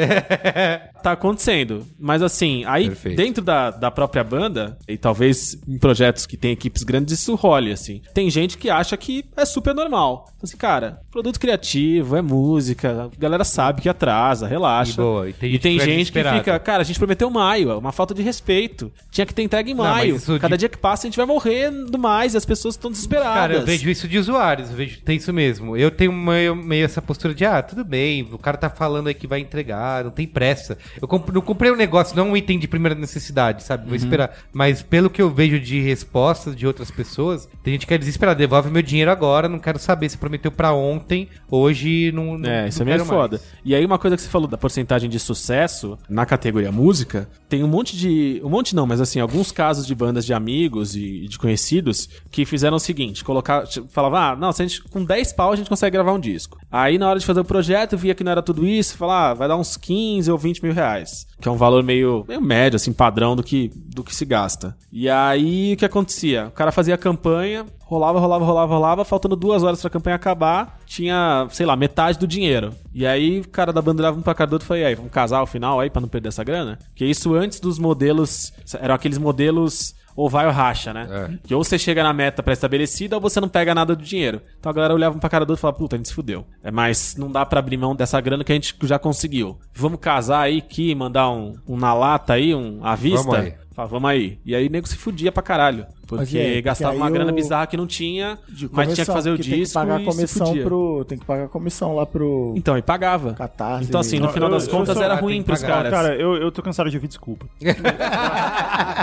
tá acontecendo. Mas assim, aí
Perfeito.
dentro da, da própria banda, e talvez em projetos que tem equipes grandes, isso role, assim. Tem gente que acha que é super normal. Falei assim, cara, produto criativo, é música, a galera sabe que atrasa, relaxa.
E boa, e tem gente que fica
gente que
desesperada.
fica, cara, a gente prometeu maio, é uma falta de respeito. Tinha que ter entregue em
mas
maio.
isso de-
Cada dia que passa a gente vai morrendo mais e as pessoas estão desesperadas.
Cara, eu vejo isso de usuários, eu vejo, tem isso mesmo. Eu tenho meio, meio essa postura de, ah, tudo bem, o cara tá falando aí que vai entregar, não tem pressa. Eu comp- não comprei um negócio, não um item de primeira necessidade, sabe?
Uhum.
Vou esperar. Mas pelo que eu vejo de respostas de outras pessoas, tem gente que é desesperada, devolve meu dinheiro agora, não quero saber se prometeu pra ontem, hoje não. não-
É, isso é
não
meio
quero mais.
foda. E aí uma coisa que você falou da porcentagem de sucesso na categoria música, tem um monte de, um monte não, mas assim, alguns casos de bandas de amigos e de conhecidos que fizeram o seguinte, colocar, tipo, falava: "Ah, não, se a gente com 10 pau a gente consegue gravar um disco". Aí na hora de fazer o projeto, via que não era tudo isso, falar, ah, vai dar uns 15 ou 20 mil reais, que é um valor meio, meio médio assim, padrão do que do que se gasta. E aí o que acontecia? O cara fazia a campanha, rolava, rolava, rolava, rolava, faltando duas horas pra campanha acabar, tinha, sei lá, metade do dinheiro. E aí o cara da banda olhava um pra cara do outro e falou, e aí, vamos casar o final aí pra não perder essa grana? Porque isso antes dos modelos, eram aqueles modelos ou vai ou racha, né?
É.
Que ou você chega na meta pré-estabelecida ou você não pega nada do dinheiro. Então a galera olhava um pra cara do outro e falava, puta, a gente se fudeu. É, mas não dá pra abrir mão dessa grana que a gente já conseguiu. Vamos casar aí, que mandar um, um na lata aí, um à vista.
Vamos aí.
Fala, vamos aí. E aí o nego se fudia pra caralho.
Mas
Porque
e aí? Porque
gastava
aí
uma grana
o-
bizarra que não tinha,
De
mas tinha que
comissão,
fazer o
porque
disco
Tem que pagar
e
a
se
comissão
fudia.
pro. Tem que pagar a comissão lá pro.
Então, e pagava.
Catarse.
Então assim, no
Eu-
final das
eu-
contas
eu-
era
tem
ruim
que
pros
pagar.
caras.
Cara, eu, eu tô cansado de ouvir desculpa.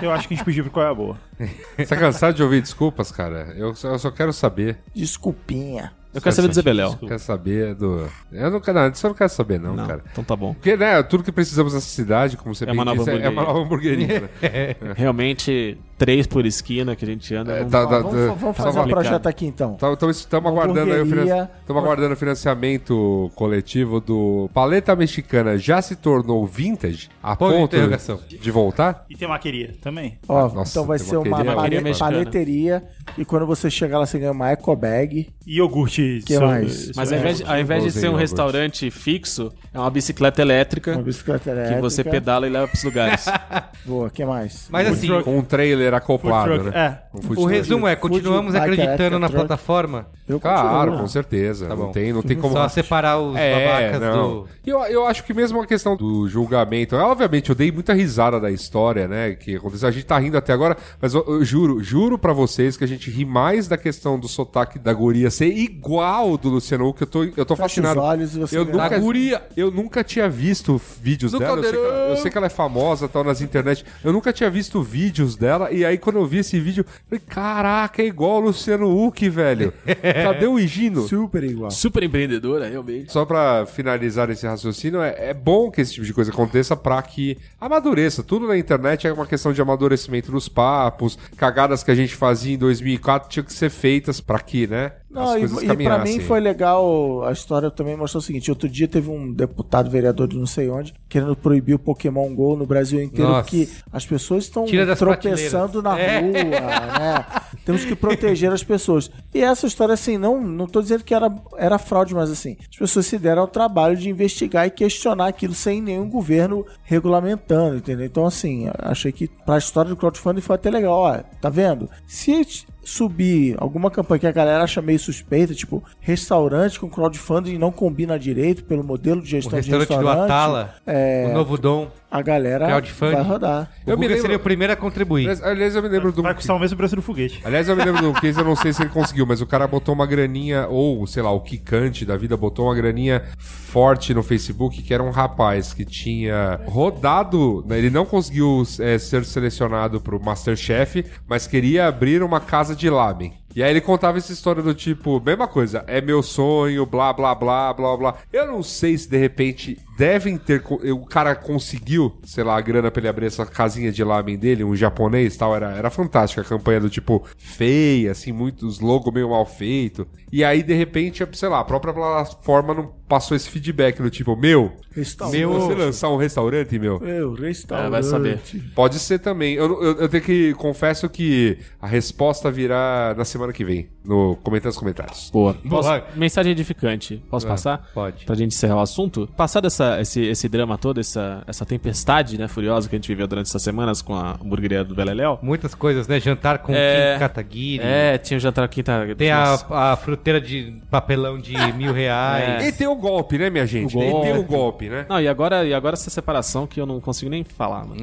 eu acho que a gente pediu pro qual é a boa.
Você tá cansado de ouvir desculpas, cara? Eu só, eu só quero saber.
Desculpinha.
eu quero saber do Zebelel.
Quero saber do. Eu não quero. Não, isso eu não quero saber, não,
Não,
cara.
então tá bom.
Porque, né, tudo que precisamos nessa cidade, como você
É uma
bem
nova
disse, é- é uma
hamburgueria.
nova hamburgueria. né?
Realmente, três por esquina que a gente anda.
É,
não-
tá- tá-
É, vamos, vamos
tá-
fazer um
tá-
projeto aqui então.
Então, então estamos aguardando aí o finan-
Hamburgueria.
tamo aguardando o financiamento coletivo do Paleta Mexicana já se tornou vintage a
Ponto de
ponto
interrogação.
de voltar?
E tem maqueria também.
Ó,
Nossa,
então vai
tem
ser
uma
uma
queria-
queria
pale-
mexicana.
paleteria. E quando você chegar lá, você ganha uma eco bag.
E iogurte.
Que
seu-
mais?
seu-
Mas ao invés, de- ao invés de
Igualzinho
ser um
iogurte.
restaurante fixo, é uma bicicleta elétrica
Uma bicicleta elétrica.
que você pedala e leva pros lugares.
Boa, que mais?
Mas assim,
Com um trailer acoplado,
Food truck,
né?
é.
Um food
o
truck.
resumo é,
Food,
continuamos
bike,
acreditando
elétrica,
na
truck.
plataforma.
é
Eu
Claro,
continuo.
com certeza. não
Tá bom.
tem, não tem como. É,
Só separar os babacas
não.
do.
Eu, eu acho que mesmo a questão do julgamento, é, obviamente eu dei muita risada da história, né, que aconteceu, a gente tá rindo até agora, mas eu, eu juro, juro pra vocês que a gente ri mais da questão do sotaque da guria ser igual do Luciano Huck, eu tô, eu tô
Fecha os
fascinado.
olhos e você
Eu
ganha.
nunca,
Da
guria, eu nunca tinha visto vídeos
Do
dela. Eu sei, que ela, eu
Caldeirão.
sei que ela é famosa, tal, nas internet. Eu nunca tinha visto vídeos dela. E aí, quando eu vi esse vídeo, eu falei: caraca, é igual o Luciano Huck, velho. Cadê o Higino?
Super igual.
Super empreendedora, realmente.
Só pra finalizar esse raciocínio, é, é bom que esse tipo de coisa aconteça pra que amadureça. Tudo na internet é uma questão de amadurecimento dos papos, cagadas que a gente fazia em 2004 tinham que ser feitas pra que, né?
Não, e, e pra
assim.
mim foi legal, a história também mostrou o seguinte, outro dia teve um deputado, vereador de não sei onde, querendo proibir o Pokémon GO no Brasil inteiro,
Nossa.
porque as pessoas estão
Tira das
Um tropeçando na
prateleiras. É.
rua, né? Temos que proteger as pessoas. E essa história, assim, não, não tô dizendo que era, era fraude, mas assim, as pessoas se deram ao trabalho de investigar e questionar aquilo sem nenhum governo regulamentando, entendeu? Então, assim, achei que pra história do crowdfunding foi até legal, ó, tá vendo? Se subir alguma campanha que a galera acha meio suspeita, tipo, restaurante com crowdfunding não combina direito pelo modelo de
O
gestão
restaurante
de
do
restaurante,
Atala,
é,
o Novo Dom,
a galera
crowdfunding.
vai rodar.
Eu
eu
me lembro-
seria o primeiro a contribuir.
Aliás, aliás, eu me lembro um do.
Vai custar o mesmo preço do foguete.
Aliás, eu me lembro do case, eu não sei se ele conseguiu, mas o cara botou uma graninha, ou sei lá, o Kikante da vida botou uma graninha forte no Facebook, que era um rapaz que tinha rodado, né, ele não conseguiu eh, ser selecionado pro Masterchef, mas queria abrir uma casa de lamen. E aí ele contava essa história do tipo, mesma coisa, é meu sonho, blá, blá, blá, blá, blá. Eu não sei se de repente devem ter. co- O cara conseguiu, sei lá, a grana pra ele abrir essa casinha de lamen dele, um japonês e tal. Era, era fantástica a campanha do tipo feia, assim, muitos logos meio mal feito. E aí, de repente, sei lá, a própria plataforma não passou esse feedback do tipo, meu, se
Restaurante.
você lançar um restaurante, meu,
Meu, restaurante.
É, vai saber.
Pode ser também. Eu, eu, eu tenho que. Confesso que a resposta virá na semana que vem. no Comentando os Comentários.
Boa.
Boa.
Posso- mensagem edificante. Posso
Ah,
passar?
pode.
Pra gente encerrar o assunto. Passado essa, esse, esse drama todo, essa, essa tempestade né, furiosa que a gente viveu durante essas semanas com a hamburgueria do Beleléu.
Muitas coisas, né? Jantar com
É.
Kim Kataguiri.
É, tinha o jantar quinta.
Tem
Nossa.
a, a fruteira de papelão de mil reais.
E tem o golpe, né, minha gente?
É. O
E tem o
golpe.
golpe, né?
Não, e agora, e agora essa separação que eu não consigo nem falar, mano.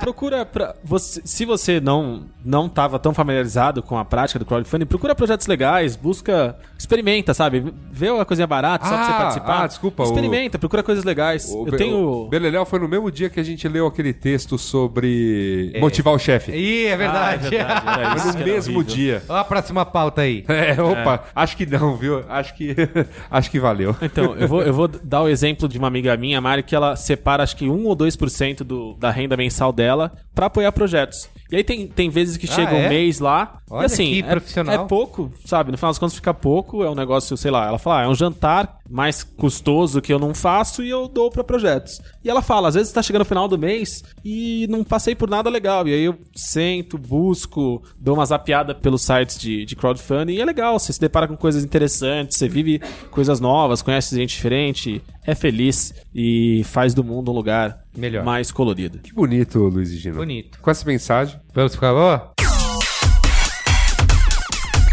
procura pra. Você, se você não não tava tão familiarizado com a prática do crowdfunding, procura projetos legais, busca. Experimenta, sabe? Vê uma coisinha barata só pra você
Ah,
participar.
ah, desculpa, o-
Experimenta, procura coisas legais.
O
eu
Be-
tenho.
o Beleléu foi no mesmo dia que a gente leu aquele texto sobre motivar o chefe.
Ih, é
Ah, é
verdade.
verdade, é. era isso
Foi
que
no
era
mesmo
horrível.
dia.
Olha a próxima pauta aí.
É, opa, acho que não, viu? Acho que acho que valeu.
Então, eu vou, eu vou dar o exemplo de uma amiga minha, Mari, que ela separa acho que 1 ou 2% do, da renda mensal dela pra apoiar projetos. E aí tem, tem vezes que
Ah,
chega um
é?
mês lá. e
Olha
assim,
que
é,
profissional.
é pouco, sabe? No final das contas fica pouco, é um negócio, sei lá, ela fala, ah, é um jantar mais custoso que eu não faço e eu dou pra projetos. E ela fala, às vezes tá chegando o final do mês e não passei por nada legal. E aí eu sento, busco, dou uma zapiada pelos sites de, de crowdfunding e é legal, você se depara com coisas interessantes, você vive coisas novas, conhece gente diferente, é feliz e faz do mundo um lugar
Melhor.
mais colorido.
Que bonito, Luiz e Gino.
Bonito.
Com essa mensagem,
Vamos ficar boa?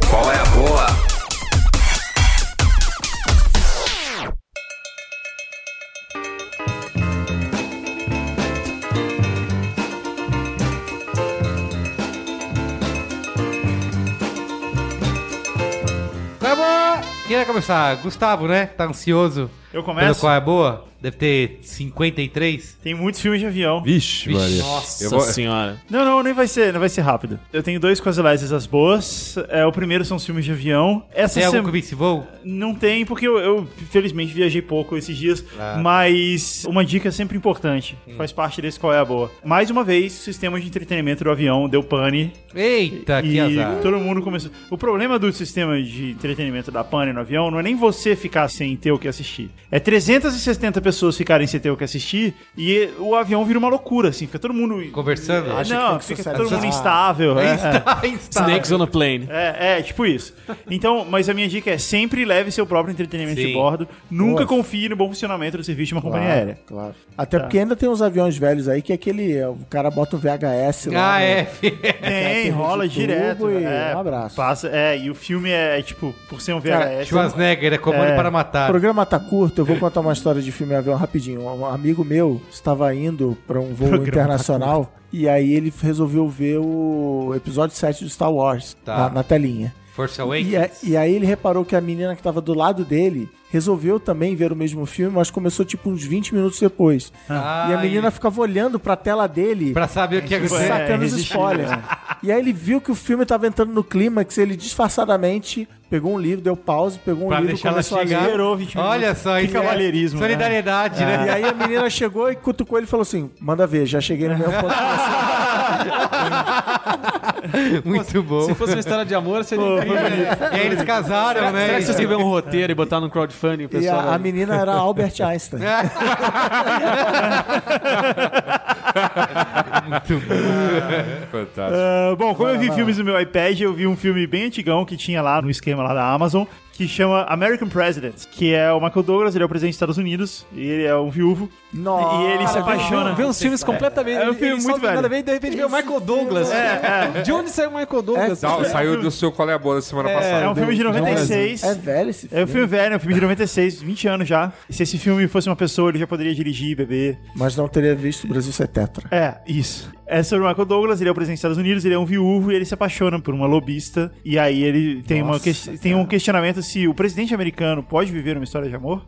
Qual é a boa?
Qual é a boa? Quem vai começar? Gustavo, né? Tá ansioso.
Eu
Pelo
começo?
qual é a boa? Deve ter 53.
Tem muitos filmes de avião.
vixe,
Vixe,
Maria.
Nossa
Eu vou-
senhora.
Não, não, nem vai ser, não vai ser rápido. Eu tenho dois quase leses as boas. É, o primeiro são os filmes de avião. Essa
Tem algum
sema-
que vence voo?
Não tem, porque eu, eu, felizmente viajei pouco esses dias. Mas uma dica é sempre importante. Faz parte desse qual é a boa. Mais uma vez, o sistema de entretenimento do avião deu pane.
Eita, que
e
Tá azar.
todo mundo começou. O problema do sistema de entretenimento da pane no avião não é nem você ficar sem ter o que assistir. É 370 pessoas ficarem sem ter o que assistir e o avião vira uma loucura, assim. Fica todo mundo.
Conversando?
Acha
não,
que tem que
fica todo mundo
socializar.
instável. é, é.
Está, está.
Snakes on a plane.
É, é, tipo isso. Então, mas a minha dica é sempre leve seu próprio entretenimento
Sim.
de bordo. Nunca
Boa.
confie no bom funcionamento do serviço de uma companhia aérea.
Claro. Até porque ainda tem uns aviões velhos aí que é aquele. é, O cara bota o VHS lá.
Ah,
né?
é.
Tem,
tem
rola
de tubo
direto.
e
é,
um abraço.
Passa, é, e o filme é, tipo, por ser um
Cara,
VHS.
Schwarzenegger é comando
É.
para
O
matar.
programa tá curto, eu vou contar uma história de filme avião rapidinho. Um amigo meu estava indo para um voo
Programa tá
internacional e aí ele resolveu ver o episódio 7 do Star Wars
Tá.
na- na telinha.
Force
E, a-
é-
Awakens.
e aí ele reparou que a menina que tava do lado dele resolveu também ver o mesmo filme, mas começou tipo uns 20 minutos depois.
Ah,
e a menina
e-
ficava olhando pra tela dele,
Pra saber o que
tipo,
aconteceu.
é,
sacando os
resistindo,
spoilers.
né?
E aí ele viu que o filme tava entrando no clímax, ele disfarçadamente pegou um livro, deu pause, pegou um
Pra
livro,
deixar ela
é,
começou a
chegar.
ler.
Esperou 20
Olha
minutos.
só,
Que
isso é
cavalheirismo, né?
Solidariedade, né?
E aí a menina chegou e cutucou ele e falou assim: manda ver, já cheguei no meu ponto.
Muito bom.
Se fosse uma história de amor, seria. né?
E aí eles casaram, né?
Será que se você escrever um roteiro e botar no crowdfunding, o
e
pessoal.
a, a menina era Albert Einstein.
É.
Muito bom.
Fantástico.
Ah, bom, como eu vi filmes no meu iPad, eu vi um filme bem antigão que tinha lá no esquema lá da Amazon, que chama American President, que é o Michael Douglas, ele é o presidente dos Estados Unidos, e ele é um viúvo.
Nossa.
E ele se apaixona.
Vê uns filmes completamente.
É um
ele-
filme
ele só
muito
tem nada
velho.
a ver e de repente vê o Michael Douglas.
é.
De onde saiu o Michael Douglas?
Sa- Saiu do seu qual é a boa da semana
É
passada.
um filme de 96.
É velho esse
É
filme.
um filme velho, é um filme de 96, 20 anos já. Se esse filme fosse uma pessoa, ele já poderia dirigir, beber.
Mas não teria visto o Brasil ser tetra.
É, isso. É sobre o Michael Douglas, ele é o presidente dos Estados Unidos, ele é um viúvo e ele se apaixona por uma lobista. E aí ele tem, uma
Nossa,
que- tem um questionamento se o presidente americano pode viver uma história de amor.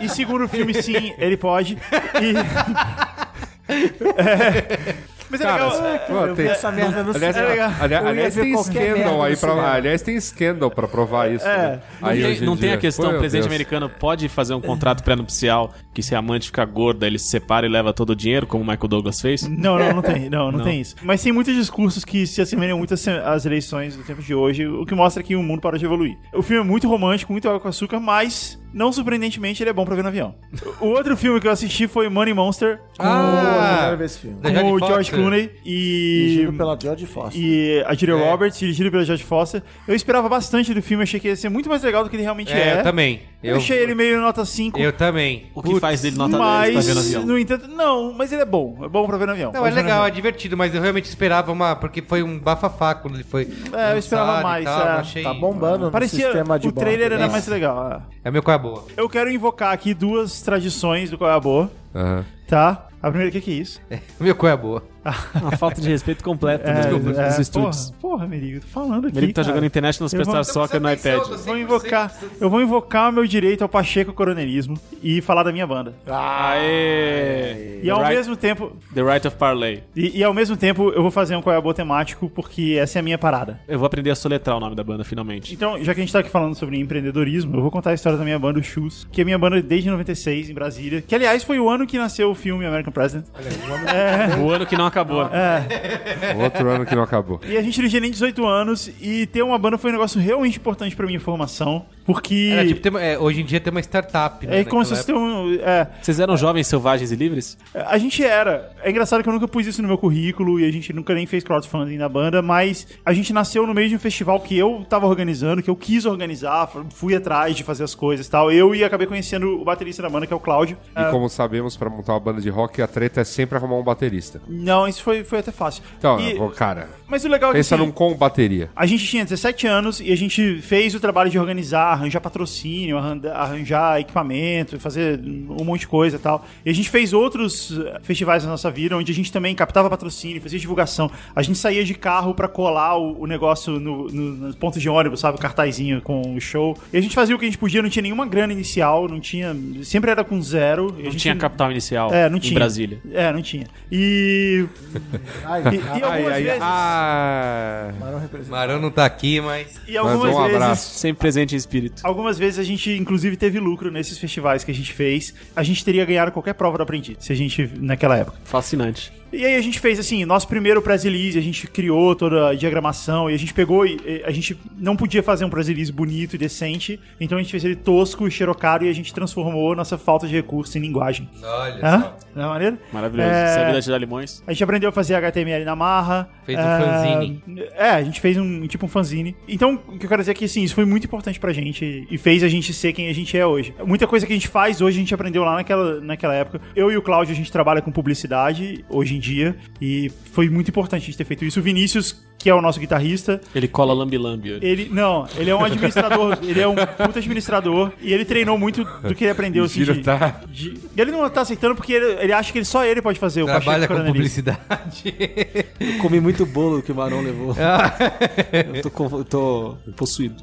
e segundo o filme, sim, ele pode. E- É. Mas é legal.
Pô, tem-
essa merda no
Aliás,
É legal.
ali-
Eu ia
aliás,
ver
tem
qualquer
scandal
merda
aí
no
pra,
cinema.
aliás, tem scandal pra
É,
provar isso. né? Aí
não
hoje
tem,
em
não tem
dia.
a questão,
Meu
o presidente
Deus.
americano pode fazer um contrato pré-nupcial que se a amante fica gorda, ele se separa e leva todo o dinheiro, como o Michael Douglas fez?
Não, não, não tem, não, não, tem isso. Mas tem muitos discursos que se assemelham muito às- às eleições do tempo de hoje, o que mostra que o mundo parou de evoluir. O filme é muito romântico, muito água com açúcar, mas Não surpreendentemente, ele é bom pra ver no avião. O outro filme que eu assisti foi Money Monster,
Ah, eu
Ah,
né,
quero ver esse filme.
da Jodie
com o
Foster.
George Clooney e...
Dirigido pela George Foster.
E a Julia
É.
Roberts, dirigido pela Jodie Foster. Eu esperava bastante do filme, achei que ia ser muito mais legal do que ele realmente
É,
é.
eu também.
Eu, achei ele meio nota 5.
Eu também.
O que faz dele nota 10 pra
mas,
ver no avião?
no entanto, não, mas ele é bom. É bom pra ver no avião.
Não, é
Pode ver no
legal, é
avião.
divertido, mas eu realmente esperava uma. Porque foi um bafafá quando ele foi.
É, eu esperava
lançado e
mais,
tal,
é.
achei-
Tá bombando no
Parecia.
sistema de
O trailer
bordo.
era
Isso.
mais legal. é.
É meu com a boa.
Eu quero invocar aqui duas tradições do Qual é a Boa,
Aham.
tá? A primeira, o que, que é isso?
É, meu cu é boa.
Uma falta de respeito completa né?
É,
dos- dos
é,
estúdios.
Porra, porra, Merigo, tô falando aqui.
Ele tá
cara.
jogando International
Eu vou-
Superstar Soccer no iPad.
Eu Vou invocar, eu vou invocar meu direito ao Pacheco Coronelismo e falar da minha banda.
Aê!
E ao
The right-
mesmo tempo,
The Right of Parlay.
e, e ao mesmo tempo eu vou fazer um qual é a boa temático porque essa é a minha parada.
Eu vou aprender a soletrar o nome da banda, finalmente.
Então, já que a gente tá aqui falando sobre empreendedorismo, eu vou contar a história da minha banda, o Shoes, que é minha banda desde 96 em Brasília, que aliás foi o ano que nasceu o filme American President. Então-
O ano que não acabou.
É.
Outro ano que não acabou.
E a gente dirigia nem 18 anos e ter uma banda foi um negócio realmente importante pra minha formação, porque
Era tipo, tem uma- é, hoje em dia tem uma startup. né,
é como se
naquela
fosse ter um, é,
Vocês eram jovens, selvagens e livres?
A gente era. É engraçado que eu nunca pus isso no meu currículo e a gente nunca nem fez crowdfunding na banda, mas a gente nasceu no meio de um festival que eu tava organizando, que eu quis organizar, f- fui atrás de fazer as coisas e tal. Eu e acabei conhecendo o baterista da banda, que é o Cláudio.
Ah.
E como sabemos, pra montar uma banda de rock, a treta é sempre arrumar um baterista.
Não, isso foi, foi até fácil.
Então,
E-
cara,
mas o legal é que.
pensa
assim,
num com bateria.
A gente tinha 17 anos e a gente fez o trabalho de organizar, arranjar patrocínio, arran- arranjar equipamento, fazer um monte de coisa e tal. E a gente fez outros eh, festivais na nossa vida, onde a gente também captava patrocínio, fazia divulgação. A gente saía de carro pra colar o, o negócio no, no, nos pontos de ônibus, sabe? O cartazinho com o show. E a gente fazia o que a gente podia, não tinha nenhuma grana inicial, não tinha. Sempre era com zero. E a
Não
gente-
tinha capital inicial
É, não
em
tinha.
Brasília.
É, não tinha. E.
Ai,
e, e algumas vezes.
Ah,
época. Marão não tá aqui, mas.
Ah,
E algumas
Mas um
vezes.
abraço.
Sempre presente em espírito.
Algumas vezes a gente, inclusive, teve lucro nesses festivais que a gente fez. A gente teria ganhado qualquer prova do aprendiz, se a gente, naquela época.
Fascinante.
E aí a gente fez, assim, nosso primeiro press release, a gente criou toda a diagramação e a gente pegou e e a gente não podia fazer um press release bonito e decente, então a gente fez ele tosco e xerocado e a gente transformou nossa falta de recurso em linguagem.
Olha
Hã?
só.
Não é maneiro?
Maravilhoso.
É.
Essa habilidade de dar limões.
A gente aprendeu a fazer HTML na marra.
Fez um
É,
fanzine.
É, a gente fez um tipo um fanzine. Então, o que eu quero dizer é que assim, isso foi muito importante pra gente e fez a gente ser quem a gente é hoje. Muita coisa que a gente faz hoje, a gente aprendeu lá naquela, naquela época. Eu e o Cláudio, a gente trabalha com publicidade hoje em dia. E foi muito importante a gente ter feito isso. O Vinícius, que é o nosso guitarrista,
Ele cola lambi-lambi.
ele. Não, ele é um administrador. ele é um puta administrador. E ele treinou muito do que ele aprendeu, assim.
Mentira,
de-
tá?
de- ele não tá aceitando porque ele, ele acha que ele, só ele pode fazer o
Trabalha
Pacheco
com
Coronelista.
publicidade.
Comi é muito É. bolo que o Marão levou. eu, tô, com- eu tô possuído.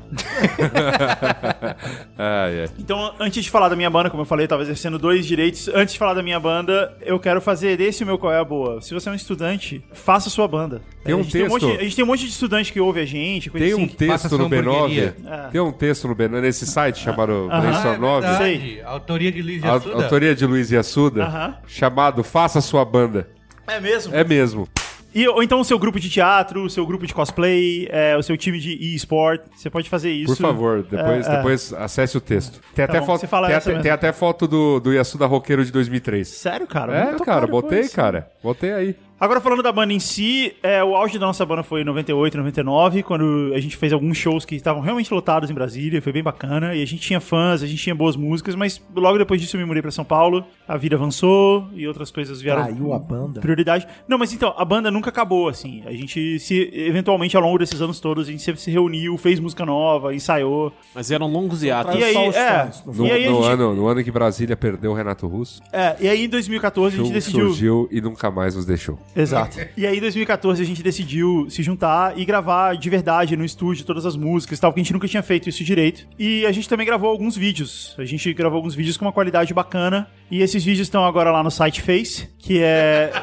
Ah, é.
Então, antes de falar da minha banda, como eu falei, tava exercendo dois direitos. Antes de falar da minha banda, eu quero fazer esse o meu qual é a boa. Se você é um estudante, faça sua banda.
Tem um
a gente Tem um
texto.
monte, a gente tem um monte de estudante que ouve a gente, coisa
Tem
assim.
um
Faça
texto
sua
no
hamburgueria.
B9. Tem um texto no B9, nesse site chamado
É. Aham.
Brainstorm
É
9.
verdade.
Autoria de Luiz
A
Assuda.
autoria de Luiz e Assuda,
Aham.
chamado Faça Sua Banda.
É mesmo?
É mesmo.
E, ou então o seu grupo de teatro, o seu grupo de cosplay, é, o seu time de e-sport. Você pode fazer isso.
Por favor, depois,
É, é.
depois acesse o texto. Tem,
Tá
até,
bom,
foto,
você fala
tem,
essa
até,
mesmo.
tem até foto do, do Yasuda Roqueiro de 2003.
Sério, cara?
é,
Muito
cara,
caro,
botei,
coisa.
cara. Botei aí.
Agora falando da banda em si, é, o auge da nossa banda foi em 98, 99, quando a gente fez alguns shows que estavam realmente lotados em Brasília, foi bem bacana, e a gente tinha fãs, a gente tinha boas músicas, mas logo depois disso eu me mudei pra São Paulo, a vida avançou e outras coisas vieram...
Tá
Caiu a banda?
Prioridade. Não, mas então, a banda nunca acabou, assim, a gente se, eventualmente ao longo desses anos todos, a gente sempre se reuniu, fez música nova, ensaiou,
Mas eram longos
Então tá.
hiatos.
e aí,
só os
é,
fãs,
No,
e aí a
no
gente-
ano, no ano que Brasília perdeu o Renato Russo,
é, e aí em 2014 a gente
Chung
decidiu...
surgiu e nunca mais nos deixou.
Exato. E aí, em 2014, a gente decidiu se juntar e gravar de verdade no estúdio todas as músicas e tal, porque a gente nunca tinha feito isso direito. E a gente também gravou alguns vídeos. A gente gravou alguns vídeos com uma qualidade bacana. E esses vídeos estão agora lá no site Face, que é.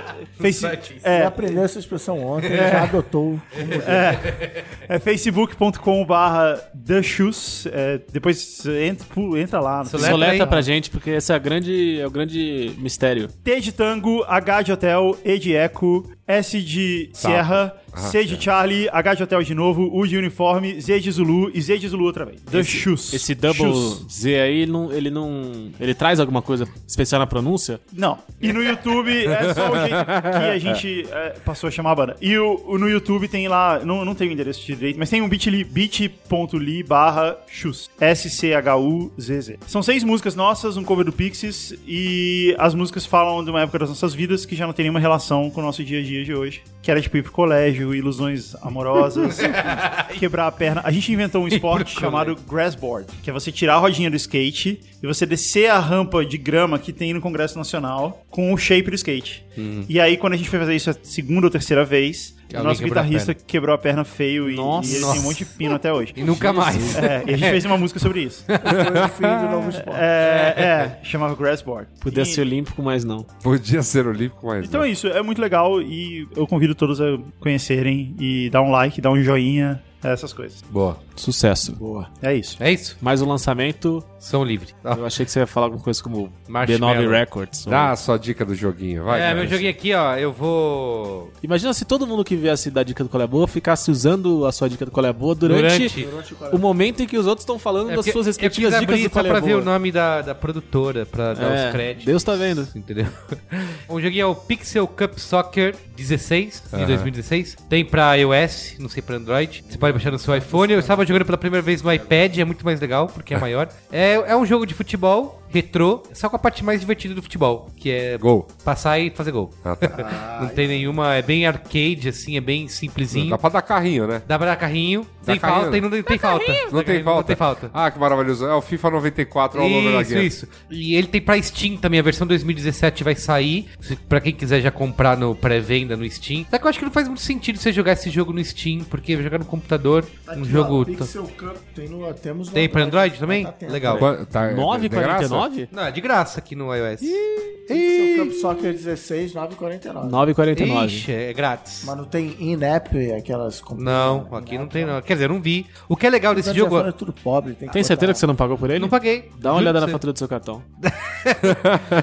Face,
Você
é,
aprendeu essa expressão ontem, já adotou.
é facebook.com barra The Shoes. É, depois entra, pu- entra lá. No
Solé- Leta
Soleta
aí.
pra gente, porque esse é, a grande, é o grande mistério.
T de tango, H de hotel, E de eco, S de Sierra,
Ah,
C de Charlie, H de Hotel de novo, U de Uniforme, Z de Zulu e Z de Zulu outra vez. The Shoes.
Esse double
Shoes.
Z aí, ele não, ele não. Ele traz alguma coisa especial na pronúncia?
Não. E no YouTube é só o jeito que a gente é, passou a chamar a banda. E o, o- no YouTube tem lá, não, não tem o endereço direito, mas tem um bit.ly, bit.ly barra chus. S-C-H-U-Z-Z. São seis músicas nossas, um cover do Pixies, e as músicas falam de uma época das nossas vidas que já não tem nenhuma relação com o nosso dia a dia de hoje. Que era tipo ir pro colégio, ilusões amorosas, quebrar a perna. A gente inventou um esporte chamado grassboard, que é você tirar a rodinha do skate e você descer a rampa de grama que tem no Congresso Nacional com o shape do skate. E aí, quando a gente foi fazer isso a segunda ou terceira vez, o
Hum. alguém
nosso
quebrou a
guitarrista quebrou a perna feio e,
Nossa.
e ele tem um monte de pino até hoje.
E nunca mais.
É, e a gente fez uma música sobre isso.
Foi o fim um do novo esporte.
É, é chamava Grassboard.
Podia
E-
ser olímpico, mas não.
Podia ser olímpico, mas
Então
não.
é isso, é muito legal e eu convido todos a conhecerem e dar um like, dar um joinha, essas coisas.
Boa.
Sucesso. Boa.
É isso.
É isso.
Mais um lançamento.
São livre.
Eu achei que você ia falar alguma coisa como
Marshmallow.
B9 Records. Ah, ou-
Dá a sua dica do joguinho, vai.
É,
cara.
meu joguinho aqui, ó, eu vou.
Imagina se todo mundo que viesse dar dica do Qual é a Boa ficasse usando a sua dica do Qual é a Boa durante, o momento em que os outros estão falando
É
das
porque
suas
eu quis
respectivas dicas
abrir
do
só
Qual é
pra
a
ver
Boa.
o nome da, da produtora, pra dar
É,
os créditos.
Deus tá vendo.
Entendeu? O joguinho é o Pixel Cup Soccer 16, de 2016. Tem pra iOS, não sei pra Android. Você pode baixar no seu iPhone. Eu estava jogando pela primeira vez no iPad, é muito mais legal, porque é maior. É, é um jogo de futebol, retrô, só com a parte mais divertida do futebol, que é
Gol.
passar e fazer gol.
Ah, tá.
não tem nenhuma, é bem arcade, assim, é bem simplesinho.
Dá pra dar carrinho, né?
Dá pra dar carrinho,
Dá
tem
carrinho?
falta e não tem, tem falta.
Não tem falta.
Não tem falta.
Ah, que maravilhoso. É o FIFA 94 ao longo da
Isso,
guerra.
isso. E ele tem pra Steam também, a versão 2017 vai sair. Se- Pra quem quiser já comprar no pré-venda no Steam. Só que eu acho que não faz muito sentido você jogar esse jogo no Steam, porque jogar no computador, um jogo. t-
Tá Pixel Cup tem no, temos no
Tem pra Android também?
Tá tendo.
Legal.
Qua- Tá, de graça?
9,49?
Não, é de graça aqui no iOS.
Pixel Cup Soccer 16, 9,49.
9,49.
Ixi, é grátis.
Mas não tem in-app, aquelas... comp-
Não, aqui não tem não. Quer dizer, eu não vi. O que é legal desse
Mas
jogo.
telefone É tudo pobre, tem que
Tem
botar-
certeza que você não pagou por ele?
Eu não paguei.
Dá uma
Juro
olhada
pra
na
você.
fatura do seu cartão.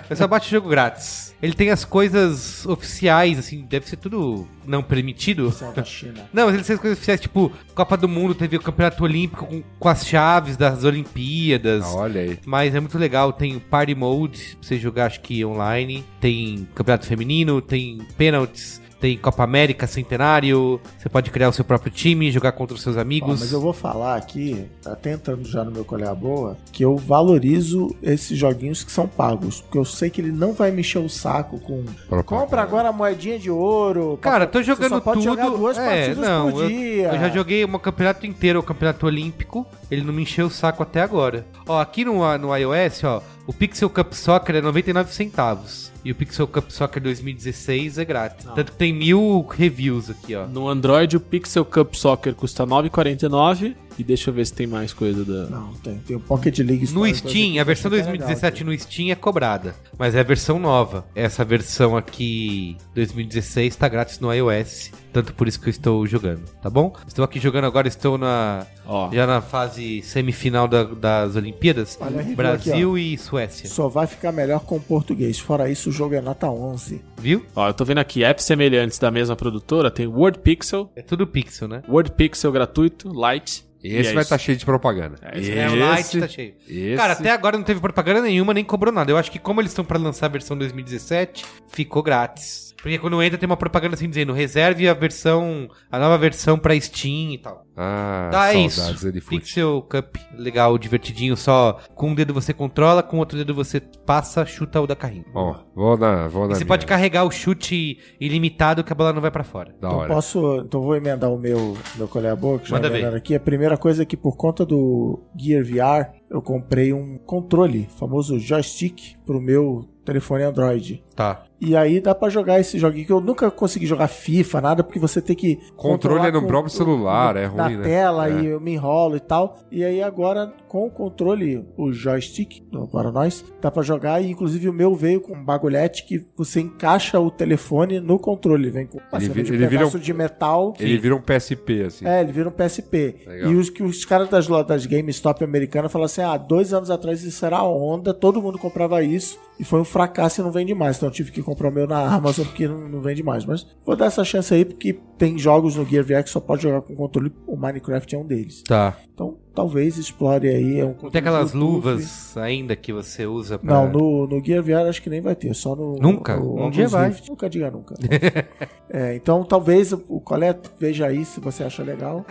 Eu só baixo o jogo grátis. Ele tem as coisas oficiais, assim, deve ser tudo não permitido.
São da China.
Não, mas ele fez coisas oficiais, tipo, Copa do Mundo, teve o Campeonato Olímpico com, com as chaves das Olimpíadas.
Ah, olha aí.
Mas é muito legal, tem o Party Mode, pra você jogar, acho que online. Tem Campeonato Feminino, tem pênaltis, tem Copa América Centenário. Você pode criar o seu próprio time, jogar contra os seus
Ó,
amigos.
mas eu vou falar aqui, até entrando já no meu colher boa, que eu valorizo esses joguinhos que são pagos. Porque eu sei que ele não vai me encher o saco com. Compra agora a moedinha de ouro.
Cara, tô
Você
jogando
só pode
tudo.
Jogar duas
é,
partidas
não,
por
eu-
dia.
Eu, já joguei o campeonato inteiro, o campeonato olímpico. Ele não me encheu o saco até agora. Ó, aqui no, no iOS, ó, o Pixel Cup Soccer é 99 centavos. E o Pixel Cup Soccer 2016 é grátis. Tanto que tem mil reviews aqui, ó.
No Android, o Pixel Cup Soccer custa 9,49. E deixa eu ver se tem mais coisa da...
Não, tem, tem o Pocket League
No
Story,
Steam, a versão
que é legal,
2017 no Steam é cobrada, mas é a versão nova. Essa versão aqui, 2016, tá grátis no iOS, tanto por isso que eu estou jogando, tá bom? Estou aqui jogando agora, estou na
Ó.
já na fase semifinal da- das Olimpíadas,
Olha a review
Brasil e Suécia,
Só vai ficar melhor com o português. Fora isso, o jogo é nota 11.
viu?
Ó, eu tô vendo aqui apps semelhantes da mesma produtora. Tem Word Pixel,
É tudo pixel, né?
Word Pixel gratuito, Lite.
Esse vai estar cheio de propaganda.
cheio.
É, o Light tá cheio.
esse-
Cara, até agora não teve propaganda nenhuma, nem cobrou nada. Eu acho que como eles estão pra lançar a versão 2017, ficou grátis. Porque quando entra tem uma propaganda assim dizendo, reserve a versão, a nova versão pra Steam e tal.
Ah,
tá, é
saudades,
isso.
ele foi.
Pixel Cup, legal, divertidinho, só com um dedo você controla, com o outro dedo você passa, chuta o da carrinho.
Bom, vou na, vou
E
na
você
minha.
pode carregar o chute ilimitado que a bola não vai pra fora.
Da
Então
hora.
posso. Então vou emendar o meu, meu colher boa, que já
Manda
emendaram aqui. A primeira coisa é que por conta do Gear VR, eu comprei um controle, famoso joystick, pro meu telefone Android.
Tá.
E aí dá pra jogar esse joguinho que eu nunca consegui jogar FIFA, nada, porque você tem que.
Controle
controlar
é no próprio celular, é
na
ruim, né?
tela
É.
e eu me enrolo e tal. E aí agora, com o controle, o joystick, não, para nós, dá pra jogar. E inclusive o meu veio com um bagulhete que você encaixa o telefone no controle. Vem com passando
vi-
de
ele vira
pedaço
um-
de metal.
Ele vira um PSP, assim.
É, ele vira um PSP.
Legal.
E os que os caras das, lo- das GameStop americanas falaram assim: ah, dois anos atrás isso era a onda, todo mundo comprava isso e foi um fracasso e não vende mais. então eu tive que comprar o meu na Amazon porque não, não vende mais. Mas vou dar essa chance aí porque tem jogos no Gear VR que só pode jogar com controle. O Minecraft é um deles.
Tá.
Então talvez explore aí. É um controle
Tem aquelas
Bluetooth.
luvas ainda que você usa pra...
Não, no, no Gear VR acho que nem vai ter, só no.
É. Nunca?
no
Um
Oculus
dia vai.
Rift. Nunca diga nunca. É, então talvez o Coleto veja aí se você acha legal.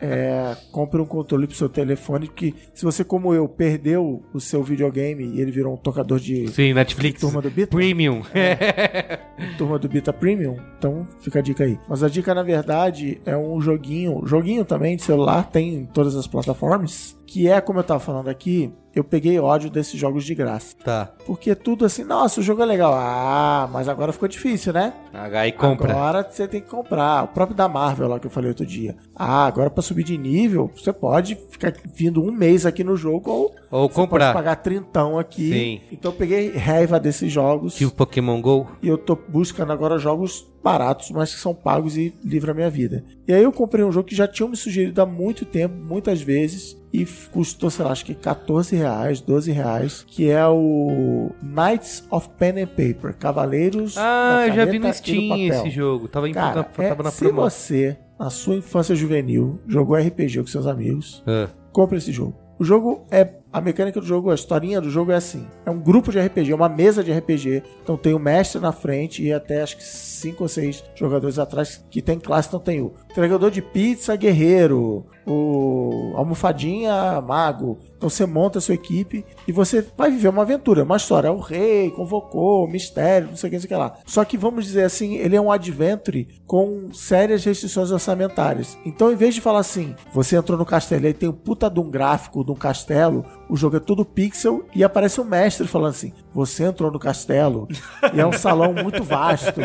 É, compre um controle pro seu telefone, porque se você, como eu, perdeu o seu videogame e ele virou um tocador de
Sim, Netflix.
turma do Bita,
Premium.
É. turma do Bita Premium, então fica a dica aí. Mas a dica, na verdade, é um joguinho, joguinho também de celular, tem em todas as plataformas, que é, como eu tava falando aqui, eu peguei ódio desses jogos de graça.
tá.
Porque é tudo assim, nossa, o jogo é legal. Ah, mas agora ficou difícil, né?
Aí compra.
Agora você tem que comprar. O próprio da Marvel lá que eu falei outro dia. Ah, agora pra subir de nível, você pode ficar vindo um mês aqui no jogo ou
Ou
você
comprar.
pode pagar trintão aqui.
Sim.
Então eu peguei raiva desses jogos
Tipo Pokémon GO.
e eu tô buscando agora jogos baratos, mas que são pagos e livram a minha vida. E aí eu comprei um jogo que já tinham me sugerido há muito tempo, muitas vezes, e f- custou, sei lá, acho que 14 reais, 12 reais, que é o Knights of Pen and Paper, Cavaleiros
Ah,
da
eu já vi
Caneta e
no
do
Steam
Papel.
esse jogo. Tava, em,
Cara,
tava, tava
é,
na
se
promo.
você, na sua infância juvenil, jogou RPG com seus amigos,
Ah,
compra esse jogo. O jogo é. A mecânica do jogo, a historinha do jogo é assim: é um grupo de RPG, é uma mesa de RPG. Então tem o mestre na frente e até acho que cinco ou seis jogadores atrás que tem classe. Então tem o entregador de pizza, guerreiro, o almofadinha, mago. Então você monta a sua equipe e você vai viver uma aventura, uma história. É o rei, convocou, mistério, não sei o que, não sei o que lá. Só que vamos dizer assim, ele é um adventure com sérias restrições orçamentárias. Então, em vez de falar assim, você entrou no castelo e aí tem um puta de um gráfico de um castelo, o jogo é todo pixel e aparece um mestre falando assim: você entrou no castelo e é um salão muito vasto,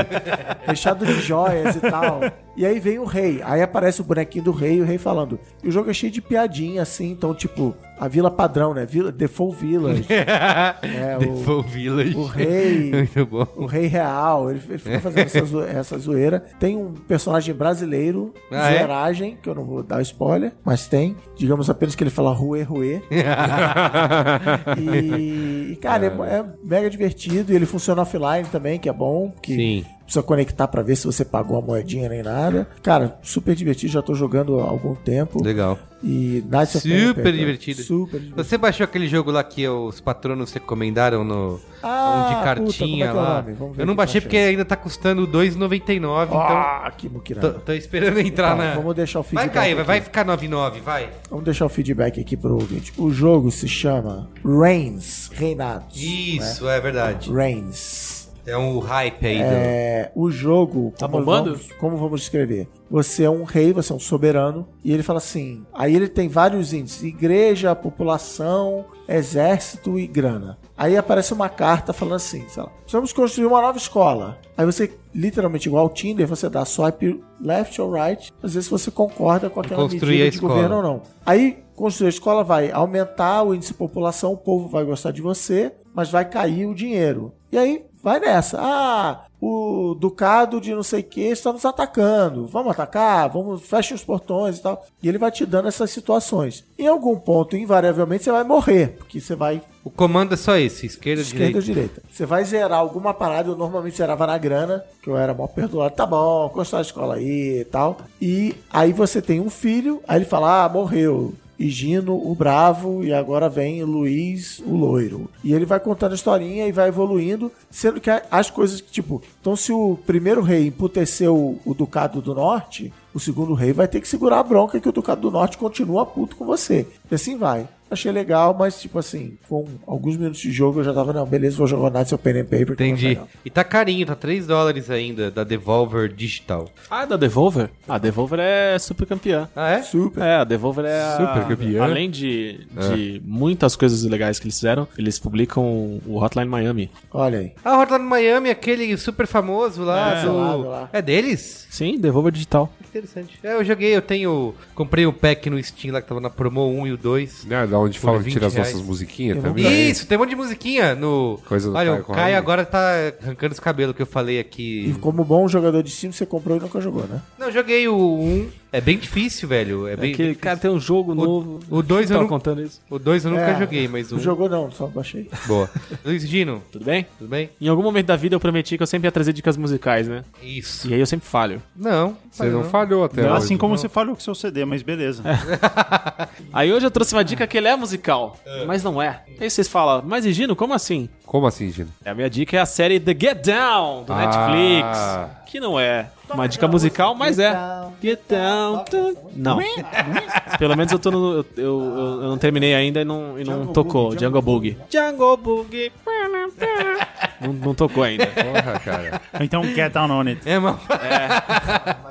fechado de joias e tal. E aí vem o rei, aí aparece o bonequinho do rei e o rei falando. E o jogo é cheio de piadinha, assim, então, tipo, a vila padrão, né? Vila, Default Village.
é,
né? o-
o Village.
o rei-
Muito bom.
O Rei Real, ele, ele fica fazendo essa, zo- essa zoeira. Tem um personagem brasileiro,
Ah, é?
Zoeiragem, que eu não vou dar spoiler, mas tem. Digamos apenas que ele fala Rue Rue. E, e, cara, é, é mega divertido. E ele funciona offline também, que é bom. Que
Sim.
Precisa conectar pra ver se você pagou a moedinha nem nada. Cara, super divertido. Já tô jogando há algum tempo.
Legal.
E Nights of
Super
Paper,
divertido.
Super divertido.
Você baixou aquele jogo lá que os patronos recomendaram no um
Ah,
de cartinha
puta, como é que é o
lá?
nome? Vamos ver
Eu não
aqui,
baixei
baixei.
porque ainda tá custando 2,99,
Ah, que
então
muquirana.
tô, tô esperando entrar
Tá,
na
vamos deixar o
Vai
feedback
cair, vai-
aqui.
vai ficar 99, vai.
Vamos deixar o feedback aqui pro ouvinte. O jogo se chama Reigns. Reinados. né?
Isso, é verdade.
Reigns.
É um hype aí do
É, o jogo. Tá
bombando?
Vamos, como vamos escrever? Você é um rei, você é um soberano. E ele fala assim. Aí ele tem vários índices: igreja, população, exército e grana. Aí aparece uma carta falando assim: sei lá, precisamos construir uma nova escola. Aí você, literalmente igual ao Tinder, você dá swipe left ou right, às vezes você concorda com aquela
Construir
medida
a
de
escola.
governo ou não. Aí, construir a escola vai aumentar o índice de população, o povo vai gostar de você, mas vai cair o dinheiro. E aí, vai nessa. Ah, o ducado de não sei o que está nos atacando. Vamos atacar, vamos, fecha os portões e tal. E ele vai te dando essas situações. Em algum ponto, invariavelmente, você vai morrer, porque você vai
O comando é só esse, esquerda,
esquerda
direita.
ou direita. Você vai zerar alguma parada, eu normalmente zerava na grana, que eu era mal perdoado, tá bom, constrói a escola aí e tal. E aí você tem um filho, aí ele fala, ah, morreu. E Gino, o bravo, e agora vem Luiz, o loiro. E ele vai contando a historinha e vai evoluindo, sendo que as coisas, que, tipo, então se o primeiro rei emputeceu o Ducado do Norte, o segundo rei vai ter que segurar a bronca que o Ducado do Norte continua puto com você. E assim vai. Achei legal, mas tipo assim, com alguns minutos de jogo eu já tava, não, beleza, vou jogar o Nights of Pen and Paper. que vai
Entendi.
dar, não.
E tá carinho, tá 3 dólares ainda da Devolver Digital.
Ah, é da Devolver? A Devolver é super campeã.
Ah, é?
Super.
É, a Devolver é a-
Super campeã.
Além de, de muitas coisas legais que eles fizeram, eles publicam o Hotline Miami.
Olha aí.
Ah, Hotline Miami, aquele super famoso lá
É,
do...
lá, lá.
É deles?
Sim, Devolver Digital.
Interessante. É, eu joguei, eu tenho. Comprei um pack no Steam lá que tava na promo 1 e o 2.
Né, da onde
Por
falam
20
tira as
reais.
nossas musiquinhas
Eu
também.
Isso, tem um monte de musiquinha no.
Coisa do
Olha,
Caio
o Caio
Corrêa.
agora tá arrancando os cabelos que eu falei
E
aqui.
como bom jogador de Steam, você comprou e nunca jogou, né?
Não, eu joguei o 1. É bem difícil, velho. É bem,
Aquele
bem
cara tem um jogo novo.
o dois
Quem
eu
Então,
Então,
tava
não-
contando isso.
O 2 eu nunca
É,
joguei, mas um.
Não jogou não, só baixei.
Boa. Luiz Gino,
Tudo bem?
tudo bem?
Em algum momento da vida eu prometi que eu sempre ia trazer dicas musicais, né?
Isso.
E aí eu sempre falho.
Não.
Você não falhou até hoje.
assim como você falou com seu CD, mas beleza.
Aí hoje eu trouxe uma dica que ele é musical, mas não é. Aí vocês falam, mas e Gino, como assim?
Como assim, Gino?
A minha dica é a série The Get Down, do
Ah.
Netflix. Que não é uma dica musical, mas é. Get Down. tu- Não. Pelo menos eu tô no. Eu, eu, eu- eu não terminei ainda e não, e não tocou. Jungle Bug. Jungle Bug. Não, não tocou ainda.
Porra, cara.
Então, get down on it.
É, irmão.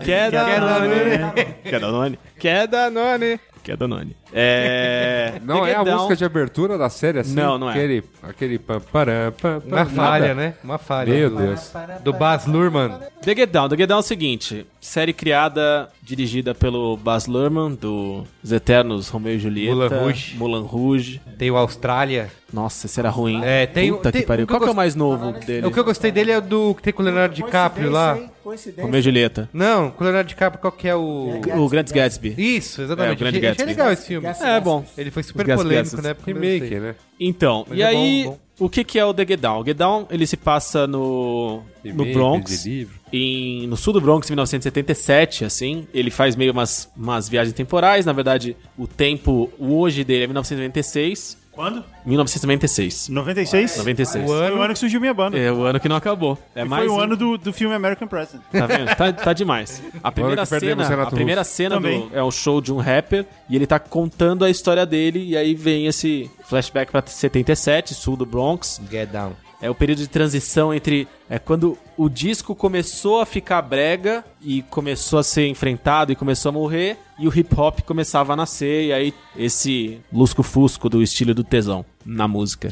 Get Down.
Danone.
Quer Danone? Quer Danone? Quer Danone? É.
Não
The
é a
Get Down.
música de abertura da série assim?
Não, não é.
Aquele, aquele pam, param, pam, pam,
Uma
nada.
falha, né? Uma falha.
Meu
do,
Deus.
Do Baz Luhrmann.
The Get Down. The Get Down é o seguinte: série criada, dirigida pelo Baz Luhrmann, do Os Eternos Romeo e Julieta.
Moulin Rouge.
Moulin Rouge.
Tem o Austrália.
Nossa, esse era ruim.
É, tem-
Puta
tem-
que pariu.
o que eu
Qual que é o
gost-
mais novo dele?
O que eu gostei dele é o do que tem com o Leonardo DiCaprio lá.
hein? Coincidência.
Romeo e Julieta.
Não, com o Leonardo DiCaprio, qual que é o.
O Grant Gatsby.
Isso,
É,
exatamente.
o Grande
achei, achei
Gatsby.
legal esse filme.
É bom.
Ele foi super
Os Gas-
polêmico
Gases.
na época. mas eu
Remake,
gostei.
né?
Então,
Mas
e
é bom,
aí,
bom.
o que, que é o The Get Down? O Get Down, ele se passa no, no
Remake
Bronx.
de livro.
em- no sul do Bronx, em 1977, assim. Ele faz meio umas, umas viagens temporais. Na verdade, o tempo o hoje dele é 1996.
Quando?
1996.
96?
96.
O ano-
Foi o ano que surgiu minha banda.
É o ano que não acabou. É
E
mais
foi o
um-
ano do, do filme American President.
Tá vendo? Tá, tá demais. A primeira
que perdemos
cena, a
Renato
primeira cena do-
Também.
é o show de um rapper e ele tá contando a história dele e aí vem esse flashback pra 77, sul do Bronx.
Get Down.
É o período de transição entre é quando o disco começou a ficar brega e começou a ser enfrentado e começou a morrer e o hip hop começava a nascer e aí esse lusco-fusco do estilo do tesão na música.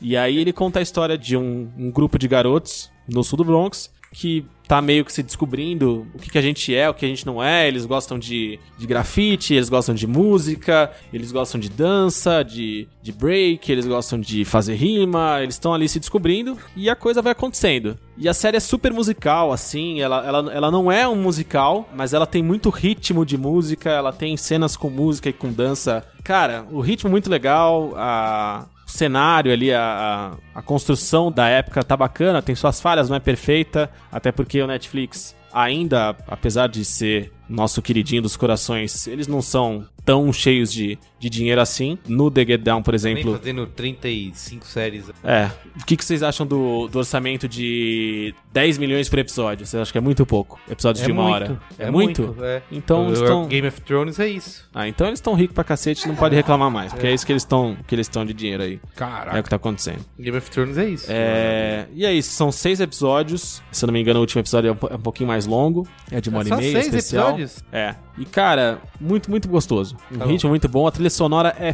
E aí ele conta a história de um, um grupo de garotos no sul do Bronx que tá meio que se descobrindo o que, que a gente é, o que a gente não é. Eles gostam de, de grafite, eles gostam de música, eles gostam de dança, de, de break, eles gostam de fazer rima. Eles estão ali se descobrindo e a coisa vai acontecendo. E a série é super musical, assim. Ela, ela, ela não é um musical, mas ela tem muito ritmo de música, ela tem cenas com música e com dança. Cara, o ritmo é muito legal, a, o cenário ali, a, a, a construção da época tá bacana, tem suas falhas, não é perfeita, até porque o Netflix ainda, apesar de ser nosso queridinho dos corações, eles não são tão cheios de, de dinheiro assim. No The Get Down, por
Vem
exemplo.
fazendo 35 séries. né?
É. O que, que vocês acham do, do orçamento de 10 milhões por episódio? Vocês acham que é muito pouco? Episódios de uma hora. É, muito?
é.
Então
O
eles estão.
Game of Thrones é isso.
Ah, então eles estão ricos pra cacete, não pode reclamar mais. Porque é, isso que eles estão que eles estão de dinheiro aí. É o
Caraca.
que tá acontecendo.
Game of Thrones é isso.
É, e é isso, são seis episódios. Se eu não me engano, o último episódio é um, po- é um pouquinho mais longo. É de uma
É
hora
só
e meia.
seis
especial.
episódios?
É. E, cara, muito, muito gostoso. Um
Tá bom.
ritmo muito bom. A trilha sonora é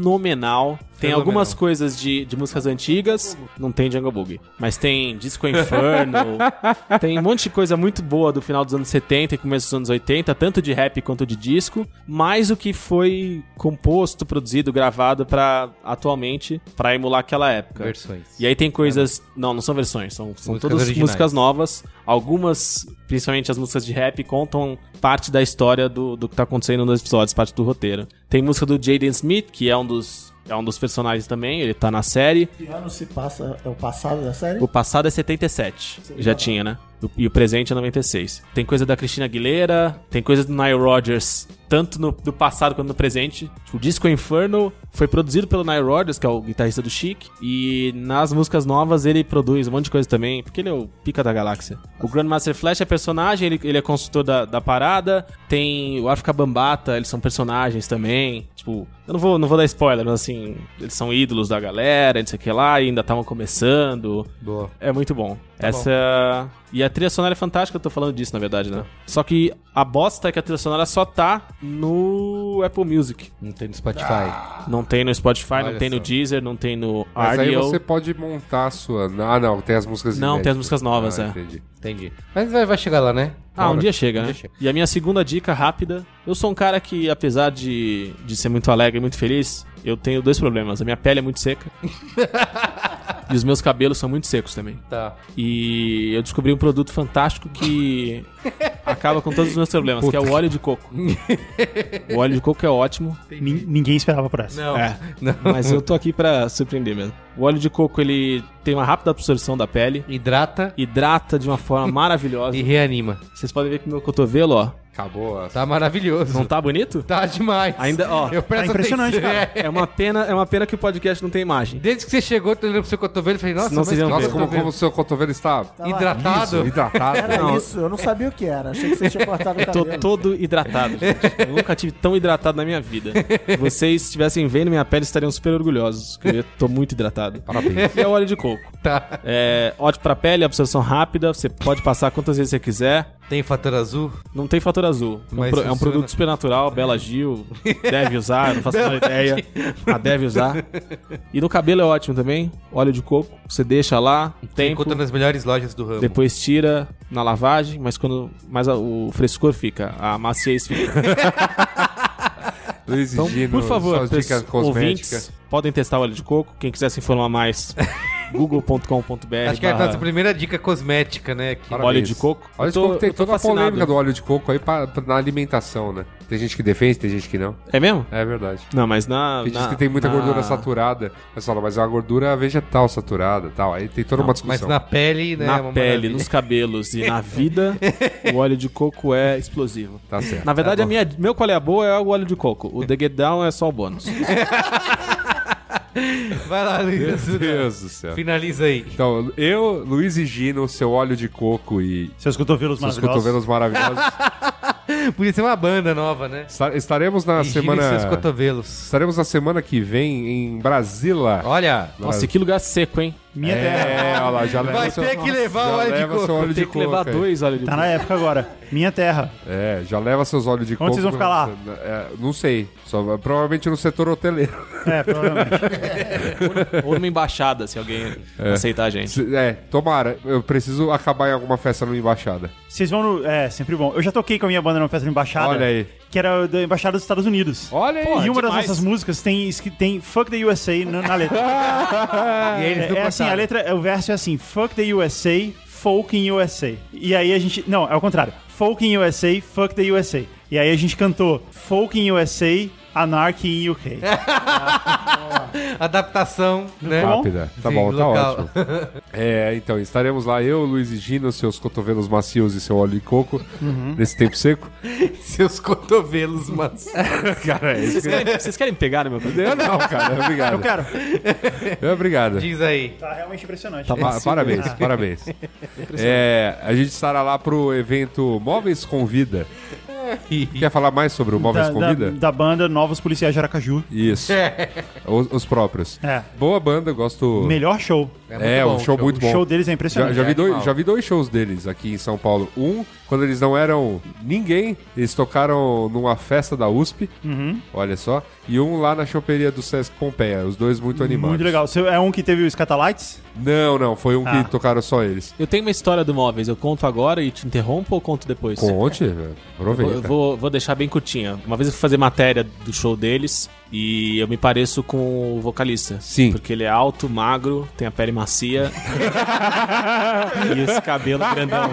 fenomenal. Tem
Fenomenal.
algumas coisas de, de músicas antigas. Não tem Jungle Bug. Mas tem Disco Inferno. tem um monte de coisa muito boa do final dos anos 70 e começo dos anos 80, tanto de rap quanto de disco. Mas o que foi composto, produzido, gravado para atualmente, pra emular aquela época.
Versões.
E aí tem coisas. Não, não são versões, são, são
É. Músicas
todas
originais.
músicas novas. Algumas, principalmente as músicas de rap, contam parte da história do, do que tá acontecendo nos episódios, parte do roteiro. Tem música do Jaden Smith, que é um dos. É um dos personagens também, ele tá na série.
Que ano se passa? É o passado da série?
O passado é 77. Já tinha, né? O- E o presente é 96. Tem coisa da Cristina Aguilera, tem coisa do Nile Rodgers, tanto no, do passado quanto no presente. Tipo, O disco Inferno foi produzido pelo Nile Rodgers, que é o guitarrista do Chic, e nas músicas novas ele produz um monte de coisa também, porque ele é o pica da galáxia. O Grandmaster Flash é personagem, ele, ele é consultor da, da parada, tem o África Bambata, eles são personagens também. Tipo, eu não vou, não vou dar spoiler, mas assim, eles são ídolos da galera, não sei o que lá, e ainda estavam começando.
Boa.
É muito bom. Essa. E a trilha sonora é fantástica, eu tô falando disso, na verdade, né? Só que a bosta é que a trilha sonora só tá no Apple Music.
Não tem no Spotify.
Não tem no Spotify,
Olha
não tem no
só.
Deezer, não tem no
Mas aí
RDO.
você pode montar a sua... Ah, não, tem as músicas
Não,
inéditas.
tem as músicas novas,
ah,
é.
Entendi.
Entendi. Mas vai, vai chegar lá, né?
Ah, um
Bora.
dia chega, né?
dia chega.
E a minha segunda dica rápida. Eu sou um cara que, apesar de, de ser muito alegre e muito feliz, eu tenho dois problemas. A minha pele é muito seca. E os meus cabelos são muito secos também.
Tá.
E eu descobri um produto fantástico que acaba com todos os meus problemas, que é o óleo de coco. o óleo de coco é ótimo,
Nin- Ninguém esperava por essa.
Não.
É, mas eu tô aqui pra surpreender mesmo. O óleo de coco, ele tem uma rápida absorção da pele,
Hidrata
hidrata de uma forma maravilhosa.
e reanima.
Vocês podem ver que meu cotovelo, ó,
Acabou a...
Tá maravilhoso.
não tá bonito?
Tá demais.
Ainda, ó,
Eu presto
tá impressionante,
atenção. É,
cara.
É uma pena, é uma pena que o podcast não tem imagem.
Desde que você chegou, tô olhando pro seu cotovelo e falei, nossa,
Senão
mas
vocês iam
que
Nossa,
ver.
como, como o seu cotovelo está
Tá
hidratado.
hidratado.
Era
Não.
isso, eu não sabia o que era. Achei que você tinha cortado o
Tô
cabelo.
todo hidratado, gente. Eu nunca tive tão hidratado na minha vida. Vocês estivessem vendo minha pele estariam super orgulhosos, que eu tô muito hidratado.
Parabéns.
E é óleo de coco.
Tá.
É ótimo pra pele, absorção rápida, você pode passar quantas vezes você quiser.
Tem fator azul?
Não tem fator azul. É um
Mas
pro- é um
funciona.
produto super natural, Bela Gil. Deve usar, não faço a menor ideia. Ah, deve usar. E no cabelo é ótimo também. Óleo de coco. Você deixa lá um tempo.
Encontra nas melhores lojas do ramo.
Depois tira na lavagem, mas quando. Mas a- o frescor fica, a maciez fica.
Luiz e
Então,
Gino,
por favor,
suas dicas
pessoas- ouvintes,
cosméticas.
podem testar óleo de coco. Quem quiser se informar mais, google.com.br.
Acho que é a
barra
nossa primeira dica cosmética, né? Que...
Parabéns.
Óleo de coco.
Óleo
Eu
de
tô-
coco tem
eu tô
toda a
fascinado.
polêmica do óleo de coco aí pra, pra- na alimentação, né? Tem gente que defende, tem gente que não.
É mesmo?
É verdade.
Não, mas na.
Porque diz
na-
que tem muita
na-
gordura saturada. Mas fala, mas é uma gordura vegetal saturada e tal. Aí tem toda uma
Mas
discussão.
na pele, né?
Na
é uma
pele,
maravilha.
nos cabelos e na vida, o óleo de coco é explosivo.
Tá certo.
Na verdade, a minha, meu qual é a boa é o óleo de coco. O The Get Down é só o bônus.
Vai lá, Luiz.
Meu Deus do céu.
Finaliza aí.
Então, eu, Luiz e Gino, seu óleo de coco e
Seus cotovelos
É. seus
maravilhosos.
cotovelos maravilhosos,
Podia ser uma banda nova, né?
esta- estaremos na
Higiene seus
semana...
cotovelos.
Estaremos na semana que vem em Brasília.
Olha,
Nossa, que lugar seco, hein?
Minha terra.
É, olha lá, já leva
vai
seu-
ter que levar
já
o óleo de
leva seu
coco.
óleo de
Tem que
coco
levar
aí.
dois óleo de
Tá
coco.
na época agora. Minha terra.
É, já leva seus óleos de coco.
Onde vocês vão ficar lá?
É, não sei. Só, provavelmente no setor hoteleiro.
É, provavelmente.
Ou numa embaixada, se alguém aceitar a gente.
Se- É, tomara. Eu preciso acabar em alguma festa numa embaixada.
Vocês vão no. É, sempre bom. Eu já toquei com a minha banda numa festa de embaixada.
Olha aí.
Que era da Embaixada dos Estados Unidos.
Olha aí.
e uma
demais.
das nossas músicas tem, escri- tem Fuck the USA na, na letra.
E eles
é
não
é assim, a
cantaram.
letra, o verso é assim: Fuck the USA, folk in USA. E aí a gente. Não, é o contrário. Folk in USA, fuck the USA. E aí a gente cantou Folk in USA, Anarchy in UK.
Adaptação, né?
Rápida. Tá bom,
Sim,
tá
local.
ótimo. É, então, estaremos lá, eu, Luiz e Gino, seus cotovelos macios e seu óleo de coco,
Uhum.
nesse tempo seco.
Ah.
Seus cotovelos, mas.
cara, é isso que
Vocês querem, vocês querem pegar no meu cabelo?
eu não, cara. Obrigado. Eu
quero.
Obrigado.
Diz aí.
Tá realmente impressionante.
Pa- parabéns, parabéns. É, a gente estará lá pro evento Móveis Convida. Quer falar mais sobre o Móveis
Da, da,
Convida?
da banda Novos Policiais de Aracaju.
Isso. Os, os próprios.
É.
Boa banda, gosto.
Melhor show.
É,
muito
um
bom,
show
show.
muito
o
bom.
show deles é
Já,
impressionante.
já vi dois,
animal.
já vi dois shows deles aqui em São Paulo. Um, quando eles não eram ninguém, eles tocaram numa festa da USP. Olha só. E um lá na choperia do Sesc Pompeia. Os dois muito animados.
Muito legal. Você- É um que teve os Catalites?
Não, não. Foi um
Ah.
que tocaram só eles.
Eu tenho uma história do móveis. Eu conto agora e te interrompo ou conto depois?
Conte, velho.
Vou-
Aproveita.
Eu vou, vou deixar bem curtinha. Uma vez eu fui fazer matéria do show deles e eu me pareço com o vocalista.
Sim.
Porque ele é alto, magro, tem a pele macia. e esse cabelo grandão.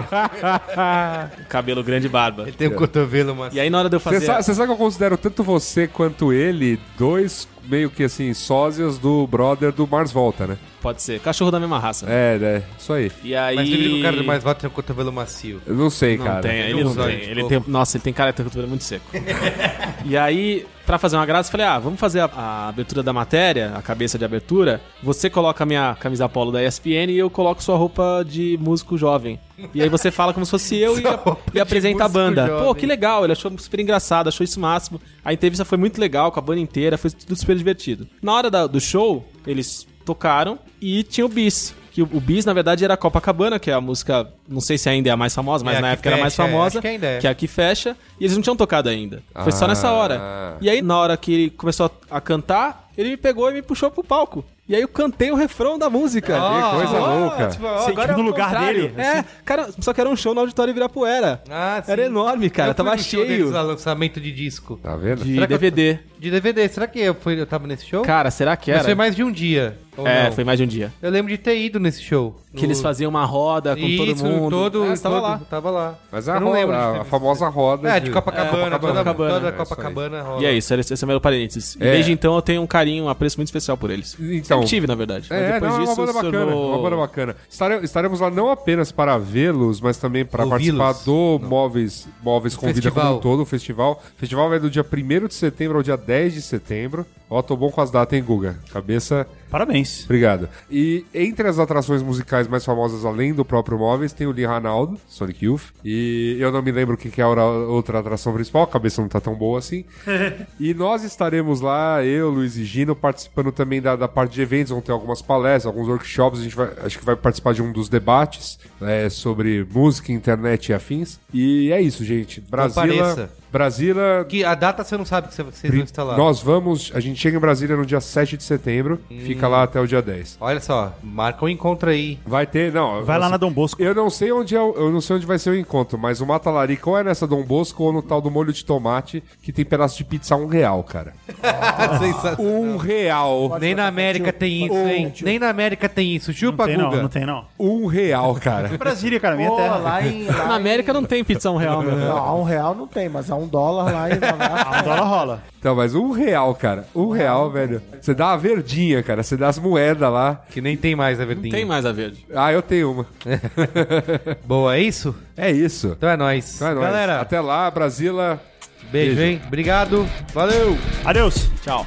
cabelo grande e barba.
Tem um cotovelo, mas.
E aí na hora de eu
Você
fazer.
sabe, você sabe que eu considero tanto você quanto ele dois meio que assim, sósias do brother do Mars Volta, né?
Pode ser. Cachorro da mesma
Tá.
raça.
É, né? Isso aí.
E aí.
Mas lembra que o cara do mais voto tem um cotovelo macio.
Eu não sei,
Não
cara.
tem,
ele
ele não
usa
tem.
isso,
Ele
pô.
tem. Nossa, ele tem cara de ter cotovelo muito seco. e aí, pra fazer uma graça, eu falei: ah, vamos fazer a, a abertura da matéria, a cabeça de abertura. Você coloca a minha camisa polo da ESPN e eu coloco sua roupa de músico jovem. E aí você fala como se fosse eu e, a- e apresenta a
músico
banda. Pô,
jovem.
que legal, ele achou super engraçado, achou isso máximo. A entrevista foi muito legal com a banda inteira, foi tudo super divertido. Na hora da- do show, eles tocaram e tinha o bis. Que o, o bis, na verdade, era a Copacabana, que é a música, não sei se ainda é a mais famosa, mas
É, a
na
que
época era a mais
fecha, é,
famosa.
acho que ainda é. Ah.
Que é a que fecha. E eles não tinham tocado ainda. Foi só nessa hora. E aí, na hora que ele começou a a cantar, ele me pegou e me puxou pro palco. E aí eu cantei o refrão da música.
Que coisa
Ah,
louca.
tipo, ó,
Você,
agora
tipo, no
é o
lugar
contrário.
dele,
É, cara, só que era um show no auditório Ibirapuera.
Ah, sim.
Era enorme, cara.
Eu fui
Tava
no show deles
cheio
lá, lançamento de disco.
Tá vendo?
de
Será que eu-
DVD.
De DVD. Será que eu, fui, eu tava nesse show?
Cara, será que
Mas
era?
foi mais de um dia. Ou
é,
não?
foi mais de um dia.
Eu lembro de ter ido nesse show.
Que eles faziam uma roda com todo
Isso,
mundo.
Todo,
Ah, você
todo,
tava lá.
Tava lá.
Mas é
Eu
a,
não
roda,
lembro de ter
a
visto.
famosa roda.
É, de Copacabana,
É,
toda,
Copacabana,
toda
é, isso aí.
Copacabana rola.
E é isso, esse, esse é o meu parênteses. E
É.
desde então eu tenho um carinho, um apreço muito especial por eles.
Então-
Sempre tive, na verdade. Mas
É,
depois
não, é
disso,
uma banda
isso
bacana,
no-
uma banda bacana. Estare- Estaremos lá não apenas para vê-los, mas também para
Ouvi-los.
participar do Móveis, Móveis Convida como
festival.
um todo, o festival. O festival vai do dia 1 de setembro ao dia 10 de setembro. Ó, tô bom com as datas, hein, Guga? Cabeça
Parabéns.
Obrigado. E entre as atrações musicais mais famosas além do próprio Móveis, tem o Lee Ranaldo, Sonic Youth. E eu não me lembro o que que é a ora- outra atração principal, a cabeça não tá tão boa assim. e nós estaremos lá, eu, Luiz e Gino, participando também da, da parte de eventos. Vão ter algumas palestras, alguns workshops. A gente vai, acho que vai participar de um dos debates né, sobre música, internet e afins. E é isso, gente. Brasília.
pareça.
Brasília.
Que a data você não sabe que vocês vão estar lá.
Nós vamos, a gente chega em Brasília no dia 7 de setembro,
Hum.
fica lá até o dia 10.
Olha só, marca um encontro aí.
Vai ter, não.
Vai lá
assim,
na Dom Bosco.
Eu não sei onde é, o- eu não sei onde vai ser o encontro, mas o Mata Larica ou é nessa Dom Bosco ou no tal do molho de tomate que tem pedaço de pizza a um real, cara.
Ah,
Sensacional.
Um real.
Nem na América tem isso, hein? Nem na América tem isso. Chupa,
não tem não,
Guga.
não tem não.
Um real, cara.
Brasília, cara, minha
Pô,
terra.
lá em. lá
Na
em-
América não tem pizza um real, meu.
Não, a um real não tem, mas a um dólar lá em.
A dólar rola.
Então, mas um real, cara. Um real, velho. Você dá a verdinha, cara. Você dá as moedas lá.
Que nem tem mais né, a verdinha.
Não tem mais a verde.
Ah, eu tenho uma.
Boa, é isso?
É isso.
Então é nóis.
Então é nóis.
Galera,
Até lá, Brasília.
beijo,
beijo.
hein? Obrigado. Valeu!
Adeus.
Tchau.